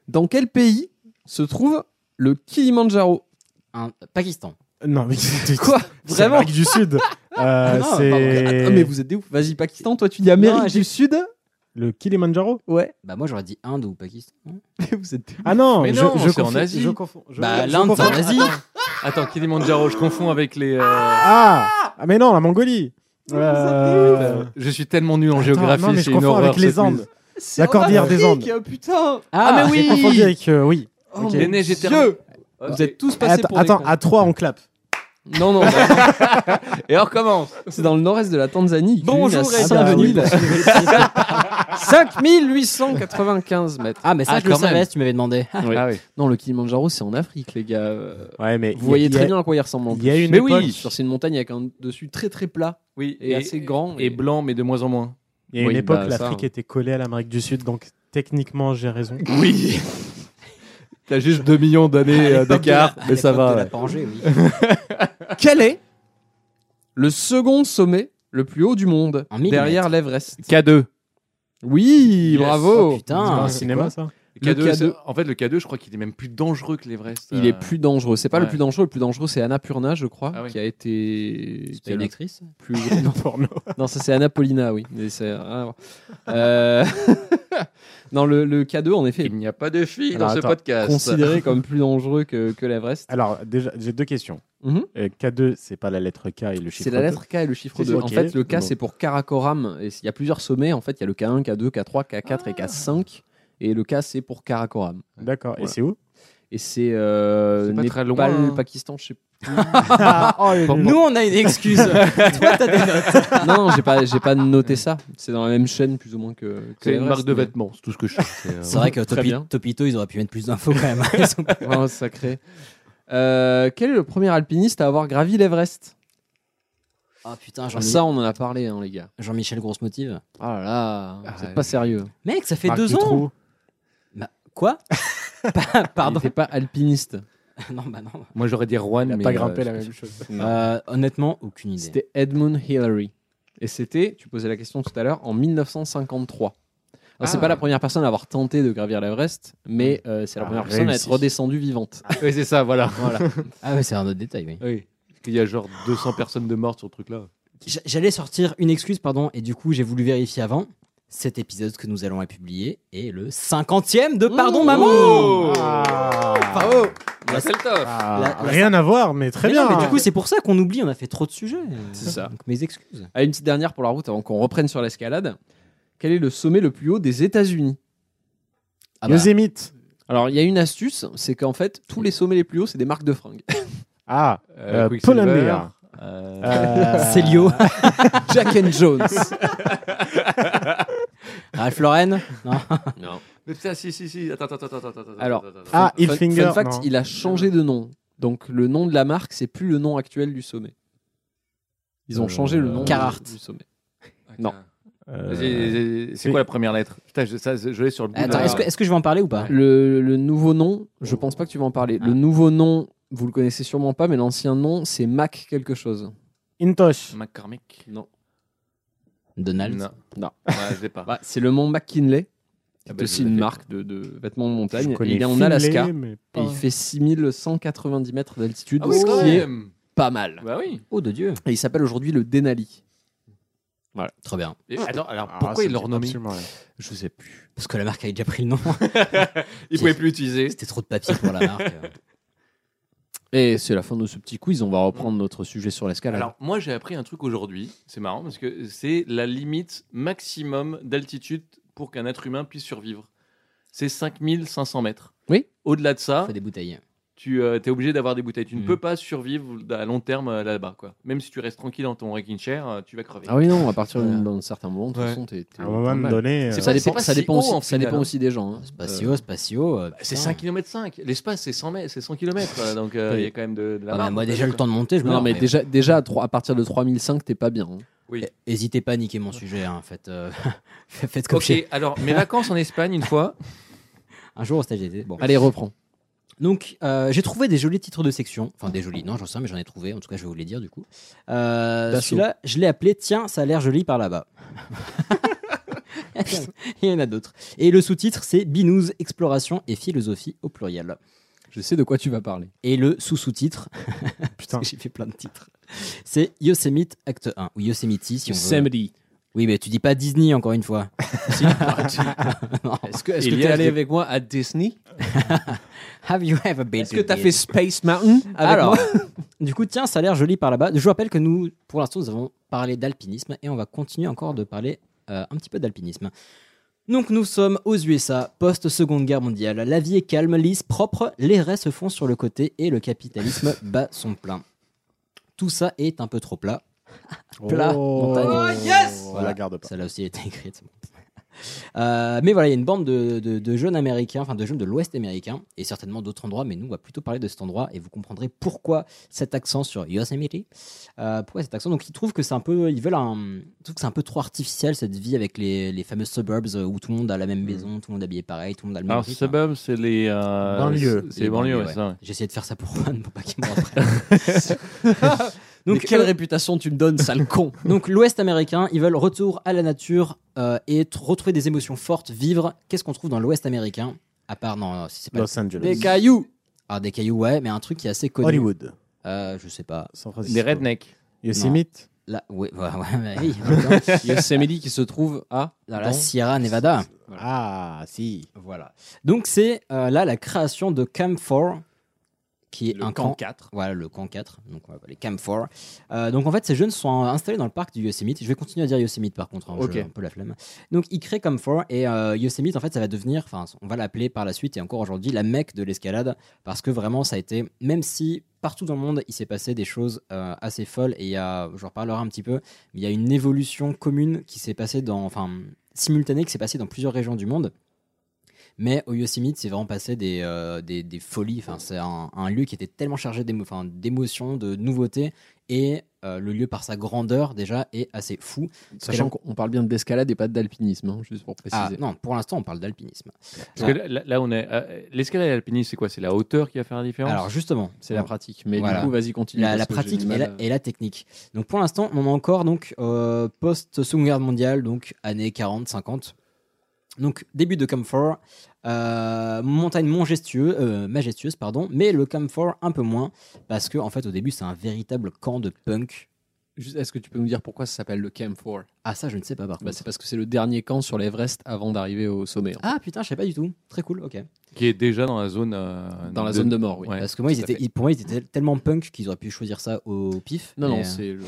Speaker 6: Dans quel pays se trouve le Kilimanjaro
Speaker 1: euh, Pakistan.
Speaker 8: Non, mais
Speaker 6: quoi
Speaker 8: c'est
Speaker 6: Vraiment Ah,
Speaker 8: l'Amérique du Sud. Euh,
Speaker 6: Non,
Speaker 8: c'est-
Speaker 6: pardon. Attends, mais vous êtes des ouf. Vas-y, Pakistan, toi tu dis
Speaker 1: Non,
Speaker 6: Amérique
Speaker 1: j'ai-
Speaker 6: du Sud
Speaker 8: Le Kilimanjaro
Speaker 6: Ouais. [laughs]
Speaker 1: Bah moi j'aurais dit Inde ou Pakistan.
Speaker 6: vous êtes des
Speaker 8: Ah non,
Speaker 7: Mais
Speaker 8: je,
Speaker 7: non,
Speaker 8: je
Speaker 7: c'est en
Speaker 8: confonds-
Speaker 7: Asie.
Speaker 8: je confonds- je- Ah,
Speaker 1: Bah,
Speaker 8: je
Speaker 1: l'Inde,
Speaker 8: confonds-
Speaker 1: c'est en Asie.
Speaker 8: Attends.
Speaker 7: Attends, Kilimanjaro, je confonds avec les. euh,
Speaker 8: Ah, Ah, mais non, la Mongolie. Euh,
Speaker 7: Je suis tellement nul en
Speaker 8: Attends,
Speaker 7: géographie.
Speaker 8: non, mais
Speaker 7: c'est
Speaker 8: je
Speaker 7: une
Speaker 8: confonds
Speaker 7: horreur,
Speaker 8: avec les
Speaker 7: ce quiz.
Speaker 8: Andes. La cordillère des Andes.
Speaker 6: putain
Speaker 1: Ah,
Speaker 7: mais oui
Speaker 8: J'ai confondu avec. euh, oui.
Speaker 6: Oh,
Speaker 8: Ok.
Speaker 7: Les
Speaker 6: mon
Speaker 7: neiges
Speaker 6: Dieu
Speaker 7: éternelles.
Speaker 6: Vous
Speaker 7: Ok.
Speaker 6: êtes tous passés
Speaker 8: Attends,
Speaker 6: pour des
Speaker 8: attends,
Speaker 6: cons.
Speaker 8: à 3, on clappe.
Speaker 6: Non, non, bah,
Speaker 7: Et on recommence.
Speaker 6: c'est dans le nord-est de la Tanzanie. qui
Speaker 1: Bonjour
Speaker 6: culmine à
Speaker 1: et
Speaker 6: 5000.
Speaker 1: bienvenue.
Speaker 6: [laughs] 5895 mètres.
Speaker 1: Ah mais ça
Speaker 7: Ah,
Speaker 1: je le
Speaker 7: quand
Speaker 1: savais
Speaker 7: même.
Speaker 1: si tu m'avais demandé.
Speaker 7: Ah oui.
Speaker 6: Non, le Kilimanjaro, c'est en Afrique, les gars. Euh,
Speaker 8: Ouais, mais.
Speaker 6: Vous voyez très bien à quoi il ressemble. en
Speaker 8: Il y a
Speaker 6: plus.
Speaker 8: une
Speaker 7: Mais oui.
Speaker 8: époque-
Speaker 6: Sur- C'est une montagne avec un dessus très très plat
Speaker 7: Oui,
Speaker 6: et, assez grand.
Speaker 7: Et blanc, mais de moins en moins.
Speaker 8: Il y a une
Speaker 6: Oui,
Speaker 8: époque,
Speaker 6: bah, ça,
Speaker 8: l'Afrique
Speaker 6: hein.
Speaker 8: était collée à l'Amérique du Sud, donc techniquement, j'ai raison.
Speaker 6: [laughs]
Speaker 7: Oui. T'as juste 2 millions d'années euh, d'écart,
Speaker 1: Ah,
Speaker 7: mais ça va. ouais.
Speaker 6: Quel est le second sommet le plus haut du monde
Speaker 1: En millimètres.
Speaker 6: derrière l'Everest
Speaker 7: K2.
Speaker 6: Oui,
Speaker 7: Yes.
Speaker 6: bravo.
Speaker 1: Oh,
Speaker 8: C'est pas
Speaker 1: putain.
Speaker 8: un Ah, cinéma, ça
Speaker 6: Le
Speaker 7: K2,
Speaker 6: K2.
Speaker 7: En fait, le K2, je crois qu'il est même plus dangereux que l'Everest.
Speaker 6: Il est
Speaker 7: euh,
Speaker 6: plus dangereux. C'est pas le
Speaker 7: ouais.
Speaker 6: plus dangereux. Le plus dangereux, c'est Annapurna, je crois,
Speaker 7: Ah oui.
Speaker 6: qui a été.
Speaker 1: C'est
Speaker 6: qui a
Speaker 1: une
Speaker 6: le
Speaker 1: actrice.
Speaker 6: plus gros-
Speaker 8: Non, porno.
Speaker 6: Non, ça c'est Anna Paulina, oui. Mais c'est rien à voir. Euh, [laughs] non, le, le K2, en effet,
Speaker 7: Il n'y a pas de filles
Speaker 8: Alors,
Speaker 7: dans ce
Speaker 8: attends,
Speaker 6: est
Speaker 7: podcast. [laughs]
Speaker 6: considéré comme plus dangereux que, que l'Everest.
Speaker 8: Alors, déjà, j'ai deux questions.
Speaker 6: Mhm.
Speaker 8: Euh, K2, c'est pas la lettre K et le chiffre.
Speaker 6: C'est la
Speaker 8: deux.
Speaker 6: lettre K et le chiffre
Speaker 8: C'est
Speaker 6: 2.
Speaker 8: ça.
Speaker 6: En
Speaker 8: Ok.
Speaker 6: fait, le K,
Speaker 8: Bon.
Speaker 6: c'est pour Karakoram. Et il y a plusieurs sommets. En fait, il y a le K1, K2, K3, K4 et
Speaker 7: Ah.
Speaker 6: K5. Et le K, c'est pour Karakoram.
Speaker 8: D'accord, et
Speaker 6: Voilà.
Speaker 8: c'est où
Speaker 6: Et c'est euh,
Speaker 7: C'est pas très loin,
Speaker 6: Népal,
Speaker 7: hein.
Speaker 6: Pakistan, je sais
Speaker 8: Oh, le nul.
Speaker 1: Nous on a une excuse. Toi t'as des notes.
Speaker 6: pas. non, non, j'ai pas, j'ai pas noté ça. C'est dans la même chaîne, plus ou moins, que. que
Speaker 7: C'est une
Speaker 6: l'Everest,
Speaker 7: marque de
Speaker 6: mais-
Speaker 7: vêtements, c'est tout ce que je sais. euh,
Speaker 1: C'est vrai que
Speaker 6: Très
Speaker 1: Topi-
Speaker 6: bien.
Speaker 1: Topito ils auraient pu mettre plus d'infos quand même. Ils sont-
Speaker 6: [laughs] Oh, sacré. Euh, quel est le premier alpiniste à avoir gravi l'Everest
Speaker 1: Ah putain
Speaker 6: Ah,
Speaker 1: Jean-
Speaker 6: Ça, on en a parlé, hein, les gars.
Speaker 1: Jean-Michel grosse motive.
Speaker 6: Oh là là,
Speaker 7: Ah,
Speaker 6: vous êtes pas sérieux.
Speaker 1: Mec ça fait
Speaker 8: Marc
Speaker 1: deux ans.
Speaker 8: Dutroux.
Speaker 1: Bah, quoi Pa- Pardon. [laughs]
Speaker 6: Il était pas alpiniste.
Speaker 1: Non bah non.
Speaker 7: Moi, j'aurais dit Rouen, mais. euh,
Speaker 8: chose.
Speaker 1: Euh, honnêtement aucune idée.
Speaker 6: C'était Edmund Hillary. Et c'était, tu posais la question tout à l'heure, en 1953. Alors, c'est
Speaker 7: Ah.
Speaker 6: pas la première personne à avoir tenté de gravir l'Everest, mais euh, c'est
Speaker 8: Ah,
Speaker 6: la première personne à
Speaker 8: réussi.
Speaker 6: être redescendue vivante.
Speaker 7: [laughs] Oui, c'est ça, voilà.
Speaker 1: Ah ouais c'est un autre détail oui.
Speaker 7: oui. Il y a genre 200 personnes de mortes sur le truc-là.
Speaker 1: J- J'allais sortir une excuse, pardon, et du coup, j'ai voulu vérifier avant. Cet épisode que nous allons publier est le 50e de Pardon
Speaker 6: Mmh.
Speaker 1: Maman
Speaker 7: Oh
Speaker 8: Ah,
Speaker 7: Bah,
Speaker 1: La-
Speaker 8: Ah,
Speaker 1: La- la-
Speaker 8: rien à voir, mais très
Speaker 1: Mais
Speaker 8: bien.
Speaker 1: non, mais du coup, c'est pour ça qu'on oublie, on a fait trop de sujets.
Speaker 6: C'est ça.
Speaker 1: Donc, mes excuses.
Speaker 6: Allez, Ah, une petite dernière pour la route avant qu'on reprenne sur l'escalade. Quel est le sommet le plus haut des États-Unis
Speaker 1: Ah bah,
Speaker 8: Le Zénith.
Speaker 6: Alors, il y a une astuce, c'est qu'en fait, tous les sommets les plus hauts, c'est des marques de fringues.
Speaker 8: Ah,
Speaker 7: Euh,
Speaker 8: euh,
Speaker 7: Quicksilver,
Speaker 8: Paul and Bear.
Speaker 7: euh,
Speaker 8: Euh,
Speaker 1: Célio,
Speaker 6: Jack and Jones.
Speaker 1: Ralph Lauren. Non.
Speaker 6: non.
Speaker 7: Mais putain, si, si, si. Attends, attends, attends, attends. attends,
Speaker 6: Alors,
Speaker 7: attends, attends,
Speaker 8: Ah,
Speaker 7: attends.
Speaker 6: fun,
Speaker 8: Hillfinger,
Speaker 6: fun fact,
Speaker 8: non.
Speaker 6: il a changé de nom. Donc le nom de la marque, c'est plus le nom actuel du sommet. Ils ont
Speaker 8: Euh,
Speaker 6: changé le nom
Speaker 1: Carhartt.
Speaker 6: du sommet. non.
Speaker 7: non.
Speaker 8: Euh,
Speaker 7: Vas-y, c'est
Speaker 8: oui.
Speaker 7: quoi la première lettre Putain, je, ça, je l'ai sur le bout.
Speaker 1: Attends,
Speaker 7: de-
Speaker 1: est-ce que, est-ce que je vais en parler ou pas
Speaker 6: Le, le nouveau nom, je pense pas que tu vas en parler.
Speaker 1: Ah.
Speaker 6: Le nouveau nom, vous le connaissez sûrement pas, mais l'ancien nom, c'est Mac quelque chose.
Speaker 8: Intosh.
Speaker 7: McCormick
Speaker 6: Non.
Speaker 1: Donald.
Speaker 7: Non.
Speaker 6: Non.
Speaker 7: Ouais, je l'ai pas.
Speaker 6: Bah, c'est le mont McKinley. C'est
Speaker 7: Ah bah, je
Speaker 6: aussi
Speaker 7: l'ai
Speaker 6: une
Speaker 7: fait.
Speaker 6: marque de, de vêtements de
Speaker 8: Je
Speaker 6: montagne.
Speaker 8: connais
Speaker 6: Et il est en
Speaker 8: Finlay,
Speaker 6: Alaska.
Speaker 8: mais
Speaker 6: Et
Speaker 8: pas-
Speaker 6: il fait 6190 mètres d'altitude,
Speaker 7: Ah oui,
Speaker 6: ce
Speaker 7: quand
Speaker 6: qui est
Speaker 7: même.
Speaker 6: pas mal.
Speaker 7: Bah oui.
Speaker 1: Oh de Dieu.
Speaker 6: Et il s'appelle aujourd'hui le Denali.
Speaker 1: Très bien.
Speaker 7: Et attends, alors
Speaker 8: Ah,
Speaker 7: pourquoi
Speaker 8: ça
Speaker 7: ils
Speaker 8: me
Speaker 7: l'ont
Speaker 8: dit
Speaker 7: renommé
Speaker 8: absolument rien.
Speaker 6: Je sais plus.
Speaker 1: Parce que la marque avait déjà pris le nom.
Speaker 7: Ils pouvaient plus
Speaker 1: [laughs]
Speaker 7: l'utiliser.
Speaker 1: C'était trop de papier pour la marque.
Speaker 6: Et c'est la fin de ce petit quiz. On va reprendre notre sujet sur l'escalade.
Speaker 7: Alors, moi, j'ai appris un truc aujourd'hui. C'est marrant parce que c'est la limite maximum d'altitude pour qu'un être humain puisse survivre. C'est 5500 mètres.
Speaker 6: Oui.
Speaker 7: Au-delà de ça,
Speaker 1: Faut des bouteilles.
Speaker 7: tu es obligé d'avoir des bouteilles. Tu
Speaker 1: Mm.
Speaker 7: ne peux pas survivre à long terme euh, là-bas. quoi. Même si tu restes tranquille dans ton wrecking chair, euh, tu vas crever.
Speaker 6: Ah oui, non, à partir d'un d'un certain moment, de toute façon, t'es. t'es
Speaker 8: À un
Speaker 6: au
Speaker 8: moment
Speaker 6: point de mal.
Speaker 8: donné,
Speaker 6: C'est
Speaker 8: euh,
Speaker 6: Ça
Speaker 7: C'est
Speaker 6: dépend
Speaker 7: pas
Speaker 6: ça
Speaker 7: si
Speaker 6: dépend
Speaker 7: haut,
Speaker 6: aussi
Speaker 7: en
Speaker 6: ça dépend
Speaker 7: finale.
Speaker 6: aussi des gens. hein.
Speaker 1: C'est pas si haut, c'est pas si haut. euh,
Speaker 7: C'est
Speaker 1: putain.
Speaker 7: 5 km 5. L'espace, c'est 100 mètres, c'est 100 km. Donc euh, il y a quand même de, de la
Speaker 1: Ah, mais
Speaker 7: marge. Bah,
Speaker 1: moi, déjà, le temps de monter, je me
Speaker 6: Non,
Speaker 1: marre,
Speaker 6: mais
Speaker 1: mais-
Speaker 6: déjà, déjà à, trois- à partir de 3005, t'es pas bien. hein.
Speaker 7: Oui.
Speaker 1: Eh, Hésitez pas à niquer mon sujet, hein, faites, euh, [laughs] faites comme
Speaker 7: Ok,
Speaker 1: chez-
Speaker 7: alors
Speaker 1: [laughs]
Speaker 7: mes vacances en Espagne, une fois.
Speaker 1: Un jour au stage d'été. Bon.
Speaker 6: Allez, reprends.
Speaker 1: Donc, euh, j'ai trouvé des jolis titres de section. Enfin, des jolis, non, j'en sais, rien, mais j'en ai trouvé. En tout cas, je vais vous les dire du coup. Euh,
Speaker 6: Dassault.
Speaker 1: Celui-là, je l'ai appelé Tiens, ça a l'air joli par là-bas. [laughs] Il y en a d'autres. Et le sous-titre, c'est Binous, exploration et philosophie au pluriel.
Speaker 6: Je sais de quoi tu vas parler.
Speaker 1: Et le sous-sous-titre,
Speaker 8: Putain.
Speaker 1: [laughs] j'ai fait plein de titres, c'est Yosemite Acte 1, ou Yosemite si on veut.
Speaker 6: Samedi.
Speaker 1: Oui, mais tu dis pas Disney encore une
Speaker 6: [laughs]
Speaker 1: fois. Non.
Speaker 6: Est-ce que est-ce que
Speaker 7: Elias,
Speaker 6: t'es allé
Speaker 7: des-
Speaker 6: avec moi à Disney
Speaker 1: Have you ever been
Speaker 6: Est-ce
Speaker 1: to
Speaker 6: que t'as
Speaker 1: Disney?
Speaker 6: fait Space Mountain avec
Speaker 1: Alors,
Speaker 6: moi
Speaker 1: [laughs] du coup, tiens, ça a l'air joli par là-bas. Je vous rappelle que nous, pour l'instant, nous avons parlé d'alpinisme et on va continuer encore de parler euh, un petit peu d'alpinisme. Donc, nous sommes aux USA, post-seconde guerre mondiale. La vie est calme, lisse, propre, les raies se font sur le côté et le capitalisme bat son plein. Tout ça est un peu trop plat. Plat,
Speaker 8: Oh.
Speaker 1: montagne.
Speaker 8: On
Speaker 1: Voilà.
Speaker 8: la garde pas.
Speaker 1: Ça là aussi elle était écrite. Euh, mais voilà, il y a une bande de, de- de jeunes américains, enfin de jeunes de l'Ouest américain, et certainement d'autres endroits, mais nous, on va plutôt parler de cet endroit, et vous comprendrez pourquoi cet accent sur Yosemite. Euh, pourquoi cet accent Donc, ils trouvent que c'est un peu, ils veulent un, ils trouvent que c'est un peu trop artificiel cette vie avec les, les fameux suburbs euh, où tout le monde a la même maison, tout le monde habillé pareil, tout le monde a le même.
Speaker 7: Alors,
Speaker 1: rythme.
Speaker 7: suburb, c'est les. euh,
Speaker 8: Banlieue.
Speaker 7: C'est les banlieues, ouais,
Speaker 1: ouais.
Speaker 7: ça. ouais.
Speaker 1: J'ai essayé de faire ça pour Juan, pour pas qu'il me reprenne.
Speaker 6: [laughs] Donc, euh, quelle
Speaker 1: eux-
Speaker 6: réputation tu me donnes, sale [laughs] con
Speaker 1: Donc l'Ouest américain, ils veulent retour à la nature euh, et t- retrouver des émotions fortes, vivre. Qu'est-ce qu'on trouve dans l'Ouest américain À part non, non, c'est pas
Speaker 8: Los Angeles.
Speaker 6: Des cailloux
Speaker 1: ah, des cailloux, ouais, mais un truc qui est assez connu.
Speaker 8: Hollywood.
Speaker 1: Euh, je sais pas.
Speaker 8: San Francisco.
Speaker 7: Les rednecks.
Speaker 8: Yosemite.
Speaker 1: Là, ouais, ouais,
Speaker 6: [laughs]
Speaker 1: ouais, mais oui, en même temps,
Speaker 6: Yosemite qui se trouve à.
Speaker 1: dans la
Speaker 6: dans-
Speaker 1: Sierra Nevada.
Speaker 8: Ah, si.
Speaker 1: Voilà. Donc c'est euh, là la création de Camp 4, qui est
Speaker 6: Le
Speaker 1: un
Speaker 6: camp
Speaker 1: camp
Speaker 6: 4.
Speaker 1: Voilà le camp 4, donc on va appeler Camp 4. Euh, donc en fait, ces jeunes sont installés dans le parc du Yosemite. Je vais continuer à dire Yosemite par contre, hein,
Speaker 7: Ok.
Speaker 1: j'ai un peu la flemme. Donc ils créent Camp 4 et euh, Yosemite, en fait, ça va devenir, enfin, on va l'appeler par la suite et encore aujourd'hui, la mecque de l'escalade parce que vraiment, ça a été, même si partout dans le monde, il s'est passé des choses euh, assez folles et il y a, je reparlerai un petit peu, mais il y a une évolution commune qui s'est passée dans, enfin, simultanée qui s'est passée dans plusieurs régions du monde. Mais au Yosemite, c'est vraiment passé des, euh, des, des folies. Enfin, c'est un, un lieu qui était tellement chargé d'émo- enfin, d'émotions, de nouveautés. Et euh, le lieu, par sa grandeur, déjà, est assez fou.
Speaker 6: Sachant qu'on parle bien d'escalade et pas d'alpinisme, hein, juste pour
Speaker 1: Ah,
Speaker 6: préciser.
Speaker 1: non, pour l'instant, on parle d'alpinisme.
Speaker 7: Parce que là, là, on est. euh, L'escalade alpiniste, c'est quoi C'est la hauteur qui va faire la différence
Speaker 1: Alors, justement,
Speaker 6: C'est la pratique. Mais
Speaker 1: Voilà.
Speaker 6: du coup, vas-y, continue.
Speaker 1: la,
Speaker 6: parce
Speaker 1: la
Speaker 6: que j'ai
Speaker 1: pratique
Speaker 6: du
Speaker 1: et
Speaker 6: mal euh,
Speaker 1: la,
Speaker 6: à-
Speaker 1: et la technique. Donc pour l'instant, on est encore donc euh, post Seconde Guerre mondiale, donc années 40, 50. Donc début de Camp 4, euh, montagne majestueux, euh, majestueuse, pardon, mais le Camp 4 un peu moins parce que en fait au début c'est un véritable camp de punk.
Speaker 6: Juste, Est-ce que tu peux nous dire pourquoi ça s'appelle le Camp 4
Speaker 1: Ah ça je ne sais pas par
Speaker 6: bah,
Speaker 1: contre.
Speaker 6: C'est parce que c'est le dernier camp sur l'Everest avant d'arriver au sommet. hein. en fait.
Speaker 1: ah putain je savais pas du tout. Très cool, ok.
Speaker 7: Qui est déjà dans la zone. euh,
Speaker 6: Dans la zone Ah. de mort, oui.
Speaker 7: Ouais.
Speaker 1: parce que moi ils
Speaker 6: tout à
Speaker 1: étaient,
Speaker 6: fait.
Speaker 1: ils- pour moi ils étaient tellement punk qu'ils auraient pu choisir ça au pif.
Speaker 6: Non,
Speaker 1: mais,
Speaker 6: non,
Speaker 1: euh,
Speaker 6: c'est. le-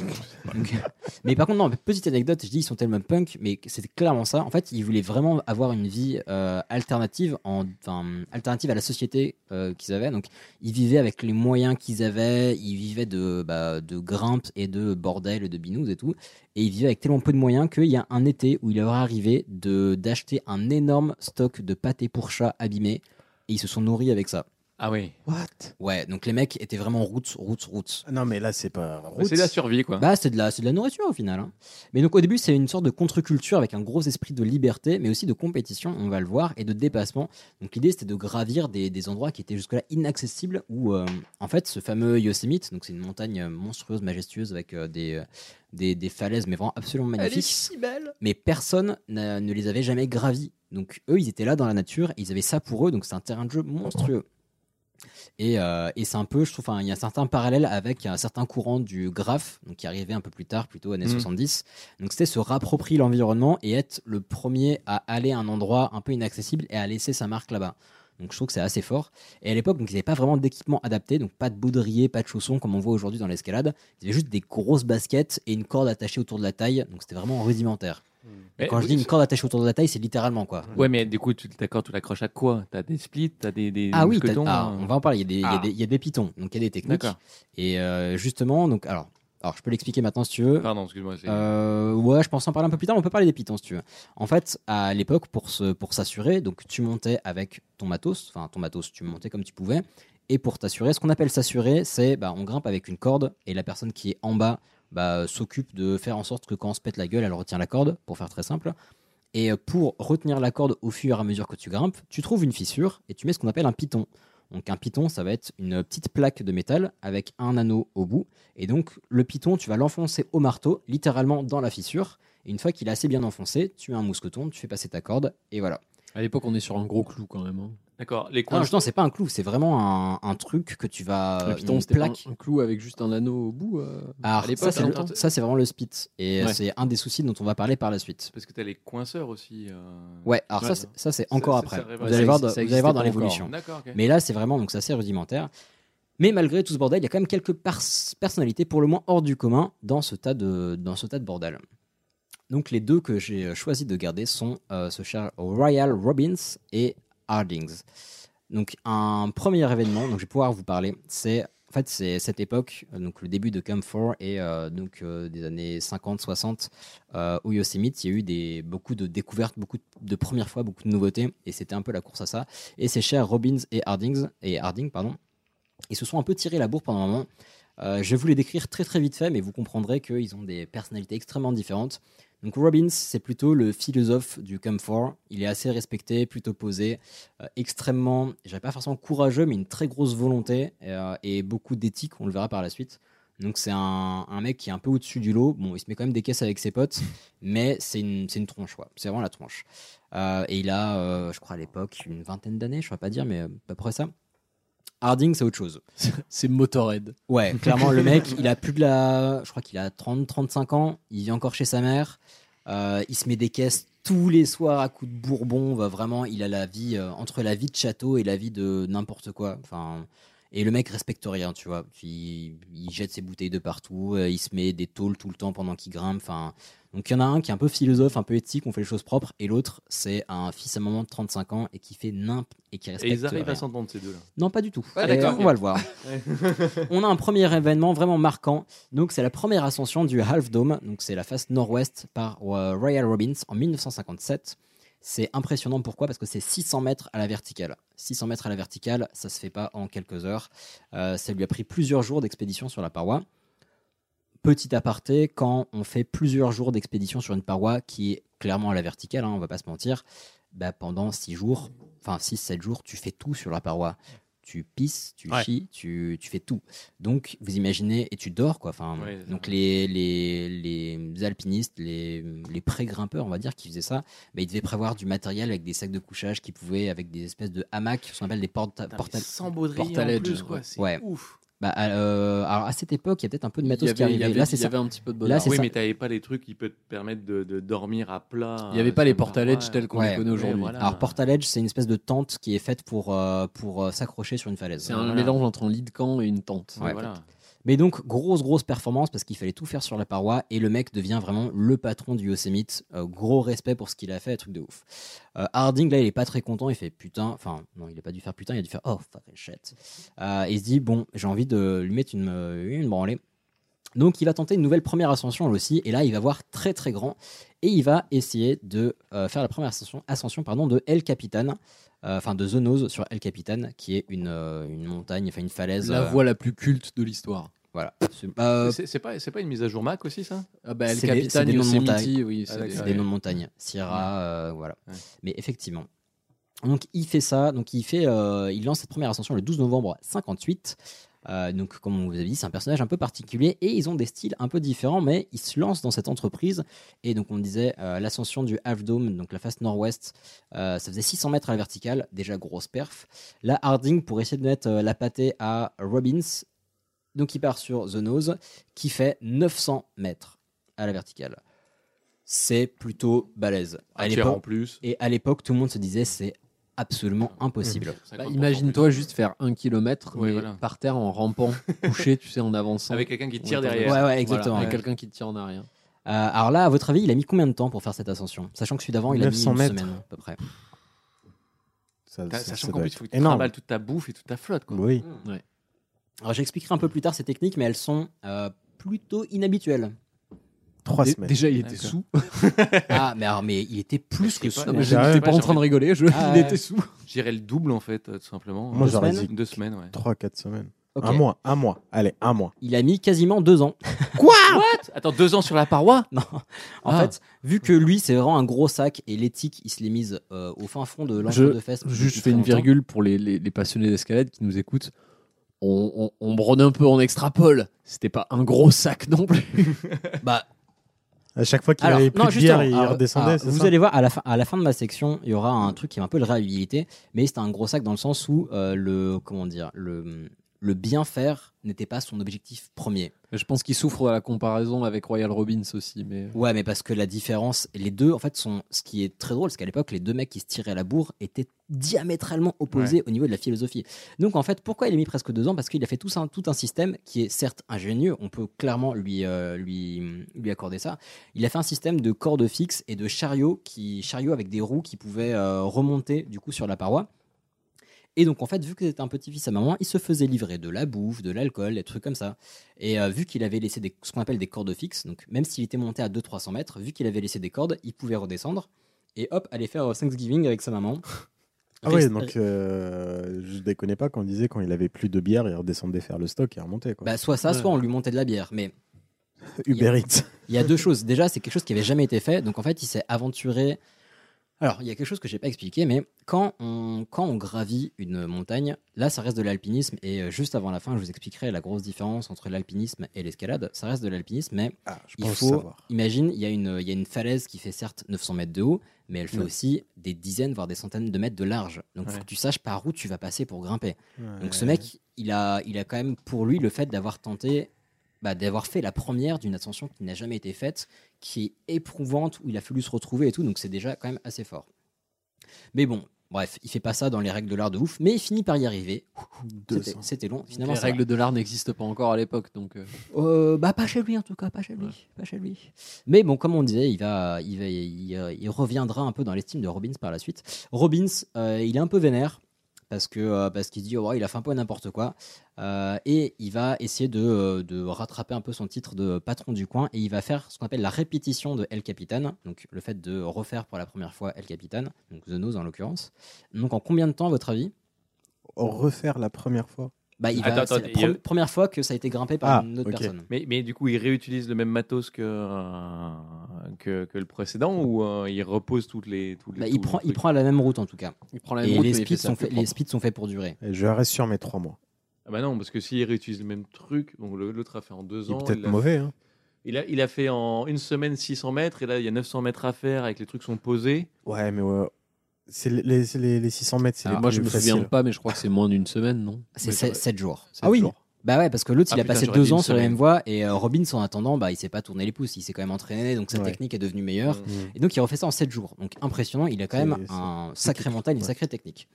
Speaker 1: Donc, [laughs] mais par contre, non, petite anecdote, je dis ils sont tellement punk, mais c'était clairement ça. En fait, ils voulaient vraiment avoir une vie euh, alternative, en, enfin, alternative à la société euh, qu'ils avaient. Donc, ils vivaient avec les moyens qu'ils avaient, ils vivaient de, bah, de grimpes et de bordel et de binous et tout. Et ils vivaient avec tellement peu de moyens qu'il y a un été où il leur est arrivé de- d'acheter un énorme stock de pâté pour chat abîmé. Et ils se sont nourris avec ça.
Speaker 7: Ah oui.
Speaker 8: What
Speaker 1: Ouais, donc les mecs étaient vraiment roots, roots, roots.
Speaker 8: Non, mais là, c'est pas. route.
Speaker 7: C'est la survie, quoi.
Speaker 1: Bah, c'est de, la- c'est de la nourriture au final. hein. Mais donc au début, c'est une sorte de contre-culture avec un gros esprit de liberté, mais aussi de compétition, on va le voir, et de dépassement. Donc l'idée, c'était de gravir des, des endroits qui étaient jusque-là inaccessibles, où euh, en fait, ce fameux Yosemite, donc c'est une montagne euh, monstrueuse, majestueuse, avec euh, des, euh, des, des falaises, mais vraiment absolument magnifiques. Mais personne n'a- ne les avait jamais gravis. Donc eux, ils étaient là dans la nature, et ils avaient ça pour eux, donc c'est un terrain de jeu monstrueux. Et, euh, et c'est un peu, je trouve, enfin, il y a certains parallèles avec un certain courant du graphe, donc qui arrivait un peu plus tard, plutôt années
Speaker 7: Mhm.
Speaker 1: 70. Donc c'était se rapproprier l'environnement et être le premier à aller à un endroit un peu inaccessible et à laisser sa marque là-bas. Donc je trouve que c'est assez fort. Et à l'époque, donc, ils n'avaient pas vraiment d'équipement adapté, donc pas de baudrier, pas de chaussons comme on voit aujourd'hui dans l'escalade. Ils avaient juste des grosses baskets et une corde attachée autour de la taille, donc c'était vraiment rudimentaire. Et quand je dis une corde attachée autour de la taille, c'est littéralement quoi.
Speaker 7: Ouais, mais du coup, tu t'accordes, tu l'accroches à quoi T'as des splits, t'as des, des
Speaker 1: Ah oui,
Speaker 7: mousquetons,
Speaker 1: t'as- ah,
Speaker 7: euh,
Speaker 1: on va en parler. Il y a des, il y a
Speaker 7: Ah.
Speaker 1: des- il y a des pitons, donc il y a des techniques.
Speaker 7: D'accord.
Speaker 1: Et euh, justement, donc alors, alors je peux l'expliquer maintenant si tu veux.
Speaker 7: Pardon, excuse-moi, c'est-
Speaker 1: Euh, ouais, je pense en parler un peu plus tard. mais On peut parler des pitons si tu veux. En fait, à l'époque, pour se, pour s'assurer, donc tu montais avec ton matos, enfin ton matos, tu montais comme tu pouvais. Et pour t'assurer, ce qu'on appelle s'assurer, c'est bah, on grimpe avec une corde et la personne qui est en bas bah, s'occupe de faire en sorte que quand on se pète la gueule, elle retient la corde, pour faire très simple. Et euh, pour retenir la corde au fur et à mesure que tu grimpes, tu trouves une fissure et tu mets ce qu'on appelle un piton. Donc un piton, ça va être une petite plaque de métal avec un anneau au bout. Et donc le piton, tu vas l'enfoncer au marteau, littéralement dans la fissure. Et une fois qu'il est assez bien enfoncé, tu mets un mousqueton, tu fais passer ta corde et voilà.
Speaker 6: À l'époque, on est sur un gros clou quand même. hein.
Speaker 7: D'accord, les
Speaker 1: Ah,
Speaker 7: coins.
Speaker 1: non, justement, c'est pas un clou, c'est vraiment un, un truc que tu vas.
Speaker 6: Le piton,
Speaker 1: une
Speaker 6: c'était pas
Speaker 1: plaque.
Speaker 6: un, un clou avec juste un anneau au bout. euh,
Speaker 1: Alors,
Speaker 6: à l'époque,
Speaker 1: ça, c'est
Speaker 6: hein.
Speaker 1: le- ça, c'est vraiment le spit. Et euh,
Speaker 6: Ouais.
Speaker 1: c'est un des soucis dont on va parler par la suite.
Speaker 7: Parce que t'as les coinceurs aussi. euh,
Speaker 1: Ouais, alors ça, c'est- ça c'est encore
Speaker 7: ça,
Speaker 1: après.
Speaker 7: ça
Speaker 1: vous allez voir,
Speaker 7: ça
Speaker 1: dans- vous allez
Speaker 7: existait
Speaker 1: voir
Speaker 7: pas
Speaker 1: dans
Speaker 7: encore.
Speaker 1: l'évolution.
Speaker 7: D'accord, ok.
Speaker 1: Mais là, c'est vraiment donc c'est assez rudimentaire. Mais malgré tout ce bordel, il y a quand même quelques pars- personnalités pour le moins hors du commun dans ce tas de dans ce tas de bordel. Donc les deux que j'ai euh, choisi de garder sont euh, ce cher Royal Robbins et Hardings. Donc un premier événement dont je vais pouvoir vous parler, c'est en fait c'est cette époque, euh, donc le début de Camp 4 et euh, donc euh, des années 50-60 euh, au Yosemite, il y a eu des, beaucoup de découvertes, beaucoup de, de premières fois, beaucoup de nouveautés et c'était un peu la course à ça. Et ces chers Robbins et Hardings et Harding pardon, ils se sont un peu tirés la bourre pendant un moment. Euh, je vais vous les décrire très très vite fait, mais vous comprendrez qu'ils ont des personnalités extrêmement différentes. Donc Robbins, c'est plutôt le philosophe du camphor. Il est assez respecté, plutôt posé, euh, extrêmement, j'allais pas forcément courageux, mais une très grosse volonté euh, et beaucoup d'éthique, on le verra par la suite. Donc c'est un, un mec qui est un peu au-dessus du lot. Bon, il se met quand même des caisses avec ses potes, mais c'est une, c'est une tronche, quoi. C'est vraiment la tronche. Euh, et il a, euh, je crois à l'époque, une vingtaine d'années, je ne pas dire, mais euh, à peu près ça. Harding, c'est autre chose.
Speaker 6: C'est Motorhead.
Speaker 1: Ouais, clairement, le mec, il a plus de la. Je crois qu'il a 30-35 ans, il vit encore chez sa mère, euh, il se met des caisses tous les soirs à coups de bourbon, va vraiment, il a la vie, euh, entre la vie de château et la vie de n'importe quoi. Enfin. Et le mec respecte rien, tu vois. Il, il jette ses bouteilles de partout, euh, il se met des tôles tout le temps pendant qu'il grimpe. Enfin, donc il y en a un qui est un peu philosophe, un peu éthique, on fait les choses propres, et l'autre c'est un fils à maman de 35 ans et qui fait nimp et qui
Speaker 7: Et
Speaker 1: respecte
Speaker 7: ils arrivent
Speaker 1: rien.
Speaker 7: à s'entendre ces deux-là.
Speaker 1: Non, pas du tout.
Speaker 7: Ah,
Speaker 1: Et
Speaker 7: d'accord,
Speaker 1: on va
Speaker 7: ok.
Speaker 1: le voir.
Speaker 7: Ouais.
Speaker 1: on a un premier événement vraiment marquant. Donc, c'est la première ascension du Half Dome. Donc, c'est la face nord-ouest par euh, Royal Robbins en 1957. C'est impressionnant. Pourquoi Parce que c'est 600 mètres à la verticale. 600 mètres à la verticale, ça se fait pas en quelques heures. Euh, ça lui a pris plusieurs jours d'expédition sur la paroi. Petit aparté, quand on fait plusieurs jours d'expédition sur une paroi qui est clairement à la verticale, hein, on va pas se mentir, bah, pendant 6 jours, enfin 6-7 jours, tu fais tout sur la paroi. Tu pisses, tu
Speaker 6: Ouais.
Speaker 1: chies, tu, tu fais tout. Donc, vous imaginez, et tu dors, quoi. Enfin,
Speaker 7: Ouais, c'est
Speaker 1: donc, les, les, les alpinistes, les, les pré-grimpeurs, on va dire, qui faisaient ça, bah, ils devaient prévoir du matériel avec des sacs de couchage qui pouvaient, avec des espèces de hamacs, ce qu'on appelle des porta
Speaker 7: mais
Speaker 1: porta-
Speaker 7: sans baudrier en
Speaker 1: portal edge,
Speaker 7: plus, quoi, c'est
Speaker 1: ouais.
Speaker 7: ouf.
Speaker 1: Bah, à- euh, alors, à cette époque, il y a peut-être un peu de matos
Speaker 6: Il y
Speaker 1: qui
Speaker 6: avait- il y
Speaker 1: arrivait.
Speaker 6: avait-
Speaker 1: Là, c'est
Speaker 6: il y
Speaker 1: ça.
Speaker 6: avait un petit peu de
Speaker 1: Là,
Speaker 6: bonheur.
Speaker 1: c'est
Speaker 7: oui,
Speaker 1: ça.
Speaker 7: mais t'avais pas les trucs qui peuvent te permettre de, de dormir à plat.
Speaker 6: Il y avait
Speaker 7: euh,
Speaker 6: pas les
Speaker 7: sur une
Speaker 6: portal
Speaker 7: paroi.
Speaker 6: edge tels qu'on les
Speaker 1: Ouais.
Speaker 6: connaît aujourd'hui.
Speaker 7: voilà.
Speaker 1: Alors, Portal Edge, c'est une espèce de tente qui est faite pour, euh, pour euh, s'accrocher sur une falaise.
Speaker 6: C'est un
Speaker 1: Voilà.
Speaker 6: mélange entre un lit de camp et une tente.
Speaker 1: Ouais.
Speaker 7: Voilà.
Speaker 1: Mais donc, grosse, grosse performance parce qu'il fallait tout faire sur la paroi et le mec devient vraiment le patron du Yosemite. Euh, gros respect pour ce qu'il a fait, truc de ouf. Euh, Harding, là, il est pas très content. Il fait putain. Enfin, non, il a pas dû faire putain, il a dû faire oh fucking shit. Euh, il se dit, bon, j'ai envie de lui mettre une, euh, une branlée. Donc, il va tenter une nouvelle première ascension, lui aussi. Et là, il va voir très, très grand. Et il va essayer de euh, faire la première ascension, ascension pardon, de El Capitan. euh, Enfin, de The Nose sur El Capitan, qui est une, euh, une montagne, enfin une falaise.
Speaker 6: La
Speaker 1: euh,
Speaker 6: voie la plus culte de l'histoire.
Speaker 1: Voilà. C'est- euh,
Speaker 7: C'est c'est pas, c'est pas une mise à jour Mac aussi, ça
Speaker 6: Ah bah, El
Speaker 1: C'est des- c'est
Speaker 6: Capitan
Speaker 1: des noms de
Speaker 6: Yosemite,
Speaker 1: montagne.
Speaker 6: oui.
Speaker 7: Ah,
Speaker 6: c'est des-
Speaker 1: C'est
Speaker 7: d'accord.
Speaker 1: des
Speaker 7: Ouais.
Speaker 1: noms de montagne. Sierra, euh, voilà. Mais effectivement. Donc il fait ça, donc il, fait, euh, il lance cette première ascension le 12 novembre 58. Euh, donc comme on vous avait dit, c'est un personnage un peu particulier et ils ont des styles un peu différents, mais ils se lancent dans cette entreprise. Et donc on disait euh, l'ascension du Half Dome, donc la face nord-ouest, euh, ça faisait 600 mètres à la verticale, déjà grosse perf. Là Harding pour essayer de mettre euh, la pâtée à Robbins, donc il part sur The Nose qui fait 900 mètres à la verticale. C'est plutôt balèze. À
Speaker 7: Un tiers en
Speaker 1: l'époque,
Speaker 7: plus.
Speaker 1: et à l'époque, tout le monde se disait c'est absolument
Speaker 7: Mhm.
Speaker 1: impossible.
Speaker 6: Bah, Imagine-toi juste faire un kilomètre
Speaker 7: Oui,
Speaker 6: mais
Speaker 7: voilà.
Speaker 6: par terre en rampant, couché, tu sais, en avançant.
Speaker 7: Avec quelqu'un qui
Speaker 6: On
Speaker 7: tire
Speaker 6: est en
Speaker 7: derrière.
Speaker 1: Ouais, ouais,
Speaker 6: Voilà,
Speaker 1: exactement.
Speaker 6: avec
Speaker 1: Ouais.
Speaker 6: quelqu'un qui te tire en arrière.
Speaker 1: Euh, alors là, à votre avis, il a mis combien de temps pour faire cette ascension Sachant que celui d'avant, il a mis une
Speaker 7: 900 mètres.
Speaker 1: semaine à peu près.
Speaker 8: Ça,
Speaker 7: T'as-
Speaker 1: ça-
Speaker 7: Sachant
Speaker 1: ça
Speaker 7: qu'en
Speaker 1: doit
Speaker 7: plus, il
Speaker 1: être
Speaker 7: faut que tu
Speaker 1: énorme.
Speaker 7: travailles toute ta bouffe et toute ta flotte. Quoi.
Speaker 8: Oui.
Speaker 7: Ouais.
Speaker 1: Alors j'expliquerai un peu plus tard ces techniques, mais elles sont euh, plutôt inhabituelles.
Speaker 8: Trois
Speaker 1: Dé-
Speaker 8: semaines.
Speaker 1: Déjà, il était
Speaker 8: D'accord.
Speaker 1: sous. ah, mais, alors, mais il était plus que sous.
Speaker 7: Non, mais
Speaker 1: J'étais
Speaker 7: je- je sais
Speaker 1: pas en
Speaker 7: j'ai
Speaker 1: train de
Speaker 7: envie
Speaker 1: rigoler, je-
Speaker 7: Ah
Speaker 1: il
Speaker 7: ouais.
Speaker 1: était sous.
Speaker 7: J'irais le double, en fait, euh, tout simplement.
Speaker 8: Moi,
Speaker 7: Deux
Speaker 8: j'aurais
Speaker 7: semaines
Speaker 8: dit
Speaker 7: Deux semaines, ouais.
Speaker 8: 3-4 semaines.
Speaker 1: Ok.
Speaker 8: Un mois, un mois. Allez, un mois.
Speaker 1: Il a mis quasiment deux ans. [laughs]
Speaker 8: Quoi
Speaker 7: Attends, deux ans sur la paroi
Speaker 1: Non. En
Speaker 7: Ah.
Speaker 1: fait, vu que lui, c'est vraiment un gros sac et l'éthique, il se l'est mise euh, au fin fond de
Speaker 6: Je,
Speaker 1: l'entre de fesses.
Speaker 6: juste, je fais une virgule pour les, les- les passionnés d'escalade qui nous écoutent. On, on, on brode un peu, on extrapole. C'était pas un gros sac non plus.
Speaker 1: bah,
Speaker 8: À chaque fois qu'il
Speaker 1: Alors,
Speaker 8: avait plus
Speaker 1: non,
Speaker 8: de
Speaker 1: justement,
Speaker 8: bière, il
Speaker 1: alors,
Speaker 8: redescendait.
Speaker 1: alors,
Speaker 8: c'est
Speaker 1: vous
Speaker 8: ça
Speaker 1: allez voir, à la, fin, à la fin de ma section, il y aura un truc qui est un peu le réhabilité, mais c'est un gros sac dans le sens où euh, le, comment dire, le, le bien faire n'était pas son objectif premier.
Speaker 6: [laughs] Je pense qu'il souffre à la comparaison avec Royal Robbins aussi. Mais...
Speaker 1: Ouais, mais parce que la différence, les deux, en fait, sont ce qui est très drôle, c'est qu'à l'époque, les deux mecs qui se tiraient à la bourre étaient diamétralement opposés
Speaker 6: Ouais.
Speaker 1: au niveau de la philosophie. Donc, en fait, pourquoi il a mis presque deux ans Parce qu'il a fait tout, ça, tout un système qui est certes ingénieux, on peut clairement lui, euh, lui, lui accorder ça. Il a fait un système de cordes fixes et de chariots, qui, chariots avec des roues qui pouvaient euh, remonter du coup sur la paroi. Et donc, en fait, vu que c'était un petit-fils à maman, il se faisait livrer de la bouffe, de l'alcool, des trucs comme ça. Et euh, vu qu'il avait laissé des- ce qu'on appelle des cordes fixes, donc même s'il était monté à 200-300 mètres, vu qu'il avait laissé des cordes, il pouvait redescendre et hop, aller faire euh, Thanksgiving avec sa maman.
Speaker 8: [laughs] Ah
Speaker 1: Rest-
Speaker 8: ouais, donc euh, je déconnais pas quand on disait quand il avait plus de bière, il redescendait faire le stock et remontait. Quoi.
Speaker 1: Bah, soit ça,
Speaker 8: Ouais.
Speaker 1: soit on lui montait de la bière. Mais
Speaker 8: [laughs] Uber Eats.
Speaker 1: il y a deux choses. Déjà, c'est quelque chose qui avait jamais été fait. Donc en fait, il s'est aventuré. Alors, il y a quelque chose que j'ai pas expliqué, mais quand on, quand on gravit une montagne, là, ça reste de l'alpinisme. Et euh, juste avant la fin, je vous expliquerai la grosse différence entre l'alpinisme et l'escalade. Ça reste de l'alpinisme, mais il
Speaker 8: Ah, pense
Speaker 1: faut.
Speaker 8: savoir.
Speaker 1: Imagine, il y, a une, il y a une falaise qui fait certes 900 mètres de haut, mais elle fait
Speaker 8: Ouais.
Speaker 1: aussi des dizaines, voire des centaines de mètres de large. Donc, faut
Speaker 8: Ouais.
Speaker 1: que tu saches par où tu vas passer pour grimper.
Speaker 8: Ouais.
Speaker 1: Donc, ce mec, il a, il a quand même pour lui le fait d'avoir tenté, bah, d'avoir fait la première d'une ascension qui n'a jamais été faite, qui est éprouvante, où il a fallu se retrouver et tout. Donc, c'est déjà quand même assez fort. Mais bon, bref, il fait pas ça dans les règles de l'art de ouf, mais il finit par y arriver. C'était-
Speaker 6: 200.
Speaker 1: C'était long,
Speaker 6: Les
Speaker 1: finalement. ça va.
Speaker 6: règles de l'art n'existent pas encore à l'époque. donc. euh,
Speaker 1: Euh, bah pas chez lui en tout cas, pas chez lui, pas chez lui. Mais bon, comme on disait, il va, il va, il, euh, il reviendra un peu dans l'estime de Robbins par la suite. Robbins, euh, il est un peu vénère parce que euh, parce qu'il se dit ouais, il a fait un peu n'importe quoi Euh, et il va essayer de, euh, de rattraper un peu son titre de patron du coin et il va faire ce qu'on appelle la répétition de El Capitan, donc le fait de refaire pour la première fois El Capitan, donc The Nose en l'occurrence. Donc en combien de temps à votre avis
Speaker 8: Refaire la première fois.
Speaker 1: Bah il va-
Speaker 7: Attends, attends,
Speaker 1: c'est la
Speaker 7: il y a-
Speaker 1: pre- première fois que ça a été grimpé par
Speaker 8: Ah,
Speaker 1: une autre
Speaker 8: ok.
Speaker 1: personne.
Speaker 7: Mais, mais du coup, il réutilise le même matos que, euh, que, que le précédent ou euh, il repose toutes les. Toutes les
Speaker 1: Bah,
Speaker 7: tout
Speaker 1: il,
Speaker 7: le
Speaker 1: prend, il
Speaker 7: truc
Speaker 1: prend la même route en tout cas.
Speaker 6: Il prend la
Speaker 1: et
Speaker 6: même route,
Speaker 1: les
Speaker 6: mais il fait
Speaker 1: speeds,
Speaker 6: ça
Speaker 1: sont
Speaker 6: plus
Speaker 1: faits- les
Speaker 6: propre.
Speaker 1: speeds sont faits pour durer.
Speaker 8: Et je reste sur mes trois mois.
Speaker 7: Ah bah non, parce que s'il réutilise le même truc, donc le- l'autre a fait en deux
Speaker 8: Il est
Speaker 7: ans.
Speaker 8: peut-être
Speaker 7: l'a-
Speaker 8: mauvais, hein.
Speaker 7: Il a, il a fait en une semaine 600 mètres et là, il y a 900 mètres à faire avec les trucs sont posés.
Speaker 8: Ouais, mais ouais. C'est les, les- c'est les- les 600 mètres, c'est les
Speaker 6: Alors, Ah, moi, je
Speaker 8: plus
Speaker 6: me
Speaker 8: faciles.
Speaker 6: souviens pas, mais je crois que c'est moins d'une semaine, non
Speaker 1: C'est
Speaker 6: Mais ça-
Speaker 1: 7 jours.
Speaker 6: Sept jours.
Speaker 1: Bah ouais, parce que l'autre,
Speaker 6: Ah
Speaker 1: il a
Speaker 6: putain,
Speaker 1: passé
Speaker 6: j'aurais dit
Speaker 1: deux
Speaker 6: une
Speaker 1: ans sur la
Speaker 6: semaine.
Speaker 1: même voie et euh, Robbins, en attendant, bah, il s'est pas tourné les pouces, il s'est quand même entraîné, donc sa
Speaker 6: Ouais.
Speaker 1: technique est devenue meilleure.
Speaker 6: Mmh.
Speaker 1: Et donc, il refait ça en 7 jours. Donc, impressionnant, il a quand
Speaker 6: C'est-
Speaker 1: même
Speaker 6: c'est-
Speaker 1: un
Speaker 6: c'est
Speaker 1: sacré
Speaker 6: quelque-
Speaker 1: mental, une
Speaker 6: ouais.
Speaker 1: sacrée technique.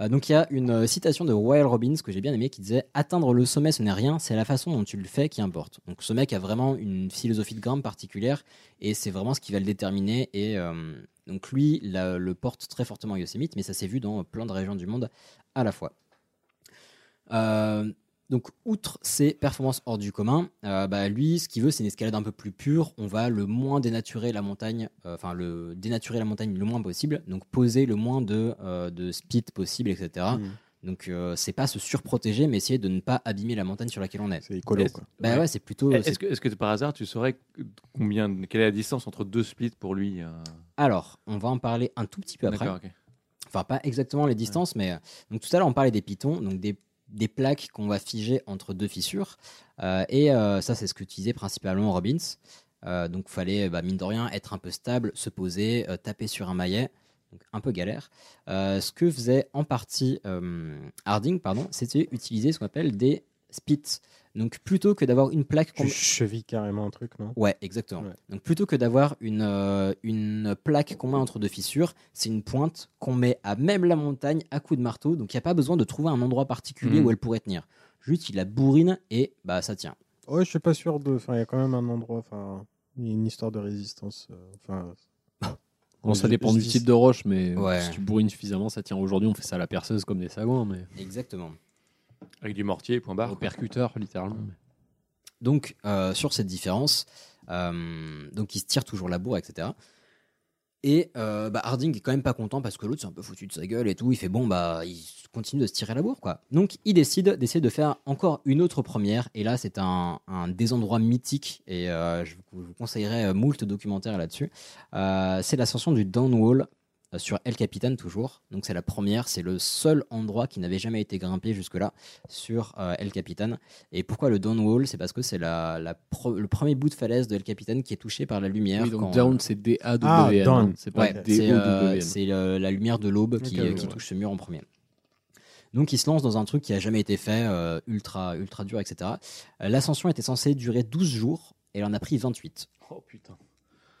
Speaker 1: Euh, donc, il y a une euh, citation de Royal Robbins que j'ai bien aimé qui disait Atteindre le sommet, ce n'est rien, c'est la façon dont tu le fais qui importe. Donc, ce mec a vraiment une philosophie de grimpe particulière et c'est vraiment ce qui va le déterminer. Et euh, donc, lui, la- le porte très fortement à Yosemite, mais ça s'est vu dans plein de régions du monde à la fois. Euh, donc, outre ses performances hors du commun, euh, bah, lui, ce qu'il veut, c'est une escalade un peu plus pure. On va le moins dénaturer la montagne, euh, enfin, le dénaturer la montagne le moins possible. Donc, poser le moins de, euh, de speed possible, etc.
Speaker 7: Hmm.
Speaker 1: Donc, euh, c'est pas se surprotéger, mais essayer de ne pas abîmer la montagne sur laquelle on est. C'est
Speaker 8: écolo, quoi.
Speaker 1: Bah ouais, c'est plutôt. c'est-
Speaker 7: Eh, Est-ce que, est-ce que par hasard, tu saurais combien, quelle est la distance entre deux splits pour lui euh,
Speaker 1: Alors, on va en parler un tout petit peu après.
Speaker 7: D'accord, ok.
Speaker 1: Enfin, pas exactement les distances, mais euh, donc tout à l'heure on parlait des pitons, donc des, des plaques qu'on va figer entre deux fissures. Euh, et euh, ça, c'est ce qu'utilisait principalement Robbins. Euh, donc, fallait, bah, mine de rien, être un peu stable, se poser, euh, taper sur un maillet. Donc, un peu galère. Euh, ce que faisait en partie euh, Harding, pardon, c'était utiliser ce qu'on appelle des spits. Donc, plutôt que d'avoir une plaque. qu'on-
Speaker 8: Tu chevilles carrément un truc, non
Speaker 1: Ouais, exactement.
Speaker 8: Ouais.
Speaker 1: Donc plutôt que d'avoir une, euh, une plaque qu'on met entre deux fissures, c'est une pointe qu'on met à même la montagne à coups de marteau. Donc il n'y a pas besoin de trouver un endroit particulier
Speaker 8: Mhm.
Speaker 1: où elle pourrait tenir. Juste, il la bourrine et bah ça tient.
Speaker 8: Ouais, je suis pas sûr de. Enfin, il y a quand même un endroit. Enfin,
Speaker 12: Il y a une histoire de résistance. euh, Enfin,
Speaker 6: Bon,
Speaker 12: je-
Speaker 6: ça dépend
Speaker 12: je
Speaker 6: du
Speaker 12: dis-
Speaker 6: type de roche, mais
Speaker 12: Ouais.
Speaker 6: si tu bourrines suffisamment, ça tient. Aujourd'hui, on fait ça à la perceuse comme des sagouins, mais.
Speaker 1: Exactement.
Speaker 7: Avec du mortier, point barre.
Speaker 6: Au percuteur, littéralement.
Speaker 1: Donc, euh, sur cette différence, euh, donc il se tire toujours la bourre, etc. Et euh, bah, Harding est quand même pas content parce que l'autre c'est un peu foutu de sa gueule et tout. Il fait bon, bah il continue de se tirer la bourre quoi. Donc il décide d'essayer de faire encore une autre première. Et là, c'est un, un des endroits mythiques et euh, je, vous, je vous conseillerais euh, moult documentaires là-dessus. Euh, c'est l'ascension du Downwall euh, sur El Capitan toujours. Donc c'est la première, c'est le seul endroit qui n'avait jamais été grimpé jusque-là sur euh, El Capitan. Et pourquoi le downwall C'est parce que c'est la, la pro- le premier bout de falaise de El Capitan qui est touché par la lumière.
Speaker 6: Oui, donc
Speaker 1: quand-
Speaker 6: down, c'est D-A-W-N, Ah, hein, down. c'est pas
Speaker 1: Ouais, c'est, euh,
Speaker 6: D-O-W-N.
Speaker 1: c'est le- la lumière de l'aube qui, euh,
Speaker 6: Ok, oui,
Speaker 1: qui
Speaker 6: ouais.
Speaker 1: touche ce mur en premier. Donc il se lance dans un truc qui a jamais été fait, euh, ultra, ultra dur, etc. Euh, L'ascension était censée durer 12 jours et il en a pris 28.
Speaker 7: Oh putain.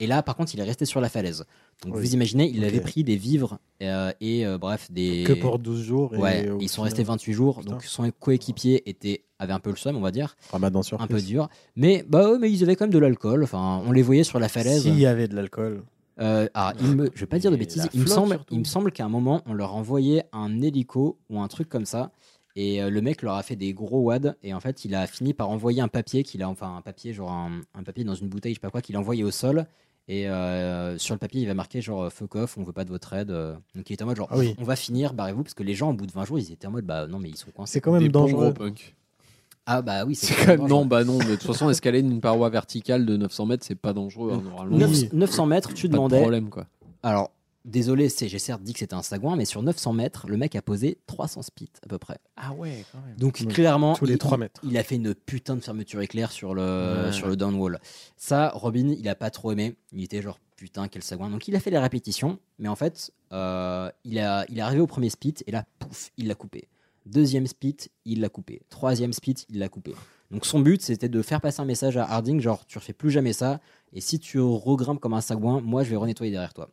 Speaker 1: Et là, par contre, il est resté sur la falaise. Donc
Speaker 12: Oui.
Speaker 1: vous imaginez, il
Speaker 12: Ok.
Speaker 1: avait pris des vivres euh, et euh, bref, des.
Speaker 12: Que pour 12 jours et
Speaker 1: Ouais,
Speaker 12: au
Speaker 1: ils sont
Speaker 12: final-
Speaker 1: restés 28 jours.
Speaker 12: Putain.
Speaker 1: Donc son coéquipier était, avait un peu le seum, on va dire.
Speaker 12: Ramadan
Speaker 1: Un
Speaker 12: surprise.
Speaker 1: peu dur. Mais, bah, ouais, mais ils avaient quand même de l'alcool. Enfin, on les voyait sur la falaise.
Speaker 12: S'il y avait de l'alcool.
Speaker 1: Euh, ah, il me, je vais pas dire de
Speaker 12: Et
Speaker 1: bêtises.
Speaker 12: la
Speaker 1: Il me,
Speaker 12: flotte,
Speaker 1: semble,
Speaker 12: surtout.
Speaker 1: il me semble qu'à un moment, on leur envoyait un hélico ou un truc comme ça. Et euh, le mec leur a fait des gros wads. Et en fait, il a fini par envoyer un papier, qu'il a, enfin un papier, genre un, un papier dans une bouteille, je sais pas quoi, qu'il a envoyé au sol. Et euh, sur le papier, il va marquer genre euh, fuck off, on veut pas de votre aide. euh. Donc il était en mode genre
Speaker 12: Ah oui.
Speaker 1: on va finir, barrez-vous. Parce que les gens, au bout de 20 jours, ils étaient en mode bah non, mais ils sont coincés.
Speaker 12: C'est quand même Des bons dangereux. gros
Speaker 1: Ah bah oui,
Speaker 6: C'est quand même. Non, bah non, mais de toute façon, escalader une paroi verticale de 900 mètres, c'est pas dangereux, hein, normalement.
Speaker 1: 900 900 mètres, tu
Speaker 6: Pas de
Speaker 1: demandais.
Speaker 6: problème, quoi.
Speaker 1: Alors, désolé, c'est- j'ai certes dit que c'était un sagouin, mais sur 900 mètres, le mec a posé 300 spits à peu près.
Speaker 7: Ah ouais, quand même.
Speaker 1: Donc
Speaker 12: Ouais.
Speaker 1: clairement,
Speaker 12: Tous les
Speaker 1: il-
Speaker 12: trois
Speaker 1: il-
Speaker 12: mètres.
Speaker 1: Il, a fait une putain de fermeture éclair sur le
Speaker 12: Ouais.
Speaker 1: sur le downwall. Ça, Robin, il a pas trop aimé. Il était genre putain quel sagouin. Donc il a fait les répétitions, mais en fait, euh, il a il est arrivé au premier spit et là pouf, il l'a coupé. Deuxième spit, il l'a coupé. Troisième spit, il l'a coupé. Donc son but, c'était de faire passer un message à Harding, genre tu refais plus jamais ça. Et si tu regrimpes comme un sagouin, moi je vais renettoyer derrière toi.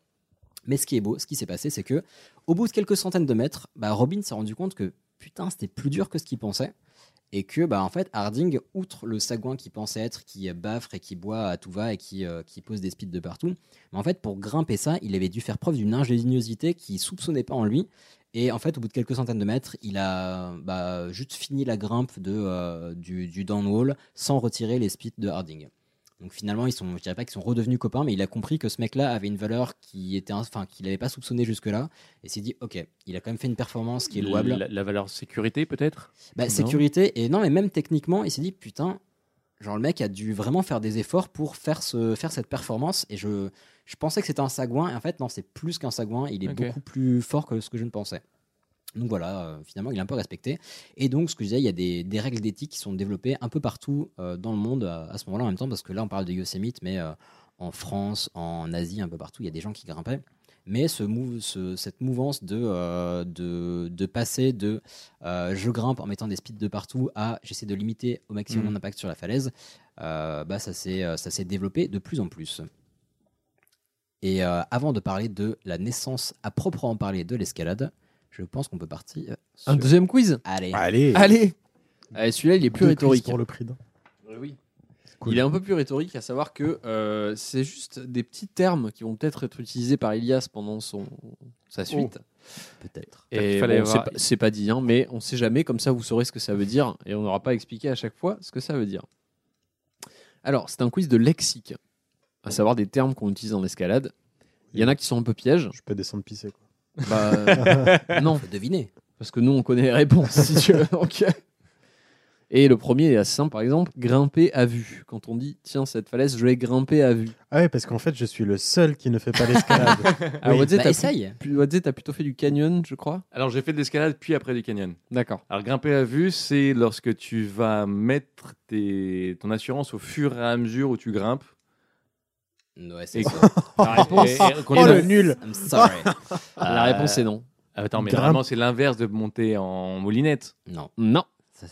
Speaker 1: Mais ce qui est beau, ce qui s'est passé, c'est que au bout de quelques centaines de mètres, bah, Robin s'est rendu compte que putain, c'était plus dur que ce qu'il pensait. Et que, bah, en fait, Harding, outre le sagouin qu'il pensait être, qui baffre et qui boit à tout va et qui, euh, qui pose des speeds de partout, mais en fait, pour grimper ça, il avait dû faire preuve d'une ingéniosité qu'il soupçonnait pas en lui. Et en fait, au bout de quelques centaines de mètres, il a bah, juste fini la grimpe de, euh, du, du downwall sans retirer les speeds de Harding. Donc finalement, ils sont, je dirais pas qu'ils sont redevenus copains, mais il a compris que ce mec-là avait une valeur qui était, enfin, qu'il n'avait pas soupçonné jusque-là, et s'est dit, ok, il a quand même fait une performance qui est louable.
Speaker 7: La, la valeur sécurité, peut-être
Speaker 1: Bah,
Speaker 7: Non.
Speaker 1: sécurité, et non, mais même techniquement, il s'est dit, putain, genre le mec a dû vraiment faire des efforts pour faire, ce, faire cette performance, et je, je pensais que c'était un sagouin, et en fait, non, c'est plus qu'un sagouin, il est
Speaker 7: Ok.
Speaker 1: beaucoup plus fort que ce que je ne pensais. Donc voilà, euh, finalement, il est un peu respecté. Et donc, ce que je disais, il y a des, des règles d'éthique qui sont développées un peu partout euh, dans le monde euh, à ce moment-là en même temps, parce que là, on parle de Yosemite, mais euh, en France, en Asie, un peu partout, il y a des gens qui grimpaient. Mais ce mou- ce- cette mouvance de, euh, de, de passer de euh, je grimpe en mettant des speeds de partout à j'essaie de limiter au maximum
Speaker 7: Mhm.
Speaker 1: mon impact sur la falaise, euh, bah, ça s'est euh, ça s'est développé de plus en plus. Et euh, avant de parler de la naissance à proprement parler de l'escalade, je pense qu'on peut partir.
Speaker 6: Un deuxième quiz
Speaker 1: Allez.
Speaker 12: Allez.
Speaker 6: Allez Allez, Celui-là, Ah, il est plus
Speaker 12: Deux prises
Speaker 6: rhétorique.
Speaker 12: pour le prix d'un.
Speaker 1: Euh,
Speaker 6: Oui. Il est un peu plus rhétorique, à savoir que euh, c'est juste des petits termes qui vont peut-être être utilisés par Elias pendant son, sa suite.
Speaker 1: Peut-être.
Speaker 6: Et
Speaker 7: Fallait
Speaker 6: bon, c'est
Speaker 7: avoir-
Speaker 6: pas- c'est pas, dit, hein, mais on sait jamais, comme ça vous saurez ce que ça veut dire, et on n'aura pas expliqué à chaque fois ce que ça veut dire. Alors, c'est un quiz de lexique, à savoir des termes qu'on utilise en escalade. Il y en a qui sont un
Speaker 8: [laughs]
Speaker 6: peu pièges.
Speaker 12: Je peux descendre pisser, quoi.
Speaker 6: Bah, [laughs] non.
Speaker 1: Faut deviner.
Speaker 6: Parce que nous, on connaît les réponses, si tu veux. Donc, Et le premier est assez simple, par exemple, grimper à vue. Quand on dit, tiens, cette falaise, je vais grimper à vue.
Speaker 12: Ah ouais, parce qu'en fait, je suis le seul qui ne fait pas
Speaker 6: [laughs]
Speaker 12: l'escalade.
Speaker 6: Alors,
Speaker 12: Oui.
Speaker 6: Wadzé,
Speaker 1: Bah,
Speaker 6: t'as plus- Wadzé, t'as plutôt fait du canyon, je crois.
Speaker 7: Alors, j'ai fait de l'escalade, puis après du canyon.
Speaker 6: D'accord.
Speaker 7: Alors, grimper à vue, c'est lorsque tu vas mettre tes- ton assurance au fur et à mesure où tu grimpes.
Speaker 1: Ouais, c'est
Speaker 7: Et-
Speaker 1: ça.
Speaker 7: La réponse-
Speaker 1: Oh,
Speaker 7: et- et-
Speaker 1: le nul. [laughs] I'm sorry.
Speaker 6: La réponse est non.
Speaker 7: Attends, mais
Speaker 6: Grimpe-
Speaker 7: normalement, c'est l'inverse de monter en moulinette.
Speaker 1: Non.
Speaker 6: Non.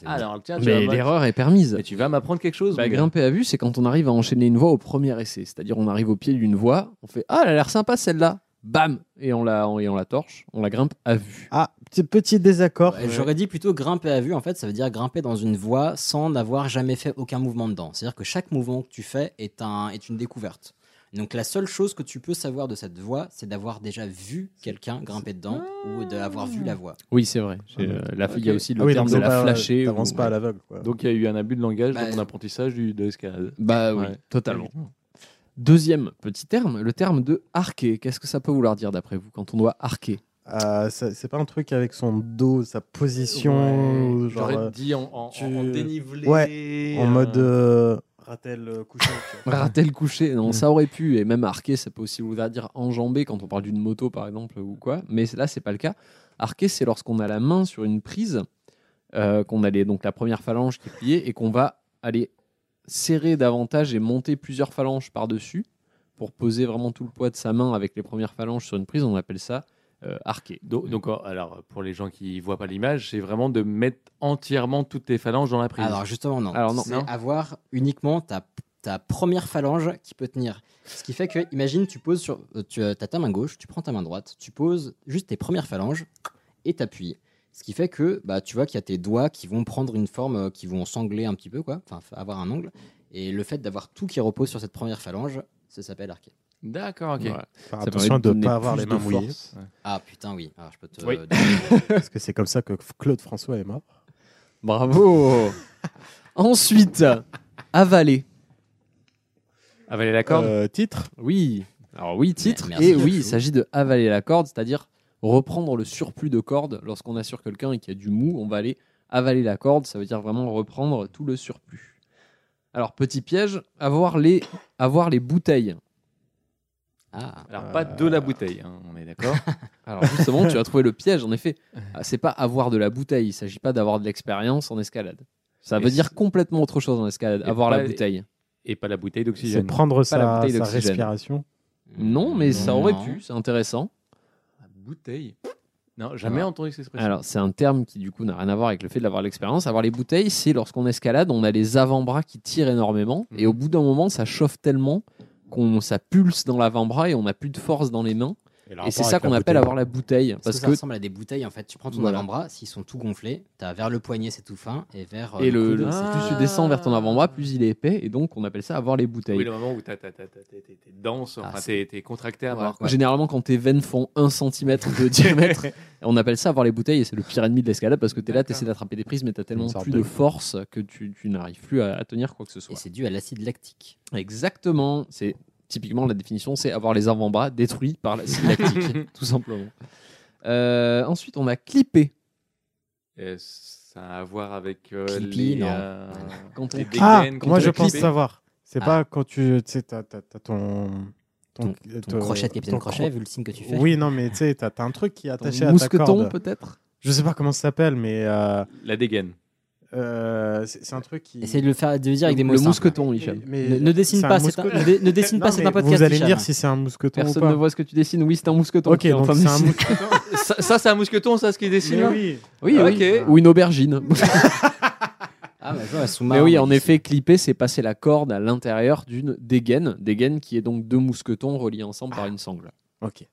Speaker 7: Ah, Alors, tiens, tu
Speaker 6: Mais
Speaker 7: vas-
Speaker 6: l'erreur est permise.
Speaker 7: Mais tu vas m'apprendre quelque chose.
Speaker 6: Bah,
Speaker 7: mon gars.
Speaker 6: grimper à vue, c'est quand on arrive à enchaîner une voie au premier essai. C'est-à-dire, on arrive au pied d'une voie, on fait Ah, elle a l'air sympa celle-là. bam, et on la, et on la torche, on la grimpe à vue.
Speaker 12: Ah, petit, petit désaccord.
Speaker 8: euh,
Speaker 1: Ouais, J'aurais dit plutôt grimper à vue, en fait, ça veut dire grimper dans une voie sans n'avoir jamais fait aucun mouvement dedans. C'est-à-dire que chaque mouvement que tu fais est, un, est une découverte. Donc la seule chose que tu peux savoir de cette voie, c'est d'avoir déjà vu quelqu'un grimper dedans ou d'avoir vu la voie.
Speaker 6: Oui, c'est vrai. J'ai, euh, la fille, il y a aussi le
Speaker 12: Ah oui,
Speaker 6: terme
Speaker 12: donc,
Speaker 6: de la
Speaker 12: bah,
Speaker 6: flasher.
Speaker 12: t'avances
Speaker 6: ou-
Speaker 12: pas à l'aveugle, quoi.
Speaker 7: Donc il y a eu un abus de langage
Speaker 1: Bah,
Speaker 7: dans mon apprentissage du, de l'escalade.
Speaker 6: Bah oui,
Speaker 7: Ouais.
Speaker 6: totalement. Deuxième petit terme, le terme de arquer. Qu'est-ce que ça peut vouloir dire d'après vous quand on doit arquer
Speaker 12: Ah, ça- c'est pas un truc avec son dos, sa position. genre,
Speaker 7: Ouais, j'aurais
Speaker 12: euh,
Speaker 7: dit en- en-
Speaker 12: tu-
Speaker 7: en dénivelé,
Speaker 12: Ouais, en
Speaker 7: euh,
Speaker 12: mode. euh, Ratel euh, couché.
Speaker 6: Ratel couché, non,
Speaker 12: Mm.
Speaker 6: ça aurait pu, et même arquer, ça peut aussi vouloir dire enjamber quand on parle d'une moto par exemple ou quoi, mais là c'est pas le cas. Arquer, c'est lorsqu'on a la main sur une prise, euh, qu'on a les- donc la première phalange qui est pliée et qu'on va aller serrer davantage et monter plusieurs phalanges par-dessus pour poser vraiment tout le poids de sa main avec les premières phalanges sur une prise, on appelle ça euh, arquer.
Speaker 7: Donc, donc, euh, alors, pour les gens qui voient pas l'image, c'est vraiment de mettre entièrement toutes tes phalanges dans la prise.
Speaker 1: Alors justement, non.
Speaker 6: Alors, non.
Speaker 1: C'est
Speaker 6: Non.
Speaker 1: avoir uniquement ta, ta première phalange qui peut tenir. Ce qui fait que, imagine, tu poses sur euh, tu, as ta main gauche, tu prends ta main droite, tu poses juste tes premières phalanges et t'appuies. Ce qui fait que bah, tu vois qu'il y a tes doigts qui vont prendre une forme, euh, qui vont s'angler un petit peu, quoi, enfin f- avoir un angle. Et le fait d'avoir tout qui repose sur cette première phalange, ça s'appelle arqué.
Speaker 7: D'accord, ok.
Speaker 6: Voilà.
Speaker 12: Faire
Speaker 6: Ça
Speaker 12: attention
Speaker 6: permet
Speaker 12: de ne
Speaker 6: donner
Speaker 12: pas avoir
Speaker 6: plus
Speaker 12: les
Speaker 6: de
Speaker 12: mains mouillées.
Speaker 6: force.
Speaker 1: Ah putain, oui. Alors, je peux te.
Speaker 6: Oui.
Speaker 12: Parce que c'est comme ça que F- Claude François est mort.
Speaker 6: Bravo Ensuite, avaler.
Speaker 7: Avaler la corde
Speaker 12: Euh, titre
Speaker 6: Oui. Alors oui, titre.
Speaker 1: merci,
Speaker 6: et
Speaker 1: Chouchou.
Speaker 6: oui, il s'agit de avaler la corde, c'est-à-dire reprendre le surplus de corde. Lorsqu'on a sur quelqu'un et qu'il y a du mou, on va aller avaler la corde. Ça veut dire vraiment reprendre tout le surplus. Alors petit piège, avoir les, avoir les bouteilles.
Speaker 1: Ah,
Speaker 7: Alors, pas de
Speaker 12: Euh,
Speaker 7: la bouteille, hein, on est d'accord.
Speaker 6: Alors justement, tu as trouvé le piège. En effet, Ah, c'est pas avoir de la bouteille. Il s'agit pas d'avoir de l'expérience en escalade. Ça
Speaker 7: Et
Speaker 6: veut dire
Speaker 7: c'est-
Speaker 6: complètement autre chose en escalade.
Speaker 7: Et
Speaker 6: Avoir
Speaker 7: pas
Speaker 6: la
Speaker 7: les-
Speaker 6: bouteille.
Speaker 7: Et pas la bouteille
Speaker 12: C'est
Speaker 7: d'oxygène.
Speaker 12: prendre
Speaker 6: Pas la
Speaker 12: sa,
Speaker 6: bouteille
Speaker 12: sa
Speaker 6: d'oxygène.
Speaker 12: respiration.
Speaker 6: Non, mais ça aurait
Speaker 1: Non.
Speaker 6: pu. C'est intéressant.
Speaker 7: La bouteille Non, jamais
Speaker 6: Alors-
Speaker 7: entendu cette expression.
Speaker 6: Alors, c'est un terme qui, du coup, n'a rien à voir avec le fait d'avoir l'expérience. Avoir les bouteilles, c'est lorsqu'on escalade, on a les avant-bras qui tirent énormément.
Speaker 12: Mhm.
Speaker 6: Et au bout d'un moment, ça chauffe tellement qu'on ça pulse dans l'avant-bras et on n'a plus de force dans les mains.
Speaker 12: le
Speaker 6: Et c'est
Speaker 12: rapport avec
Speaker 6: ça
Speaker 12: la
Speaker 6: qu'on appelle
Speaker 12: bouteille.
Speaker 6: avoir la bouteille.
Speaker 1: Parce
Speaker 6: Parce
Speaker 1: que ça
Speaker 6: que.
Speaker 1: ressemble à des bouteilles en fait. Tu prends ton
Speaker 6: Voilà.
Speaker 1: avant-bras, s'ils sont tout gonflés, t'as vers le poignet c'est tout fin et vers euh,
Speaker 6: Et le,
Speaker 1: coude,
Speaker 6: le-
Speaker 1: c'est-
Speaker 6: plus tu descends vers ton avant-bras, plus il est épais. Et donc, on appelle ça avoir les bouteilles.
Speaker 7: Oui, le moment où t'as- t'as- t'as- t'as- t'es t'es dense,
Speaker 6: Ah,
Speaker 7: enfin,
Speaker 6: c'est-
Speaker 7: t'es t'es contracté à
Speaker 6: Ouais.
Speaker 7: mort. quoi.
Speaker 6: Généralement, quand tes veines font 1 cm
Speaker 12: [laughs]
Speaker 6: de diamètre, on appelle ça avoir les bouteilles et c'est le pire ennemi de l'escalade parce que tu es là, tu essaies d'attraper des prises, mais tu as tellement
Speaker 12: Une sorte
Speaker 6: plus
Speaker 12: de-
Speaker 6: de force que tu, tu n'arrives plus à, à tenir quoi que ce
Speaker 1: Et
Speaker 6: soit.
Speaker 1: c'est dû à l'acide lactique.
Speaker 6: Exactement. C'est typiquement la définition, c'est avoir les avant-bras détruits par l'acide
Speaker 12: [laughs]
Speaker 6: lactique, tout simplement. Euh, ensuite, on a clippé.
Speaker 7: Et ça a à voir avec euh,
Speaker 1: Clippy,
Speaker 7: les,
Speaker 1: non.
Speaker 7: euh,
Speaker 6: Quand on-
Speaker 7: les
Speaker 12: Ah,
Speaker 7: dégaines, quand
Speaker 12: moi
Speaker 7: on
Speaker 12: je
Speaker 7: est
Speaker 12: pense
Speaker 7: clippé.
Speaker 12: savoir. C'est
Speaker 1: Ah.
Speaker 12: pas quand tu tu sais, t'as t'as- t'as ton,
Speaker 1: Ton- Ton crochet de capitaine
Speaker 12: ton
Speaker 1: crochet, vu le signe que tu fais.
Speaker 12: Oui, non, mais tu sais, t'as t'as un truc qui est
Speaker 6: Ton
Speaker 12: attaché à ta
Speaker 6: mousqueton,
Speaker 12: corde.
Speaker 6: peut-être
Speaker 12: Je sais pas comment ça s'appelle, mais euh,
Speaker 7: La dégaine.
Speaker 12: euh, c'est c'est un truc qui.
Speaker 1: Essaye de le faire de le dire avec des mots
Speaker 6: Le
Speaker 1: simples.
Speaker 6: mousqueton, Hicham.
Speaker 12: Mais-
Speaker 1: Ne, ne dessine
Speaker 12: c'est un
Speaker 1: pas, c'est un,
Speaker 12: mousqueton.
Speaker 1: ne, dé- ne dessine
Speaker 12: Non,
Speaker 1: pas, c'est un
Speaker 12: mais
Speaker 1: podcast.
Speaker 12: Vous allez me
Speaker 1: Hicham.
Speaker 12: dire si c'est un mousqueton
Speaker 6: Personne
Speaker 12: ou pas.
Speaker 6: ne voit ce que tu dessines. Oui, c'est un mousqueton.
Speaker 12: Ok,
Speaker 6: qui est en
Speaker 12: donc
Speaker 6: train de
Speaker 12: c'est un
Speaker 6: dessiner.
Speaker 12: mousqueton.
Speaker 6: [laughs]
Speaker 7: ça, ça, c'est un mousqueton, ça, ce qui est dessiné
Speaker 12: Mais
Speaker 7: là
Speaker 12: oui.
Speaker 6: Oui,
Speaker 7: Ah,
Speaker 6: oui.
Speaker 7: ok.
Speaker 6: Ou
Speaker 12: [laughs]
Speaker 6: une aubergine. [laughs]
Speaker 1: Ah, bah, je vois, sous
Speaker 6: Mais oui, en effet, clipper, c'est passer la corde à l'intérieur d'une dégaine, dégaine qui est donc deux mousquetons reliés ensemble par une sangle.
Speaker 12: Ok.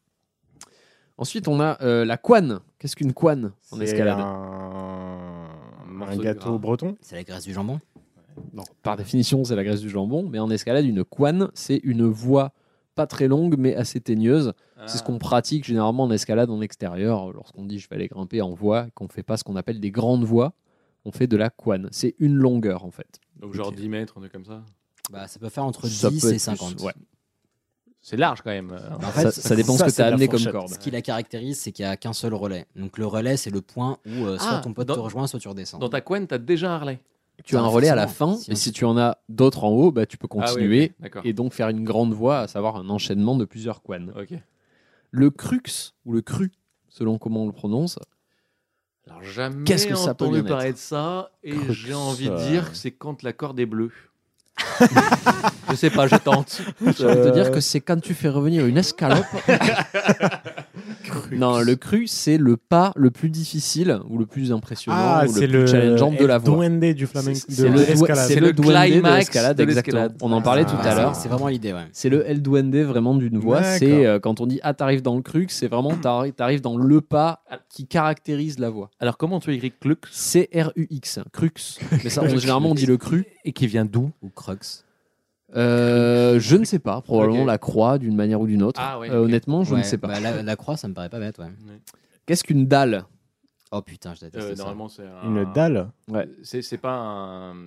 Speaker 6: Ensuite, on a euh, la couane. Qu'est-ce qu'une couane en
Speaker 12: C'est
Speaker 6: escalade
Speaker 12: Un,
Speaker 7: morceau
Speaker 12: un
Speaker 7: de
Speaker 12: gâteau
Speaker 7: gras.
Speaker 12: breton.
Speaker 1: C'est la graisse du jambon.
Speaker 6: Non, par définition, c'est la graisse du jambon, mais en escalade, une couane, c'est une voie pas très longue, mais assez teigneuse.
Speaker 7: Ah,
Speaker 6: C'est ce qu'on pratique généralement en escalade en extérieur, lorsqu'on dit je vais aller grimper en voie, et qu'on ne fait pas ce qu'on appelle des grandes voies, on fait de la couane. C'est une longueur, en fait.
Speaker 7: Donc, genre
Speaker 6: Ok.
Speaker 7: 10 mètres, on est comme ça.
Speaker 1: Bah, ça peut faire entre
Speaker 6: Ça
Speaker 1: 10
Speaker 6: peut
Speaker 1: et
Speaker 6: être plus,
Speaker 1: 50.
Speaker 6: ouais.
Speaker 7: C'est large quand même. euh,
Speaker 1: En fait,
Speaker 6: Ça, ça dépend
Speaker 12: ça,
Speaker 6: ce que
Speaker 12: c'est
Speaker 6: tu as
Speaker 12: de la
Speaker 6: amené comme
Speaker 12: fourchette.
Speaker 6: corde.
Speaker 1: ce qui la caractérise, c'est qu'il n'y a qu'un seul relais. Donc le relais, c'est le point où euh, soit
Speaker 7: Ah,
Speaker 1: ton pote
Speaker 7: dans-
Speaker 1: te rejoint, soit tu redescends.
Speaker 7: Dans ta couenne, t'as déjà un Harley.
Speaker 6: Tu as
Speaker 1: Ah,
Speaker 6: un relais à la
Speaker 1: forcément,
Speaker 6: fin,
Speaker 1: si
Speaker 6: mais
Speaker 1: on-
Speaker 6: si tu en as d'autres en haut, bah, tu peux
Speaker 7: Ah
Speaker 6: continuer
Speaker 7: oui, ok, D'accord.
Speaker 6: et donc faire une grande voie, à savoir un enchaînement de plusieurs quanes.
Speaker 7: Ok.
Speaker 6: Le crux, ou le cru, selon comment on le [laughs] prononce,
Speaker 7: Alors jamais
Speaker 6: Qu'est-ce que ça peut
Speaker 7: entendu
Speaker 6: bien être
Speaker 7: parler de ça et
Speaker 12: Crux,
Speaker 7: j'ai envie de
Speaker 12: euh.
Speaker 7: dire que c'est quand la corde est bleue. [laughs] je sais pas, je [laughs] tente.
Speaker 6: Euh.
Speaker 12: [laughs]
Speaker 6: je vais te dire que c'est quand tu fais revenir une escalope
Speaker 12: cru.
Speaker 6: Non, le cru, c'est le pas le plus difficile ou le plus impressionnant
Speaker 12: Ah,
Speaker 6: ou
Speaker 12: c'est
Speaker 6: le plus
Speaker 12: le-
Speaker 6: challengeant de
Speaker 12: El
Speaker 6: la voie.
Speaker 12: Duende du flamen-
Speaker 6: C'est-
Speaker 12: de
Speaker 6: c'est le-
Speaker 12: l'escalade.
Speaker 6: C'est
Speaker 12: C'est
Speaker 6: le
Speaker 12: le
Speaker 6: duende de
Speaker 12: climax
Speaker 6: l'escalade,
Speaker 12: de
Speaker 6: exactement.
Speaker 12: l'escalade.
Speaker 6: On en parlait tout
Speaker 1: Ah,
Speaker 6: à l'heure.
Speaker 1: c'est- c'est vraiment l'idée, ouais.
Speaker 6: C'est le El Duende vraiment d'une voix.
Speaker 1: D'accord.
Speaker 6: C'est euh, quand on dit Ah, t'arrives dans le cru, c'est vraiment t'arri- t'arrives dans le pas qui caractérise la voix.
Speaker 7: Alors comment tu écris Clux
Speaker 6: C-R-U-X. Crux. Mais ça, on- généralement, on dit le cru.
Speaker 7: Et qui vient d'où
Speaker 1: Ou crux.
Speaker 6: Euh, je ne sais pas, probablement
Speaker 1: Ok.
Speaker 6: la croix d'une manière ou d'une autre.
Speaker 1: Ah ouais,
Speaker 6: Euh,
Speaker 1: ok.
Speaker 6: Honnêtement, je
Speaker 1: Ouais,
Speaker 6: ne sais pas.
Speaker 1: bah, la, la croix, ça me paraît pas bête, ouais.
Speaker 6: Qu'est-ce qu'une dalle
Speaker 1: Oh putain, je déteste
Speaker 7: Euh,
Speaker 1: ça.
Speaker 7: normalement, c'est un-
Speaker 12: Une dalle
Speaker 6: Ouais.
Speaker 7: C'est c'est pas un.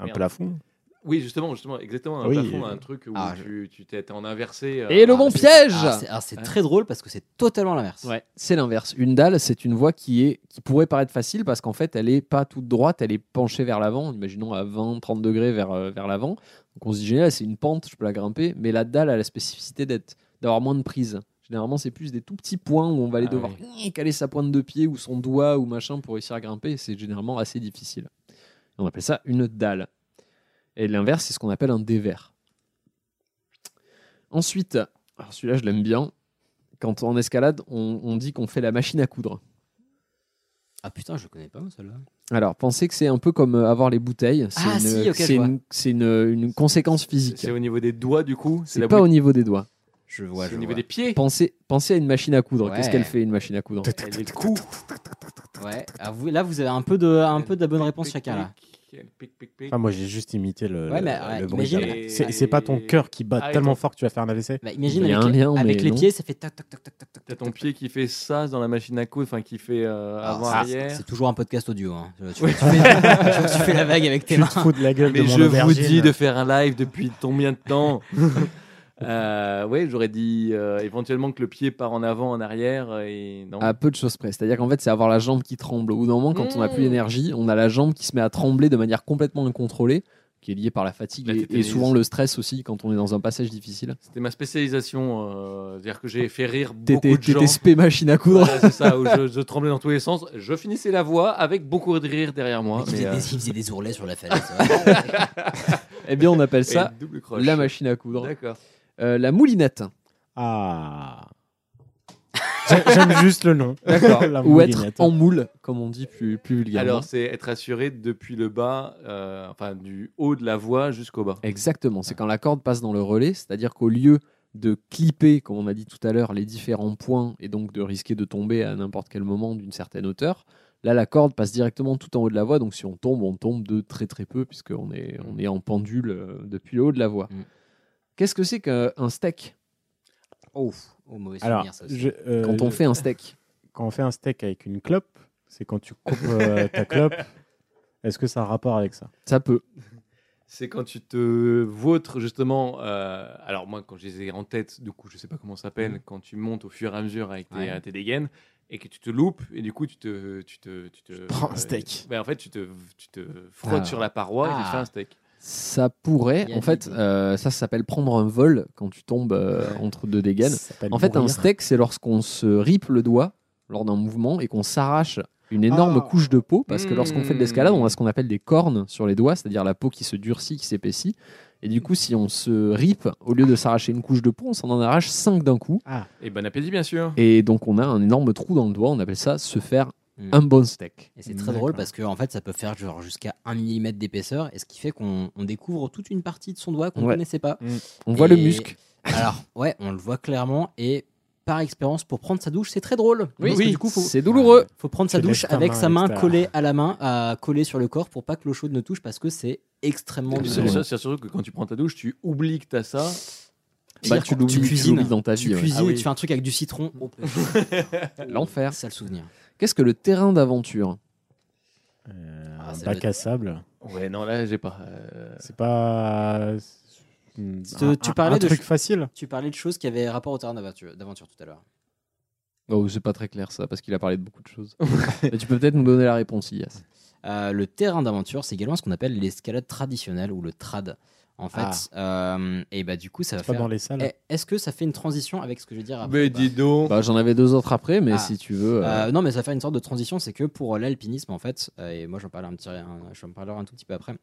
Speaker 12: Un plafond
Speaker 7: Oui, justement, justement, exactement. Un
Speaker 12: Oui,
Speaker 7: plafond,
Speaker 12: euh,
Speaker 7: un truc où
Speaker 1: ah,
Speaker 7: tu tu t'es t'es en inversé. euh,
Speaker 6: Et le bon
Speaker 7: c'est-
Speaker 6: piège
Speaker 1: Ah, c'est- ah, c'est très drôle parce que c'est totalement l'inverse.
Speaker 6: Ouais, c'est l'inverse. Une dalle, c'est une voie qui, est, qui pourrait paraître facile parce qu'en fait, elle est pas toute droite, elle est penchée vers l'avant, imaginons à 20-30 degrés vers, euh, vers l'avant. Donc on se dit, génial, c'est une pente, je peux la grimper, mais la dalle a la spécificité d'être d'avoir moins de prise. Généralement, c'est plus des tout petits points où on va aller
Speaker 7: Ah
Speaker 6: devoir [laughs] caler sa pointe de pied ou son doigt ou machin pour réussir à grimper, et c'est généralement assez difficile. Et on appelle ça une dalle. Et l'inverse, c'est ce qu'on appelle un dévers. Ensuite, alors celui-là, je l'aime bien. Quand en escalade, on, on dit qu'on fait la machine à coudre.
Speaker 1: Ah putain, je connais pas moi, celle-là.
Speaker 6: Alors, pensez que c'est un peu comme euh, avoir les bouteilles. C'est
Speaker 1: Ah,
Speaker 6: une,
Speaker 1: si, ok, je
Speaker 6: c'est
Speaker 1: vois.
Speaker 6: une- c'est une- une conséquence physique.
Speaker 7: C'est au niveau des doigts, du coup
Speaker 6: C'est
Speaker 7: la
Speaker 6: pas au
Speaker 7: bouille-
Speaker 6: niveau des doigts.
Speaker 1: Je vois,
Speaker 7: C'est au niveau des pieds
Speaker 6: Pensez, pensez à une machine à coudre.
Speaker 1: Ouais.
Speaker 6: Qu'est-ce qu'elle fait, une machine à coudre
Speaker 7: Elle est cou.
Speaker 1: Ouais. Ah, vous- là, vous avez un peu de, un peu de la bonne réponse chacun, là.
Speaker 7: Elle pique, pique, pique.
Speaker 12: Ah, moi j'ai juste imité le,
Speaker 1: Ouais,
Speaker 12: le-
Speaker 1: mais,
Speaker 12: le
Speaker 1: ouais,
Speaker 12: bruit de la-
Speaker 1: imagine-
Speaker 12: C'est c'est pas ton cœur qui bat
Speaker 7: Ah, et
Speaker 12: tellement
Speaker 7: ton-
Speaker 12: fort que tu vas faire un AVC
Speaker 1: Bah, imagine
Speaker 6: Il y a
Speaker 1: avec,
Speaker 6: un
Speaker 1: les-
Speaker 6: lien, mais
Speaker 1: avec les
Speaker 6: non.
Speaker 1: pieds, ça fait tac tac tac tac tac. tac.
Speaker 7: T'as ton pied qui fait ça dans la machine à coudre, enfin qui fait euh,
Speaker 1: Ah,
Speaker 7: avant
Speaker 1: ça,
Speaker 7: arrière.
Speaker 1: C'est toujours un podcast audio. Hein. Tu, tu fais, tu fais la vague avec [laughs] tes
Speaker 12: Tu
Speaker 1: mains.
Speaker 12: te fous de la gueule
Speaker 7: Mais
Speaker 12: de mon
Speaker 7: je vous
Speaker 12: aubergine.
Speaker 7: dis de faire un live depuis combien de temps [laughs] euh, Ouais, j'aurais dit euh, éventuellement que le pied part en avant, en arrière et non.
Speaker 6: À peu de choses près. C'est-à-dire qu'en fait, c'est avoir la jambe qui tremble. Au bout d'un moment, quand on n'a plus
Speaker 7: Mmh.
Speaker 6: d'énergie, on a la jambe qui se met à trembler de manière complètement incontrôlée, qui est liée par la fatigue
Speaker 7: La
Speaker 6: et- et,
Speaker 7: tétanésie.
Speaker 6: souvent le stress aussi quand on est dans un passage difficile.
Speaker 7: C'était ma spécialisation, euh, c'est-à-dire que j'ai fait rire
Speaker 6: T'étais
Speaker 7: beaucoup de gens.
Speaker 6: t'étais spé machine à coudre.
Speaker 7: Voilà, c'est ça, où je, je tremblais dans tous les sens. Je finissais la voix avec beaucoup de rire derrière moi.
Speaker 1: [laughs] Il
Speaker 7: mais,
Speaker 1: faisait,
Speaker 7: euh,
Speaker 1: des, il faisait des ourlets sur la falaise.
Speaker 6: eh bien, on appelle
Speaker 7: et
Speaker 6: ça
Speaker 7: une double croche.
Speaker 6: la machine à coudre.
Speaker 7: D'accord.
Speaker 6: Euh, la moulinette.
Speaker 1: [laughs]
Speaker 12: Ah. J'ai- J'aime juste le nom.
Speaker 6: [laughs]
Speaker 12: [laughs]
Speaker 6: D'accord.
Speaker 12: La
Speaker 6: Ou être
Speaker 12: moulinette.
Speaker 6: en moule, comme on dit plus, plus vulgairement.
Speaker 7: Alors, c'est être assuré depuis le bas, euh, enfin du haut de la voix jusqu'au bas.
Speaker 6: Exactement, c'est quand la corde passe dans le relais, c'est-à-dire qu'au lieu de clipper, comme on a dit tout à l'heure, les différents points et donc de risquer de tomber à n'importe quel moment d'une certaine hauteur, là la corde passe directement tout en haut de la voie, donc si on tombe, on tombe de très très peu puisqu'on est, on est en pendule euh, depuis le haut de la voie.
Speaker 1: Mm.
Speaker 6: Qu'est-ce que c'est qu'un steak
Speaker 1: oh, oh, mauvais souvenir,
Speaker 12: Alors,
Speaker 1: ça aussi.
Speaker 12: je- euh,
Speaker 6: Quand on fait un steak
Speaker 12: quand on fait un steak avec une clope, c'est quand tu coupes euh,
Speaker 1: [laughs]
Speaker 12: ta clope. Est-ce que ça a un rapport avec ça
Speaker 6: Ça peut.
Speaker 7: C'est quand tu te vautres justement. euh, alors moi, quand je les ai en tête, du coup, je sais pas comment ça s'appelle,
Speaker 6: Mhm.
Speaker 7: quand tu montes au fur et à mesure avec tes,
Speaker 1: Ouais.
Speaker 7: euh, tes dégaines et que tu te loupes et du coup, tu te, tu te, tu te
Speaker 6: prends un
Speaker 7: euh,
Speaker 6: steak.
Speaker 7: ben, en fait, tu te, tu te frottes
Speaker 6: Ah.
Speaker 7: sur la paroi et tu
Speaker 1: Ah.
Speaker 7: te fais un steak.
Speaker 6: Ça pourrait,
Speaker 1: Il y a
Speaker 6: en fait,
Speaker 1: l'idée.
Speaker 6: euh, ça s'appelle prendre un vol quand tu tombes euh, entre deux dégaines.
Speaker 12: Ça s'appelle
Speaker 6: En fait, un
Speaker 12: mourir.
Speaker 6: steak, c'est lorsqu'on se ripe le doigt lors d'un mouvement et qu'on s'arrache une énorme
Speaker 12: Ah.
Speaker 6: couche de peau, parce que lorsqu'on fait de l'escalade,
Speaker 7: Mmh.
Speaker 6: on a ce qu'on appelle des cornes sur les doigts, c'est-à-dire la peau qui se durcit, qui s'épaissit. Et du coup, si on se ripe, au lieu de s'arracher une couche de peau, on s'en en arrache cinq d'un coup.
Speaker 7: Et bon appétit, bien sûr.
Speaker 6: Et donc, on a un énorme trou dans le doigt, on appelle ça se faire
Speaker 1: Mmh.
Speaker 6: un bon steak.
Speaker 1: Et c'est très drôle parce que en fait, ça peut faire genre jusqu'à 1 mm d'épaisseur, et ce qui fait qu'on on découvre toute une partie de son doigt qu'on ne
Speaker 6: Ouais.
Speaker 1: connaissait pas.
Speaker 6: On voit le
Speaker 1: Et-
Speaker 6: muscle. Bah,
Speaker 1: Alors, ouais, on le voit clairement, et par expérience, pour prendre sa douche, c'est très drôle.
Speaker 6: Oui,
Speaker 1: Parce que
Speaker 6: oui,
Speaker 1: du coup, faut,
Speaker 6: c'est douloureux.
Speaker 1: faut prendre sa
Speaker 12: Tu
Speaker 1: douche
Speaker 12: lèves ta
Speaker 1: avec
Speaker 12: main
Speaker 1: sa main
Speaker 12: extérieure.
Speaker 1: collée à la main, à coller sur le corps pour pas que l'eau chaude ne touche parce que c'est extrêmement
Speaker 7: C'est
Speaker 1: douloureux.
Speaker 7: ça, c'est surtout que quand tu prends ta douche, tu oublies que t'as ça.
Speaker 6: Bah,
Speaker 1: C'est-à-dire
Speaker 6: tu
Speaker 1: quand
Speaker 6: l'oublies tu
Speaker 1: cuisines,
Speaker 6: l'oublies dans ta
Speaker 1: tu
Speaker 6: vie. ouais.
Speaker 1: cuisines,
Speaker 7: Ah oui.
Speaker 1: tu fais un truc avec du citron.
Speaker 6: Mm.
Speaker 1: Oh,
Speaker 6: L'enfer.
Speaker 1: sale souvenir.
Speaker 6: Qu'est-ce que le terrain d'aventure
Speaker 12: Euh,
Speaker 1: Ah,
Speaker 12: un
Speaker 1: ça
Speaker 12: bac
Speaker 1: doit
Speaker 12: à sable.
Speaker 7: Ouais, non, là, j'ai pas. euh,
Speaker 12: C'est pas. Hmm,
Speaker 1: Te-
Speaker 12: un-
Speaker 1: tu
Speaker 12: un-
Speaker 1: parlais
Speaker 12: un
Speaker 1: de-
Speaker 12: truc facile.
Speaker 1: Tu parlais de choses qui avaient rapport au terrain d'aventure d'aventure tout à l'heure.
Speaker 6: Oh, c'est pas très clair ça, parce qu'il a parlé de beaucoup de
Speaker 1: [laughs]
Speaker 6: choses. Mais tu peux peut-être nous donner la réponse, Ilias.
Speaker 1: Euh, le terrain d'aventure, c'est également ce qu'on appelle l'escalade traditionnelle ou le trad. En fait, euh, et bah du coup, ça va
Speaker 12: Ah. Pas
Speaker 1: faire.
Speaker 12: dans les salles.
Speaker 1: Eh, Est-ce que ça fait une transition avec ce que je vais dire après
Speaker 7: Mais
Speaker 1: ou pas
Speaker 7: dis donc.
Speaker 6: Ah, Bah, J'en avais deux autres après, mais
Speaker 1: Ah.
Speaker 6: si tu veux. euh,
Speaker 1: Euh, non, mais ça fait une euh, sorte de transition, c'est que pour l'alpinisme, en fait, euh, et moi j'en parlerai un petit, un- j'en parlerai un tout petit peu après.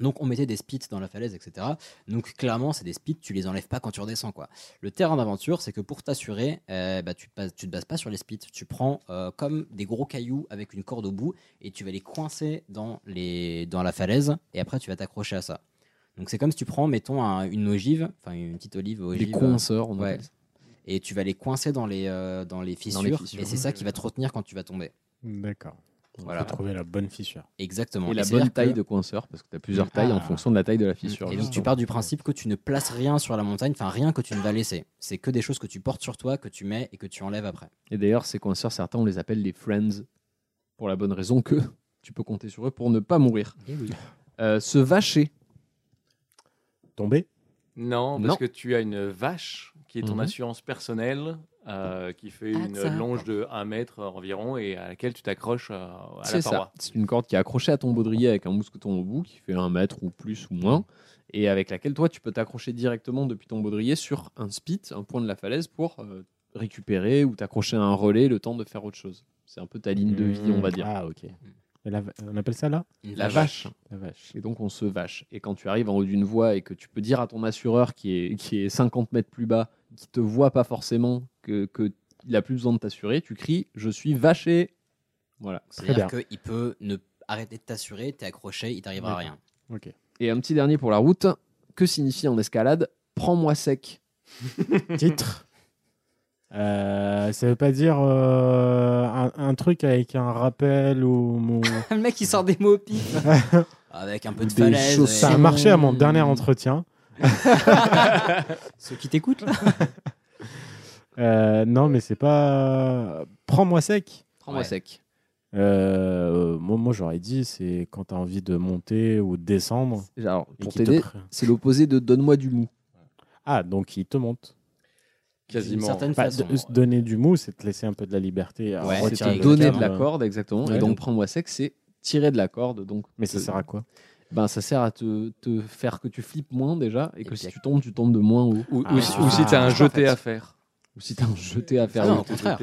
Speaker 1: Donc on mettait des spits dans la falaise, etc. Donc clairement, c'est des spits, tu les enlèves pas quand tu redescends. Quoi. Le terrain d'aventure, c'est que pour t'assurer, euh, bah, tu ne te, bases pas sur les spits. Tu prends euh, comme des gros cailloux avec une corde au bout et tu vas les coincer dans, les, dans la falaise et après tu vas t'accrocher à ça. Donc c'est comme si tu prends, mettons, un- une ogive, enfin une petite olive ogive. euh,
Speaker 6: coinceurs, on
Speaker 1: ouais.
Speaker 6: appelle ça.
Speaker 1: Et tu vas les coincer dans les, euh, dans les fissures,
Speaker 6: fissures.
Speaker 1: et c'est ça qui va te retenir quand tu vas tomber.
Speaker 12: D'accord. On
Speaker 1: Eh. Voilà.
Speaker 12: peut trouver la bonne fissure.
Speaker 1: Exactement.
Speaker 6: Et la
Speaker 1: c'est-à-dire
Speaker 6: bonne taille
Speaker 1: que- Mm.
Speaker 6: de coinceur, parce que Ah. Mm. tu as plusieurs tailles en fonction de la taille de la fissure.
Speaker 1: Et donc tu
Speaker 6: justement.
Speaker 1: pars du principe que tu ne places rien sur la montagne, enfin rien que tu ne vas laisser. C'est que des choses que tu portes sur toi, que tu mets et que tu enlèves après.
Speaker 6: Et d'ailleurs, ces coinceurs, certains, on les appelle les friends, pour la bonne raison que tu peux compter sur eux pour ne pas mourir. Euh, se vacher.
Speaker 12: Tomber
Speaker 7: Non, parce
Speaker 6: Non.
Speaker 7: que tu as une vache qui est ton
Speaker 6: Mhm.
Speaker 7: assurance personnelle, euh, qui fait
Speaker 6: Ah,
Speaker 7: une
Speaker 6: ça.
Speaker 7: longe de 1 mètre environ et à laquelle tu t'accroches euh, à la
Speaker 6: C'est ça.
Speaker 7: paroi.
Speaker 6: C'est une corde qui est accrochée à ton baudrier avec un mousqueton au bout qui fait un mètre ou plus ou moins et avec laquelle toi tu peux t'accrocher directement depuis ton baudrier sur un spit, un point de la falaise pour euh, récupérer ou t'accrocher à un relais le temps de faire autre chose. C'est un peu ta ligne de vie, on va dire.
Speaker 12: Ah, ok. Et la- on appelle ça là
Speaker 6: La vache.
Speaker 12: La vache.
Speaker 6: Et donc on se vache. Et quand tu arrives en haut d'une voie et que tu peux dire à ton assureur qui est, qui est 50 mètres plus bas, qui te voit pas forcément, que, que il a plus besoin de t'assurer, tu cries je suis vaché. Voilà.
Speaker 1: C'est-à-dire qu'il peut ne arrêter de t'assurer, t'es accroché, il t'arrivera rien. [laughs]
Speaker 12: Ok.
Speaker 6: Et un petit dernier pour la route. Que signifie en escalade Prends-moi sec.
Speaker 12: [laughs] Titre. Euh, ça veut pas dire euh, un, un truc avec un rappel ou [laughs] mon.
Speaker 1: Le mec il sort des mots au
Speaker 6: [laughs]
Speaker 1: pif avec un peu de
Speaker 12: Des
Speaker 1: falaise.
Speaker 12: chaussons. Ça a marché à mon dernier entretien.
Speaker 1: Ceux qui t'écoutent là.
Speaker 12: Euh, non, mais c'est pas. Prends-moi sec.
Speaker 6: Prends-moi sec.
Speaker 12: Euh, moi, moi, j'aurais dit, c'est quand t'as envie de monter ou de descendre.
Speaker 6: Alors,
Speaker 12: Et
Speaker 6: pour
Speaker 12: qui te
Speaker 6: t'aider,
Speaker 12: pr-
Speaker 6: c'est l'opposé de donne-moi du mou.
Speaker 12: Ah, donc il te monte.
Speaker 7: Quasiment. D'une certaine
Speaker 12: Bah,
Speaker 7: façon,
Speaker 12: de- se donner du mou, c'est te laisser un peu de la liberté. à
Speaker 6: Ouais,
Speaker 12: retirer
Speaker 6: c'est
Speaker 12: le
Speaker 6: donner
Speaker 12: terme.
Speaker 6: de la corde, exactement.
Speaker 12: Ouais.
Speaker 6: Et donc, prends-moi sec, c'est tirer de la corde. Donc
Speaker 12: Mais ça
Speaker 6: te-
Speaker 12: sert à quoi
Speaker 6: ben, Ça sert à te, te faire que tu flippes moins déjà et que si tu tombes, tu tombes de moins haut.
Speaker 7: Ou- ou Ah. si- ou si t'as un
Speaker 6: En
Speaker 7: jeté
Speaker 6: fait.
Speaker 7: à faire.
Speaker 6: Ou si t'as un jeté à faire.
Speaker 7: Ah
Speaker 6: oui.
Speaker 7: non, au contraire.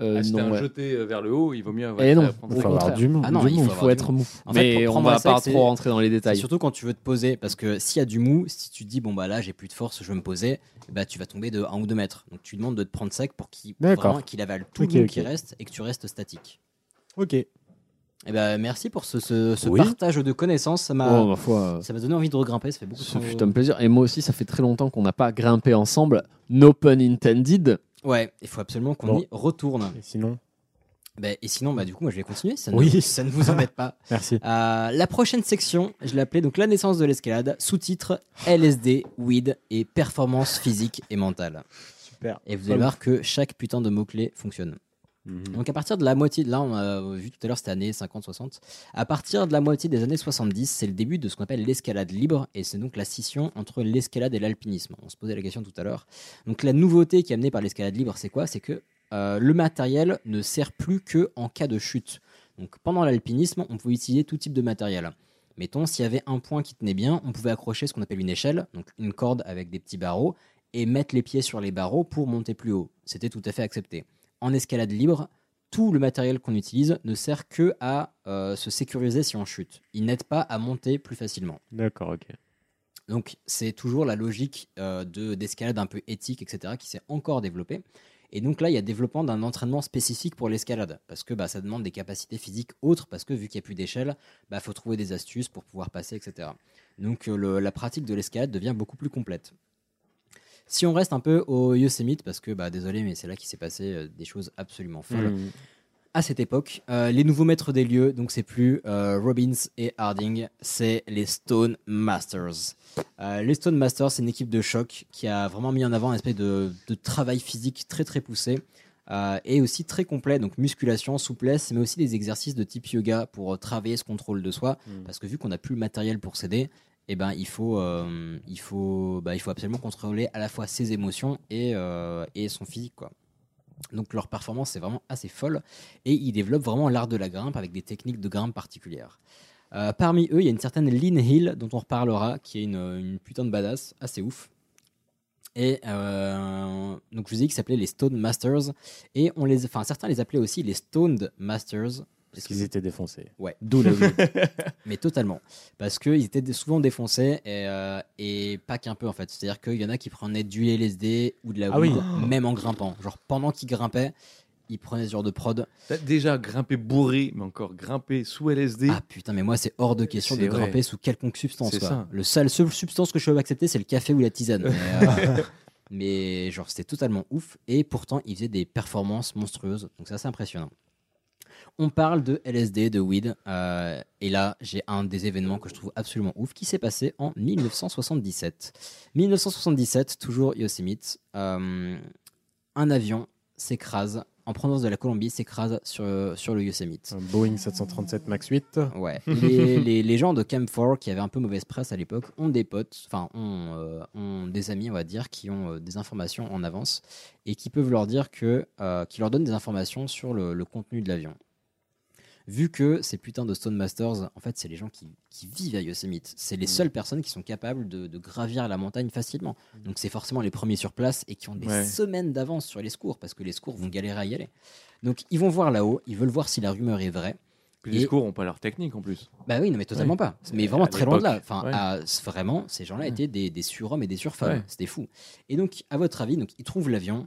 Speaker 6: Euh,
Speaker 7: Ah, si t'as
Speaker 6: non,
Speaker 7: un
Speaker 6: ouais.
Speaker 7: jeté euh, vers le haut, il vaut mieux avoir
Speaker 6: Eh non,
Speaker 7: apprendre
Speaker 6: au
Speaker 7: ça.
Speaker 6: contraire. Ah non, il faut,
Speaker 1: avoir
Speaker 6: être
Speaker 1: du
Speaker 6: mou.
Speaker 1: En
Speaker 6: Mais
Speaker 1: fait, pour
Speaker 6: on
Speaker 1: prendre
Speaker 6: va
Speaker 1: un sec,
Speaker 6: pas
Speaker 1: c'est-
Speaker 6: trop rentrer dans les détails.
Speaker 1: c'est Surtout quand tu veux te poser, parce que s'il y a du mou, si tu te dis bon bah là j'ai plus de force, je veux me poser, bah tu vas tomber de 1 ou 2 mètres. Donc tu demandes de te prendre sec pour qu'il
Speaker 12: D'accord.
Speaker 1: vraiment qu'il avale tout
Speaker 12: Ok,
Speaker 1: le mou
Speaker 12: ok.
Speaker 1: qui reste et que tu restes statique.
Speaker 12: Ok.
Speaker 1: Eh ben merci pour ce, ce- ce
Speaker 6: Oui.
Speaker 1: partage de connaissances. Ça m'a
Speaker 6: Oh, ma foi.
Speaker 1: ça m'a donné envie de regrimper. Ça fait beaucoup.
Speaker 6: Ce
Speaker 1: de-
Speaker 6: fut un plaisir. Et moi aussi, ça fait très longtemps qu'on n'a pas grimpé ensemble. No pun intended.
Speaker 1: Ouais, il faut absolument qu'on
Speaker 6: Bon.
Speaker 1: y retourne.
Speaker 12: Et sinon
Speaker 1: Bah, Et sinon, bah, du coup, moi je vais continuer. Ça ne,
Speaker 12: Oui.
Speaker 1: ça ne vous embête
Speaker 12: [laughs]
Speaker 1: pas.
Speaker 12: Merci.
Speaker 1: Euh, la prochaine section, je l'appelais donc la naissance de l'escalade, sous-titre LSD, weed et performance physique et mentale.
Speaker 12: Super.
Speaker 1: Et vous allez voir que chaque putain de mot-clé fonctionne.
Speaker 8: Mm.
Speaker 7: Mhm.
Speaker 1: Donc à partir de la moitié, de là on a vu tout à l'heure c'était années 50-60, à partir de la moitié des années 70, c'est le début de ce qu'on appelle l'escalade libre et c'est donc la scission entre l'escalade et l'alpinisme. On se posait la question tout à l'heure. Donc la nouveauté qui est amenée par l'escalade libre c'est quoi C'est que euh, le matériel ne sert plus que en cas de chute. Donc pendant l'alpinisme on pouvait utiliser tout type de matériel. Mettons s'il y avait un point qui tenait bien, on pouvait accrocher ce qu'on appelle une échelle, donc une corde avec des petits barreaux et mettre les pieds sur les barreaux pour monter plus haut. C'était tout à fait accepté. En escalade libre, tout le matériel qu'on utilise ne sert que à euh, se sécuriser si on chute. Il n'aide pas à monter plus facilement.
Speaker 12: D'accord, ok.
Speaker 1: Donc c'est toujours la logique euh, de- d'escalade un peu éthique, etc., qui s'est encore développée. Et donc là, il y a développement d'un entraînement spécifique pour l'escalade, parce que bah, ça demande des capacités physiques autres, parce que vu qu'il n'y a plus d'échelle, il faut trouver des astuces pour pouvoir passer, etc. Donc euh, le- la pratique de l'escalade devient beaucoup plus complète. Si on reste un peu au Yosemite, parce que bah, désolé, mais c'est là qu'il s'est passé euh, des choses absolument folles.
Speaker 7: Mm.
Speaker 6: Mhm.
Speaker 1: À cette époque, euh, les nouveaux maîtres des lieux, donc c'est plus euh, Robbins et Harding, c'est les Stone Masters. Euh, les Stone Masters, c'est une équipe de choc qui a vraiment mis en avant un aspect de, de travail physique très très poussé euh, et aussi très complet, donc musculation, souplesse, mais aussi des exercices de type yoga pour euh, travailler ce contrôle de soi, parce que vu qu'on n'a plus le matériel pour s'aider, eh ben, il, faut, euh, il, faut, bah, il faut absolument contrôler à la fois ses émotions et, euh, et son physique. Quoi. Donc leur performance est vraiment assez folle et ils développent vraiment l'art de la grimpe avec des techniques de grimpe particulières. Euh, parmi eux, il y a une certaine Lynn Hill dont on reparlera, qui est une, une putain de badass assez ouf. Et euh, donc je vous ai dit qu'ils s'appelaient les Stone Masters et on les, enfin certains les appelaient aussi les Stoned Masters Parce
Speaker 12: qu'ils étaient défoncés.
Speaker 1: Ouais.
Speaker 12: D'où la
Speaker 7: [laughs]
Speaker 12: lune.
Speaker 1: Mais totalement. Parce qu'ils étaient souvent défoncés et, euh, et pas qu'un peu en fait. C'est-à-dire qu'il y en a qui prenaient du LSD ou de la
Speaker 7: Ah oui.
Speaker 1: weed, même en grimpant. Genre pendant qu'ils grimpaient, ils prenaient ce genre de prod.
Speaker 7: T'as déjà grimpé bourré, mais encore grimpé sous LSD. Ah
Speaker 1: putain, mais moi, c'est hors de question de
Speaker 7: C'est vrai.
Speaker 1: grimper sous quelconque substance.
Speaker 7: C'est
Speaker 1: quoi.
Speaker 7: ça.
Speaker 1: Le seul, seule substance que je peux accepter, c'est le café ou la tisane. Mais,
Speaker 7: [laughs]
Speaker 1: euh, mais genre, c'était totalement ouf. Et pourtant, il faisait des performances monstrueuses. Donc, ça, c'est impressionnant. On parle de LSD, de weed. euh, et là, j'ai un des événements que je trouve absolument ouf qui s'est passé en 1977. 1977, toujours Yosemite. euh, un avion s'écrase en provenance de la Colombie, s'écrase sur, sur le Yosemite.
Speaker 12: Boeing 737 MAX 8.
Speaker 1: Ouais. les, les- les gens de Camp 4 qui avaient un peu mauvaise presse à l'époque ont des potes, enfin ont, euh, ont des amis, on va dire, qui ont euh, des informations en avance et qui peuvent leur dire que, euh, qui leur donnent des informations sur le, le contenu de l'avion. Vu que ces putains de Stone Masters, en fait, c'est les gens qui, qui vivent à Yosemite. C'est les seules personnes qui sont capables de, de gravir la montagne facilement. Donc, c'est forcément les premiers sur place et qui ont des
Speaker 7: Ouais.
Speaker 1: semaines d'avance sur les secours parce que les secours vont galérer à y aller. Donc, ils vont voir là-haut, ils veulent voir si la rumeur est vraie.
Speaker 7: Puis les
Speaker 1: Et-
Speaker 7: secours n'ont pas leur technique en plus.
Speaker 1: bah oui, non, mais totalement
Speaker 7: Ouais.
Speaker 1: pas. Mais
Speaker 7: Euh,
Speaker 1: vraiment
Speaker 7: à
Speaker 1: très loin de là.
Speaker 7: l'époque.
Speaker 1: Enfin,
Speaker 7: Ouais.
Speaker 1: à- c- vraiment, ces gens-là étaient des, des surhommes et des surfemmes.
Speaker 7: Ouais.
Speaker 1: C'était fou. Et donc, à votre avis, donc, ils trouvent l'avion,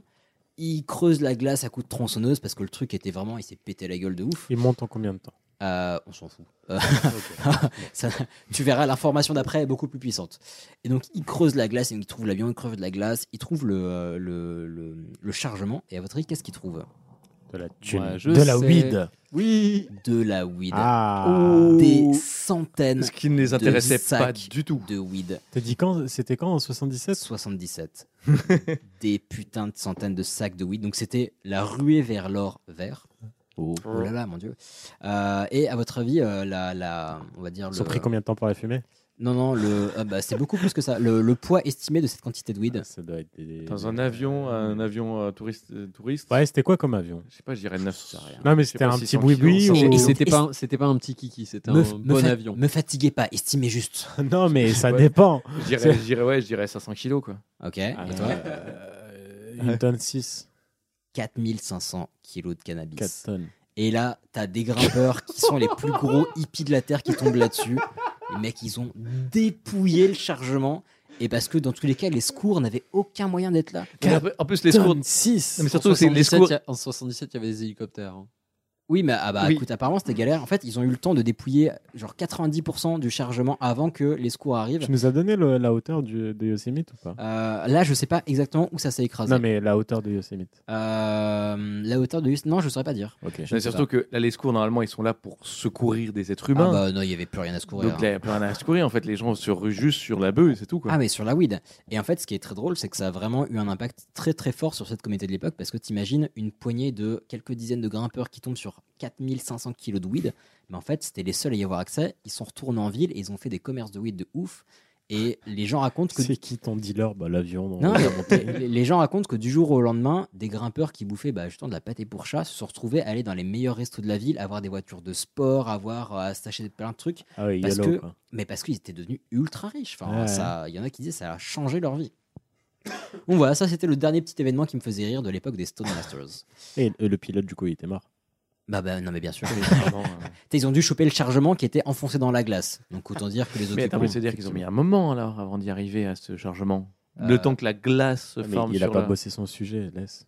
Speaker 1: ils creusent la glace à coups de tronçonneuse parce que le truc était vraiment, il s'est pété la gueule de ouf.
Speaker 12: Ils montent en combien de temps
Speaker 7: [laughs]
Speaker 1: Euh, on s'en fout. Euh, ça- tu verras, l'information d'après est beaucoup plus puissante. Et donc, ils creusent la glace, et donc, ils trouvent l'avion, ils creusent de la glace, ils trouvent le, euh, le, le- le chargement. Et à votre avis, qu'est-ce qu'ils trouvent
Speaker 12: De la
Speaker 1: thune.
Speaker 12: Moi, je De la sais. weed.
Speaker 1: Oui. Oh. De la weed.
Speaker 12: Ah.
Speaker 1: Des centaines.
Speaker 7: Ce qui ne les intéressait
Speaker 1: de
Speaker 7: pas
Speaker 1: sacs
Speaker 7: du tout.
Speaker 1: De weed.
Speaker 12: T'as dit quand C'était quand en 77
Speaker 1: 77. [laughs] des putains de centaines de sacs de weed. Donc c'était la ruée vers l'or vert. Oh. là là, mon dieu. Euh, et à votre avis, euh, la, la- on va dire
Speaker 12: Ils
Speaker 1: le.
Speaker 12: ont pris combien de temps pour la fumer
Speaker 1: Non, non, le, ah bah, c'est beaucoup plus que ça. Le, le poids estimé de cette quantité de
Speaker 7: Ah,
Speaker 1: weed.
Speaker 12: ça doit être des.
Speaker 7: Dans un avion, un avion euh, touriste, euh, touriste.
Speaker 12: Ouais, c'était quoi comme avion
Speaker 7: Je sais pas, je dirais 900. rien.
Speaker 12: Non, mais
Speaker 7: Je sais
Speaker 12: c'était
Speaker 7: pas,
Speaker 12: un
Speaker 7: 600
Speaker 12: petit boui-boui
Speaker 7: kilos,
Speaker 12: ou- [laughs]
Speaker 7: ça-
Speaker 12: Et
Speaker 7: Et
Speaker 12: c'était
Speaker 7: c'était
Speaker 12: pas
Speaker 7: pas, c'était pas un petit kiki, c'était
Speaker 1: Me-
Speaker 7: un
Speaker 1: me
Speaker 7: bon
Speaker 1: fa-
Speaker 7: avion.
Speaker 1: Me fatiguez pas, estimez juste.
Speaker 12: Non, mais ça
Speaker 7: Ouais.
Speaker 12: dépend.
Speaker 7: Je dirais, je dirais, ouais, je dirais 500 kilos quoi.
Speaker 1: Ok.
Speaker 7: Ah,
Speaker 1: et toi
Speaker 12: Euh, Une tonne 6.
Speaker 1: 4500 kilos de cannabis.
Speaker 12: Quatre tonnes.
Speaker 1: Et là, t'as des grimpeurs qui sont les plus gros hippies de la Terre qui tombent là-dessus. Les mecs, ils ont dépouillé le chargement. Et parce que dans tous les cas, les secours n'avaient aucun moyen d'être là.
Speaker 7: Mais après- en plus, les secours- Non, mais surtout, c'est les secours-
Speaker 6: En 77, il y avait des hélicoptères. hein.
Speaker 1: Oui, mais ah bah,
Speaker 6: Oui.
Speaker 1: écoute, apparemment, c'était galère. En fait, ils ont eu le temps de dépouiller genre 90% du chargement avant que les secours arrivent.
Speaker 12: Tu nous as donné le- la hauteur du, de Yosemite ou pas
Speaker 1: Euh, là, je sais pas exactement où ça s'est écrasé.
Speaker 12: Non, mais la hauteur de Yosemite.
Speaker 1: Euh, la hauteur de Houston- non, je saurais pas dire.
Speaker 12: Ok.
Speaker 1: Je
Speaker 7: Mais
Speaker 1: ne sais
Speaker 7: surtout
Speaker 1: pas.
Speaker 7: que là, les secours, normalement, ils sont là pour secourir des êtres humains.
Speaker 1: Ah bah non, il y avait plus rien à secourir. hein.
Speaker 7: Donc, là, il n'y a plus rien à secourir. En fait, les gens se ruent juste sur la bœuf et c'est tout quoi.
Speaker 1: Ah, mais sur la weed. Et en fait, ce qui est très drôle, c'est que ça a vraiment eu un impact très très fort sur cette communauté de l'époque parce que t'imagines une poignée de quelques dizaines de grimpeurs qui tombent sur 4500 kilos de weed. Mais en fait, c'était les seuls à y avoir accès. Ils sont retournés en ville et ils ont fait des commerces de weed de ouf. Et les gens racontent que.
Speaker 12: C'est qui ton dealer Bah, l'avion. dans
Speaker 1: Non,
Speaker 12: la
Speaker 1: mais [laughs]
Speaker 12: montée.
Speaker 1: les- les gens racontent que du jour au lendemain, des grimpeurs qui bouffaient bah, justement de la pâté pour chat se sont retrouvés à aller dans les meilleurs restos de la ville, avoir des voitures de sport, avoir euh, à s'acheter plein de trucs.
Speaker 12: Ah oui,
Speaker 1: parce
Speaker 12: yellow,
Speaker 1: que,
Speaker 12: quoi.
Speaker 1: mais parce qu'ils étaient devenus ultra riches. Enfin,
Speaker 12: Ouais.
Speaker 1: ça- Il y en a qui disaient ça a changé leur vie. [coughs] Donc voilà, ça c'était le dernier petit événement qui me faisait rire de l'époque des Stone Masters. [coughs]
Speaker 12: Et le- le pilote, du coup, il était mort.
Speaker 1: Bah, bah non, mais bien sûr.
Speaker 7: Clairement, euh.
Speaker 1: T'sais, ils ont dû choper le chargement qui était enfoncé dans la glace. Donc autant dire que les
Speaker 7: Mais
Speaker 1: occupants.
Speaker 7: attends, mais c'est-à-dire qu'ils ont mis un moment alors avant d'y arriver à ce chargement.
Speaker 1: Euh,
Speaker 7: Le temps que la glace se
Speaker 12: Ah, mais
Speaker 7: forme.
Speaker 12: il a
Speaker 7: sur
Speaker 12: pas
Speaker 7: la-
Speaker 12: bossé son sujet, laisse.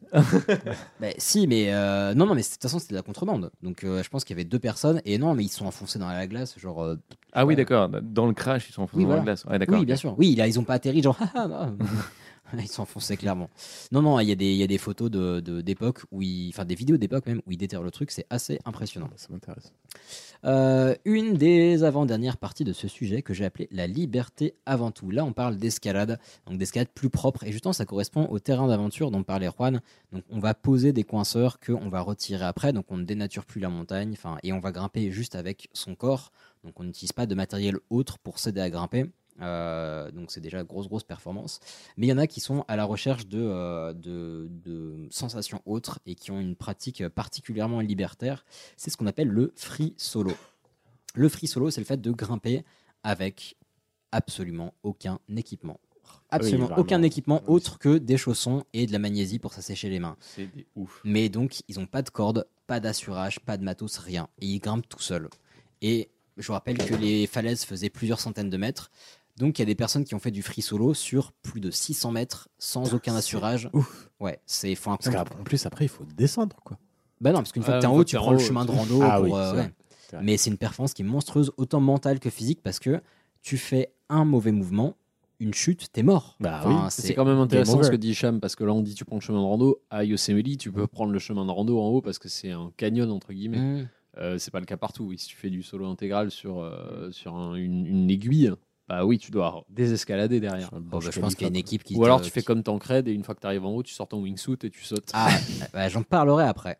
Speaker 1: Bah, si, mais euh, non, non, mais c'est- de toute façon, c'était de la contrebande. Donc, euh, je pense qu'il y avait deux personnes et non, mais ils sont enfoncés dans la glace, genre. euh,
Speaker 7: Ah oui, d'accord. Dans le crash, ils sont enfoncés
Speaker 1: oui,
Speaker 7: dans
Speaker 1: voilà.
Speaker 7: la glace. Ouais, d'accord.
Speaker 1: Oui, bien sûr. Oui, là, ils ont pas atterri, genre. [laughs] Ah, ah, ah. ils sont enfoncés clairement. Non, non, il y a des, il y a des photos de de- d'époque où ils, enfin des vidéos d'époque même où ils déterrent le truc. C'est assez impressionnant.
Speaker 12: Ça m'intéresse.
Speaker 1: Euh, une des avant-dernières parties de ce sujet que j'ai appelé la liberté avant tout. Là, on parle d'escalade, donc d'escalade plus propre. Et justement, ça correspond au terrain d'aventure dont parlait Juan. Donc, on va poser des coinceurs que on va retirer après. Donc, on ne dénature plus la montagne. Enfin, et on va grimper juste avec son corps. Donc, on n'utilise pas de matériel autre pour s'aider à grimper. Euh, donc c'est déjà grosse grosse performance. Mais il y en a qui sont à la recherche de, euh, de, de sensations autres et qui ont une pratique particulièrement libertaire. C'est ce qu'on appelle le free solo. Le free solo, c'est le fait de grimper avec absolument aucun équipement. Absolument
Speaker 7: vraiment.
Speaker 1: aucun équipement autre que des chaussons et de la magnésie pour s'assécher les mains.
Speaker 7: C'est des ouf.
Speaker 1: Mais donc, ils n'ont pas de cordes, pas d'assurage, pas de matos, rien. Et il grimpe tout seul. Et je vous rappelle que les falaises faisaient plusieurs centaines de mètres. Donc il y a des personnes qui ont fait du free solo sur plus de 600 mètres sans aucun assurage. Ouf. Ouais, c'est faut un
Speaker 8: Ah, Parce
Speaker 1: compte-
Speaker 8: qu'en plus, après, il faut descendre, quoi.
Speaker 1: Bah non, parce qu'une fois
Speaker 8: Ah,
Speaker 1: que t'es en
Speaker 8: une
Speaker 1: haut,
Speaker 8: fois
Speaker 1: tu
Speaker 8: que t'es
Speaker 1: prends
Speaker 8: en
Speaker 1: le
Speaker 8: haut,
Speaker 1: chemin de
Speaker 8: tu-
Speaker 1: rando.
Speaker 8: Ah
Speaker 1: pour,
Speaker 8: oui,
Speaker 1: euh,
Speaker 8: c'est vrai.
Speaker 1: ouais.
Speaker 8: C'est vrai.
Speaker 1: Mais c'est une performance qui est monstrueuse, autant mentale que physique, parce que tu fais un mauvais mouvement, une chute, t'es mort.
Speaker 8: Bah
Speaker 1: Enfin,
Speaker 6: Bah c'est quand même
Speaker 1: game
Speaker 6: intéressant
Speaker 1: over.
Speaker 6: ce que dit Cham, parce que là on dit tu prends le chemin de rando, à Yosemite tu peux prendre le chemin de rando en haut parce que c'est un canyon entre guillemets.
Speaker 1: Mm.
Speaker 6: Euh, c'est pas le cas partout, oui. si tu fais du solo intégral sur, euh, sur un- une, une aiguille, bah oui tu dois désescalader derrière.
Speaker 1: Bon, bah, je pense qu'il y a une équipe qui
Speaker 6: Ou
Speaker 1: te-
Speaker 6: alors tu fais comme Tancred et une fois que tu arrives en haut tu sors ton wingsuit et tu sautes.
Speaker 1: Ah, bah, j'en parlerai après.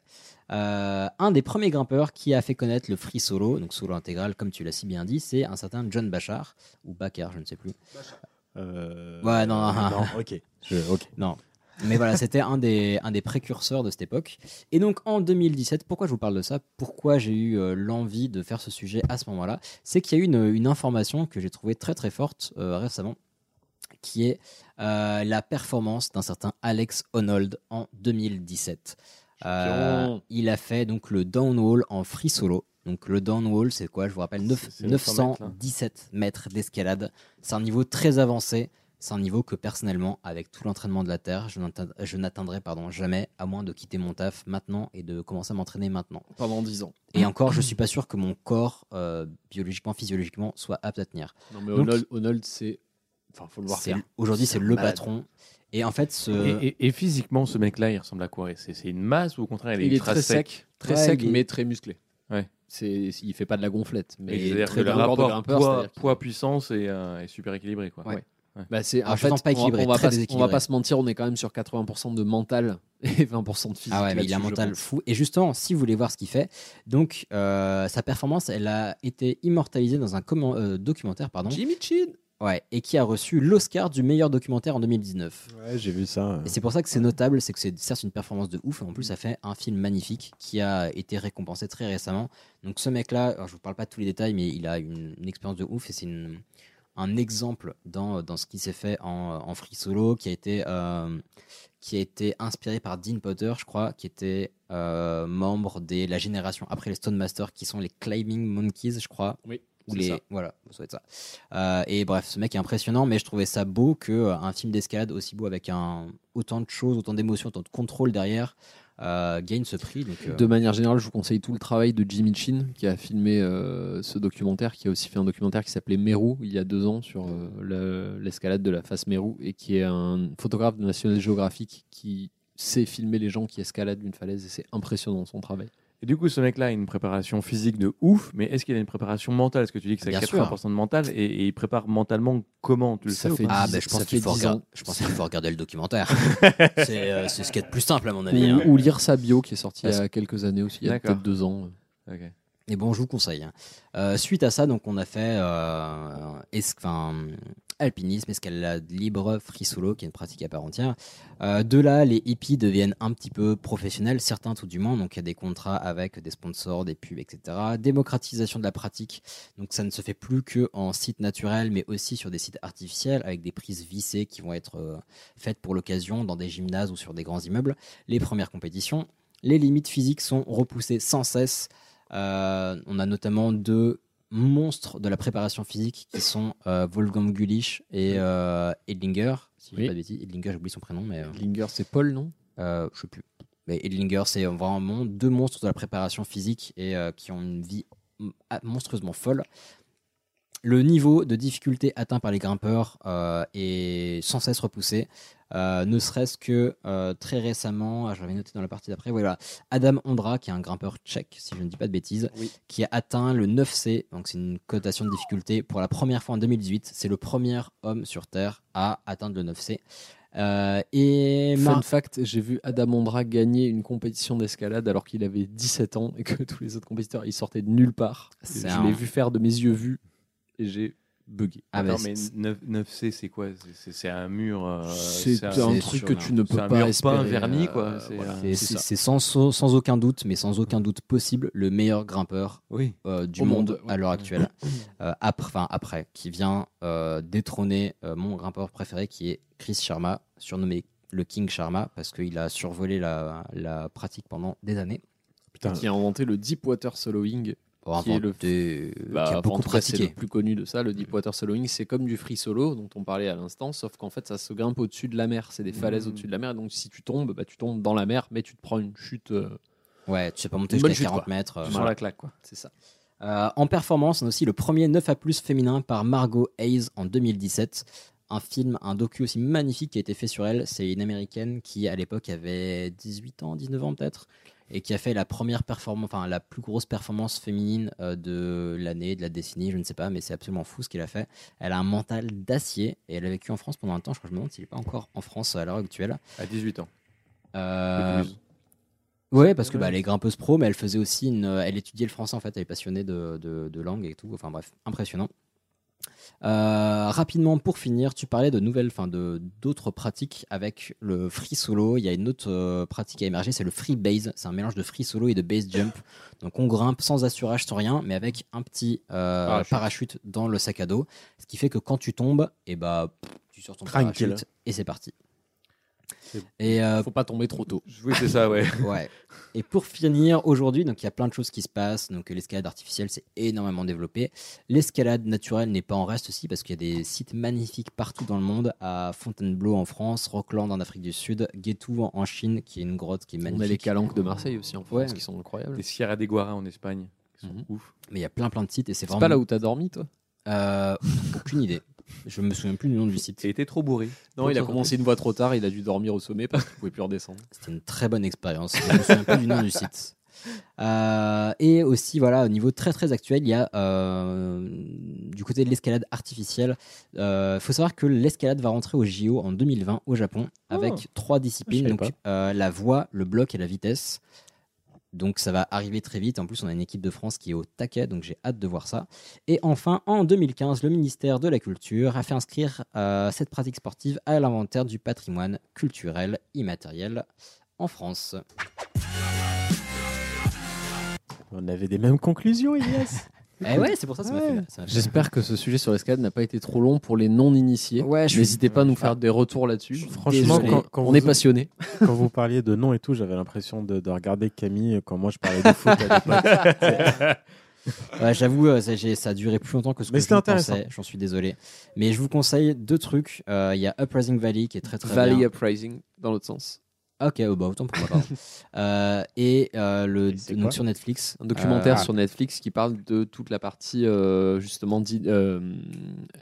Speaker 1: Euh, un des premiers grimpeurs qui a fait connaître le free solo, donc solo intégral, comme tu l'as si bien dit, c'est un certain John Bachar, ou Bachar, je ne sais plus.
Speaker 12: Euh,
Speaker 1: Ouais, non, non,
Speaker 8: non, ok. Je- ok.
Speaker 1: Non. Mais voilà, c'était un des, un des précurseurs de cette époque. Et donc en 2017, pourquoi je vous parle de ça Pourquoi j'ai eu euh, l'envie de faire ce sujet à ce moment-là C'est qu'il y a eu une, une information que j'ai trouvée très très forte euh, récemment, qui est euh, la performance d'un certain Alex Honnold en 2017. Euh,
Speaker 6: Champion.
Speaker 1: il a fait donc le downwall en free solo. Donc le downwall, c'est quoi Je vous rappelle, neuf-
Speaker 6: c'est 900 mètres, là.
Speaker 1: 917 mètres d'escalade. C'est un niveau très avancé. C'est un niveau que personnellement, avec tout l'entraînement de la Terre, je n'atteindrai- je n'atteindrai pardon jamais, à moins de quitter mon taf maintenant et de commencer à m'entraîner maintenant.
Speaker 6: Pendant 10 ans.
Speaker 1: Et encore, je suis pas sûr que mon corps, euh, biologiquement, physiologiquement, soit apte à tenir.
Speaker 6: Non mais
Speaker 1: Donc,
Speaker 6: Honnold, Honnold, c'est... Enfin faut le voir
Speaker 1: c'est-
Speaker 6: faire.
Speaker 1: Aujourd'hui, c'est
Speaker 6: un
Speaker 1: le
Speaker 6: malade.
Speaker 1: patron. Et en fait, ce...
Speaker 7: Et, et- et physiquement, ce mec-là, il ressemble à quoi C'est c'est une masse ou au contraire, il est,
Speaker 6: Il est
Speaker 7: ultra
Speaker 6: très sec, très
Speaker 7: Ouais,
Speaker 6: sec
Speaker 7: il est-
Speaker 6: mais très musclé.
Speaker 7: Ouais.
Speaker 6: C'est, il fait pas de la gonflette, mais
Speaker 7: Et C'est-à-dire que
Speaker 6: très
Speaker 7: le
Speaker 6: bon corps de
Speaker 7: rapport
Speaker 6: grimpeur,
Speaker 7: poids,
Speaker 6: c'est-à-dire qu'il-
Speaker 7: poids puissance est, euh, est super équilibré. Quoi.
Speaker 6: Ouais.
Speaker 7: Ouais. Ouais.
Speaker 6: Bah, c'est,
Speaker 1: Alors,
Speaker 6: en
Speaker 1: Ah, je pense
Speaker 6: fait,
Speaker 1: pas
Speaker 6: on va-
Speaker 1: équilibré,
Speaker 6: on va,
Speaker 1: très
Speaker 6: pas, se- on
Speaker 1: déséquilibré.
Speaker 6: va pas se mentir, on est quand même sur 80% de mental [laughs] et 20% de physique.
Speaker 1: Ah ouais, mais il a un
Speaker 6: là-dessus, je
Speaker 1: mental
Speaker 6: pense.
Speaker 1: fou. Et justement, si vous voulez voir ce qu'il fait, donc euh, sa performance, elle a été immortalisée dans un commen- euh, documentaire, pardon.
Speaker 6: Jimmy Chin
Speaker 1: Ouais, et qui a reçu l'Oscar du meilleur documentaire en 2019.
Speaker 8: Ouais, j'ai vu ça.
Speaker 1: Et c'est pour ça que c'est notable, c'est que c'est certes une performance de ouf, et en plus ça fait un film magnifique qui a été récompensé très récemment. Donc ce mec-là, alors, je vous parle pas de tous les détails, mais il a une, une expérience de ouf, et c'est une- un exemple dans, dans ce qui s'est fait en, en free solo, qui a, été, euh, qui a été inspiré par Dean Potter, je crois, qui était euh, membre de la génération après les Stone Masters, qui sont les Climbing Monkeys, je crois.
Speaker 6: Oui,
Speaker 1: Ou
Speaker 6: c'est
Speaker 1: les-
Speaker 6: ça.
Speaker 1: Voilà, ça doit être ça. Euh, et bref, ce mec est impressionnant, mais je trouvais ça beau que euh, un film d'escalade aussi beau avec un autant de choses, autant d'émotions, autant de contrôle derrière euh, gagne ce prix. Donc, euh,
Speaker 6: De manière générale, je vous conseille tout le travail de Jimmy Chin qui a filmé euh, ce documentaire, qui a aussi fait un documentaire qui s'appelait Meru il y a deux ans sur euh, le- l'escalade de la face Meru et qui est un photographe de National Geographic qui sait filmer les gens qui escaladent une falaise et c'est impressionnant son travail.
Speaker 7: Et du coup, ce mec-là a une préparation physique de ouf, mais est-ce qu'il a une préparation mentale Est-ce que tu dis que c'est
Speaker 1: Bien
Speaker 7: 80%
Speaker 1: sûr.
Speaker 7: de mental et, et il prépare mentalement comment tu le
Speaker 6: Ça
Speaker 7: sais ou
Speaker 6: fait
Speaker 7: pas
Speaker 1: ah,
Speaker 6: dix-
Speaker 1: ben, je
Speaker 6: ça
Speaker 1: pense
Speaker 6: fait
Speaker 1: qu'il faut,
Speaker 6: 10
Speaker 1: regarder-
Speaker 6: ans.
Speaker 1: je pense qu'il faut regarder le documentaire.
Speaker 6: [laughs]
Speaker 1: c'est euh, c'est ce qu'il y a de plus simple à mon
Speaker 6: Ou,
Speaker 1: avis. hein.
Speaker 6: ou lire sa bio qui est sortie il y
Speaker 1: Parce-
Speaker 6: a quelques années aussi, il y a
Speaker 7: D'accord.
Speaker 6: peut-être deux ans.
Speaker 7: Ah, ben,
Speaker 1: Et bon, je vous conseille. hein. Euh, suite à ça, donc, on a fait euh, es- 'fin, alpinisme, escalade libre, free solo, qui est une pratique à part entière. Euh, de là, les hippies deviennent un petit peu professionnels, certains tout du moins. Donc, il y a des contrats avec des sponsors, des pubs, etc. Démocratisation de la pratique. Donc, ça ne se fait plus que en site naturel, mais aussi sur des sites artificiels, avec des prises vissées qui vont être euh, faites pour l'occasion dans des gymnases ou sur des grands immeubles. Les premières compétitions. Les limites physiques sont repoussées sans cesse. Euh, on a notamment deux monstres de la préparation physique qui sont euh, Wolfgang Gulisch et euh, Edlinger. Si je dis
Speaker 6: Oui.
Speaker 1: pas de bêtises, Edlinger, j'oublie son prénom, mais euh,
Speaker 6: Linger, c'est Paul, non
Speaker 1: euh, je sais plus. Mais Edlinger, c'est vraiment deux monstres de la préparation physique et euh, qui ont une vie m- ah, monstrueusement folle. Le niveau de difficulté atteint par les grimpeurs euh, est sans cesse repoussé. Euh, ne serait-ce que euh, très récemment, ah, je l'avais noté dans la partie d'après, voilà, Adam Ondra, qui est un grimpeur tchèque, si je ne dis pas de bêtises, qui a atteint le 9C, donc c'est une cotation de difficulté pour la première fois en 2018. C'est le premier homme sur Terre à atteindre le 9C. Euh, et
Speaker 6: Fun
Speaker 1: Mar-
Speaker 6: fact, j'ai vu Adam Ondra gagner une compétition d'escalade alors qu'il avait 17 ans et que [laughs] tous les autres compétiteurs ils sortaient de nulle part.
Speaker 1: C'est
Speaker 6: Je
Speaker 1: un-
Speaker 6: l'ai vu faire de mes yeux vus et j'ai bugué.
Speaker 1: Ah,
Speaker 7: Attends,
Speaker 1: mais
Speaker 7: mais
Speaker 1: c'est-
Speaker 7: 9, c c'est quoi C'est- c'est- C'est un mur. euh,
Speaker 6: c'est
Speaker 7: un-
Speaker 6: un truc que tu ne peux
Speaker 7: c'est un
Speaker 6: pas
Speaker 7: mur
Speaker 6: espérer.
Speaker 7: peint, verni, quoi.
Speaker 6: euh,
Speaker 7: C'est,
Speaker 6: voilà,
Speaker 7: euh,
Speaker 1: C'est-
Speaker 6: c'est
Speaker 1: C'est
Speaker 6: ça.
Speaker 1: c'est sans, sans sans aucun doute, mais sans aucun doute possible, le meilleur grimpeur
Speaker 7: Oui.
Speaker 1: euh, du
Speaker 6: Au
Speaker 1: monde,
Speaker 6: monde,
Speaker 1: à l'heure actuelle.
Speaker 6: [coughs]
Speaker 1: Euh, après, enfin, après, qui vient euh, détrôner euh, mon grimpeur préféré, qui est Chris Sharma, surnommé le King Sharma, parce qu'il a survolé la, la pratique pendant des années.
Speaker 12: Putain.
Speaker 6: qui a inventé le Deepwater Soloing.
Speaker 1: Pour
Speaker 6: qui est le-
Speaker 1: inventer, euh,
Speaker 6: Bah,
Speaker 1: qui a
Speaker 6: enfin,
Speaker 1: beaucoup
Speaker 6: en tout cas, C'est
Speaker 1: pratiqué.
Speaker 6: le plus connu de ça, le Deepwater Soloing. C'est comme du free solo dont on parlait à l'instant, sauf qu'en fait, ça se grimpe au-dessus de la mer. C'est des falaises
Speaker 1: Mhm.
Speaker 6: au-dessus de la mer. Donc, si tu tombes, bah, tu tombes dans la mer, mais tu te prends une chute. euh,
Speaker 1: Ouais, tu sais pas
Speaker 6: une
Speaker 1: monter
Speaker 6: bonne
Speaker 1: jusqu'à
Speaker 6: chute,
Speaker 1: 40
Speaker 6: quoi.
Speaker 1: mètres. euh,
Speaker 6: Tu sens
Speaker 1: voilà.
Speaker 6: la claque, quoi. C'est ça.
Speaker 1: Euh, en performance, on a aussi le premier 9 à plus féminin par Margot Hayes en 2017. Un film, un docu aussi magnifique qui a été fait sur elle. C'est une américaine qui, à l'époque, avait 18 ans, 19 ans peut-être, et qui a fait la première performance, enfin la plus grosse performance féminine euh, de l'année, de la décennie, je ne sais pas, mais c'est absolument fou ce qu'elle a fait. Elle a un mental d'acier et elle a vécu en France pendant un temps. Je crois que je me demande s'il n'est pas encore en France à l'heure actuelle.
Speaker 7: À 18 ans.
Speaker 1: Euh,
Speaker 7: De plus.
Speaker 1: Ouais, parce que
Speaker 7: Ouais.
Speaker 1: bah, elle est grimpeuse pro, mais elle faisait aussi une. euh, Elle étudiait le français en fait, elle est passionnée de, de, de langue et tout. Enfin bref, impressionnant. Euh, rapidement pour finir, tu parlais de nouvelles, enfin de d'autres pratiques avec le free solo. Il y a une autre euh, pratique qui a émergé, c'est le free base. C'est un mélange de free solo et de base jump. Donc on grimpe sans assurage, sans rien, mais avec un petit euh, parachute.
Speaker 6: Parachute.
Speaker 1: dans le sac à dos, ce qui fait que quand tu tombes, et bah pff, tu sors ton
Speaker 6: Tranquille.
Speaker 1: parachute et c'est parti. Et euh,
Speaker 6: Faut pas tomber trop tôt.
Speaker 7: Oui, c'est ça,
Speaker 6: [laughs]
Speaker 7: ouais.
Speaker 1: Et pour finir, aujourd'hui, donc il y a plein de choses qui se passent. Donc l'escalade artificielle s'est énormément développée. L'escalade naturelle n'est pas en reste aussi parce qu'il y a des sites magnifiques partout dans le monde, à Fontainebleau en France, Rockland en Afrique du Sud, Getou en- en Chine, qui est une grotte qui est
Speaker 6: a
Speaker 1: magnifique.
Speaker 6: les calanques de Marseille aussi en France, qui sont incroyables.
Speaker 7: Les Sierra de Guara en Espagne. qui sont
Speaker 6: Mhm.
Speaker 7: Ouf.
Speaker 1: Mais il y a plein plein de sites et c'est
Speaker 6: C'est
Speaker 1: vraiment.
Speaker 6: pas là où t'as dormi, toi
Speaker 1: Euh, aucune idée. Je me souviens plus du nom du site.
Speaker 7: Il était trop bourré.
Speaker 6: Non, il a commencé une voie trop tard, il a dû dormir au sommet parce qu'il pouvait plus redescendre.
Speaker 1: C'était une très bonne expérience. Je me souviens plus du nom du site. Euh, et aussi, voilà, au niveau très très actuel, il y a euh, du côté de l'escalade artificielle. Il faut savoir que l'escalade va rentrer au JO en 2020 au Japon avec trois disciplines
Speaker 12: savais
Speaker 1: donc, euh, la voie, le bloc et la vitesse. Donc ça va arriver très vite. En plus, on a une équipe de France qui est au taquet, donc j'ai hâte de voir ça. Et enfin, en 2015, le ministère de la Culture a fait inscrire euh, cette pratique sportive à l'inventaire du patrimoine culturel immatériel en France.
Speaker 12: On avait des mêmes conclusions, Elias.
Speaker 1: Eh ouais, c'est pour ça que ça m'a fait-
Speaker 12: Ouais.
Speaker 1: ça m'a fait.
Speaker 6: [laughs] J'espère que ce sujet sur l'escalade n'a pas été trop long pour les non-initiés.
Speaker 1: Ouais, je suis-
Speaker 6: N'hésitez pas à nous faire des retours là-dessus.
Speaker 12: Franchement,
Speaker 6: Désolé,
Speaker 12: quand- quand
Speaker 6: on
Speaker 12: vous-
Speaker 6: est passionné.
Speaker 12: [laughs] Quand vous parliez de nom et tout, j'avais l'impression de, de regarder Camille quand moi je parlais de foot à
Speaker 1: [laughs]
Speaker 12: l'époque.
Speaker 1: Ouais, J'avoue, euh, ça, j'ai- ça a duré plus longtemps que ce
Speaker 12: Mais
Speaker 1: que
Speaker 12: c'était
Speaker 1: je
Speaker 12: intéressant.
Speaker 1: pensais. J'en suis désolé. Mais je vous conseille deux trucs. Euh, Il y a Uprising Valley qui est très très
Speaker 6: Valley
Speaker 1: bien.
Speaker 6: Uprising, dans l'autre sens.
Speaker 1: Ok, oh, bah, autant pour moi. [laughs] pardon. Euh, et euh, le donc,
Speaker 6: quoi
Speaker 1: sur Netflix.
Speaker 6: Un documentaire
Speaker 1: euh,
Speaker 6: sur Netflix qui parle de toute la partie, euh, justement, dit, euh,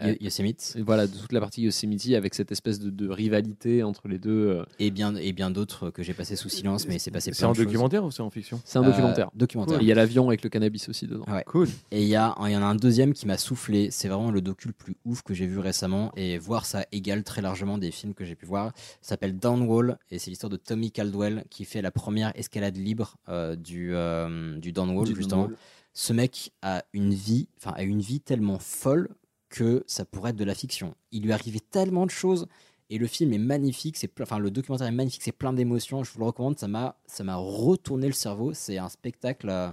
Speaker 1: Yo- Yosemite.
Speaker 6: euh, voilà, de toute la partie Yosemite avec cette espèce de, de rivalité entre les deux. euh.
Speaker 1: et bien, et bien d'autres que j'ai passé sous silence, mais c'est passé
Speaker 7: C'est
Speaker 1: plein
Speaker 7: en
Speaker 1: de choses.
Speaker 7: documentaire ou c'est en fiction
Speaker 6: C'est un
Speaker 1: Euh,
Speaker 6: documentaire. Ah
Speaker 1: documentaire.
Speaker 6: Et Il y a l'avion avec le cannabis aussi dedans.
Speaker 1: Ouais.
Speaker 7: Cool.
Speaker 1: Et il y, a- il y en a un deuxième qui m'a soufflé. C'est vraiment le docu le plus ouf que j'ai vu récemment. Et voir ça égale très largement des films que j'ai pu voir. Ça s'appelle Downwall. Et c'est l'histoire de Tommy Caldwell qui fait la première escalade libre euh, du, euh, du Downwall,
Speaker 6: Du
Speaker 1: justement.
Speaker 6: Downwall.
Speaker 1: Ce mec a une vie, enfin, a une vie tellement folle que ça pourrait être de la fiction. Il lui arrivait tellement de choses. Et le film est magnifique, c'est ple- enfin le documentaire est magnifique, c'est plein d'émotions. Je vous le recommande, ça m'a ça m'a retourné le cerveau. C'est un spectacle, euh,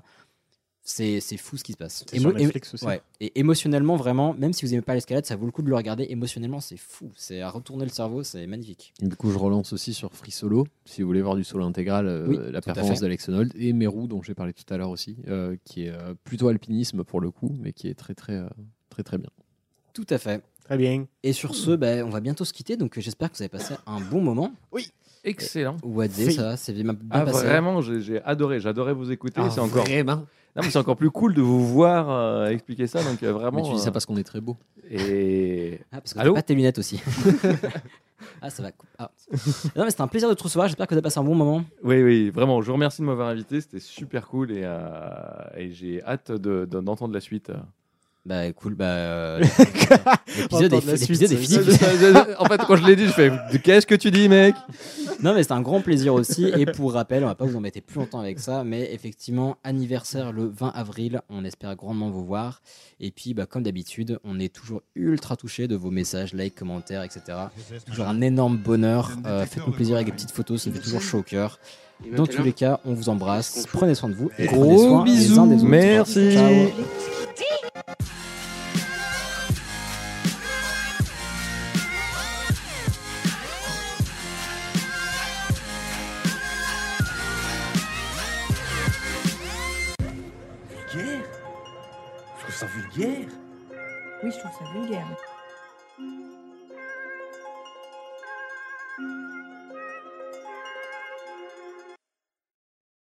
Speaker 1: c'est c'est fou ce qui se passe.
Speaker 12: C'est sur
Speaker 1: Émo- émo-
Speaker 12: Netflix aussi.
Speaker 1: ouais. Et émotionnellement vraiment, même si vous aimez pas l'escalade, ça vaut le coup de le regarder. Émotionnellement, c'est fou, c'est à retourner le cerveau, c'est magnifique.
Speaker 6: Et Du coup, je relance aussi sur Free Solo, si vous voulez voir du solo intégral, euh,
Speaker 1: Oui,
Speaker 6: la
Speaker 1: tout à
Speaker 6: performance
Speaker 1: fait.
Speaker 6: d'Alex Honnold, et Meru, dont j'ai parlé tout à l'heure aussi, euh, qui est euh, plutôt alpinisme pour le coup, mais qui est très très euh, très très bien.
Speaker 1: Tout à fait.
Speaker 12: Très bien.
Speaker 1: Et sur ce, ben, on va bientôt se quitter, donc euh, j'espère que vous avez passé un bon moment.
Speaker 7: Excellent.
Speaker 1: Wadzé,
Speaker 7: Oui.
Speaker 1: ça, c'est bien, bien
Speaker 7: Ah,
Speaker 1: passé.
Speaker 7: vraiment, j'ai j'ai adoré. J'adorais vous écouter. c'est encore.
Speaker 6: Ah, Vraiment
Speaker 7: Non, mais c'est encore plus cool de vous voir euh, expliquer ça. Donc euh, vraiment.
Speaker 6: Mais tu dis ça
Speaker 7: euh,
Speaker 6: parce qu'on est très beau.
Speaker 7: Et
Speaker 1: Ah, parce que t'as
Speaker 7: Allô
Speaker 1: pas tes lunettes
Speaker 7: [laughs]
Speaker 1: aussi. ah, ça va. cou- ah. Non, mais c'était un plaisir de te recevoir. J'espère que tu as passé un bon moment.
Speaker 7: oui, oui, vraiment. Je vous remercie de m'avoir invité. C'était super cool et, euh, et j'ai hâte de- de- d'entendre la suite. euh.
Speaker 1: Bah, cool. Bah, [laughs] euh,
Speaker 12: Entendre
Speaker 1: l'épisode
Speaker 12: la
Speaker 1: est, fi-
Speaker 12: suite,
Speaker 1: l'épisode est
Speaker 7: Euh,
Speaker 12: c'est-
Speaker 1: fini.
Speaker 7: en fait, quand je l'ai dit, je fais qu'est-ce que tu dis, mec
Speaker 1: Non, mais c'est un grand plaisir aussi. Et pour rappel, on va pas vous embêter plus longtemps avec ça, mais effectivement, anniversaire le 20 avril. On espère grandement vous voir. Et puis, bah, comme d'habitude, on est toujours ultra touché de vos messages, likes, commentaires, etc. C'est Toujours un énorme bonheur. Euh, Faites-nous plaisir avec des petites photos, ça nous fait toujours chaud au cœur. Dans tous les cas, on vous embrasse. Prenez soin de vous et prenez
Speaker 7: Gros
Speaker 1: soin les uns des
Speaker 7: bisous.
Speaker 1: autres.
Speaker 7: Merci.
Speaker 1: Ciao.
Speaker 11: Thank
Speaker 13: vulgaire
Speaker 5: Oui, je trouve ça vulgaire.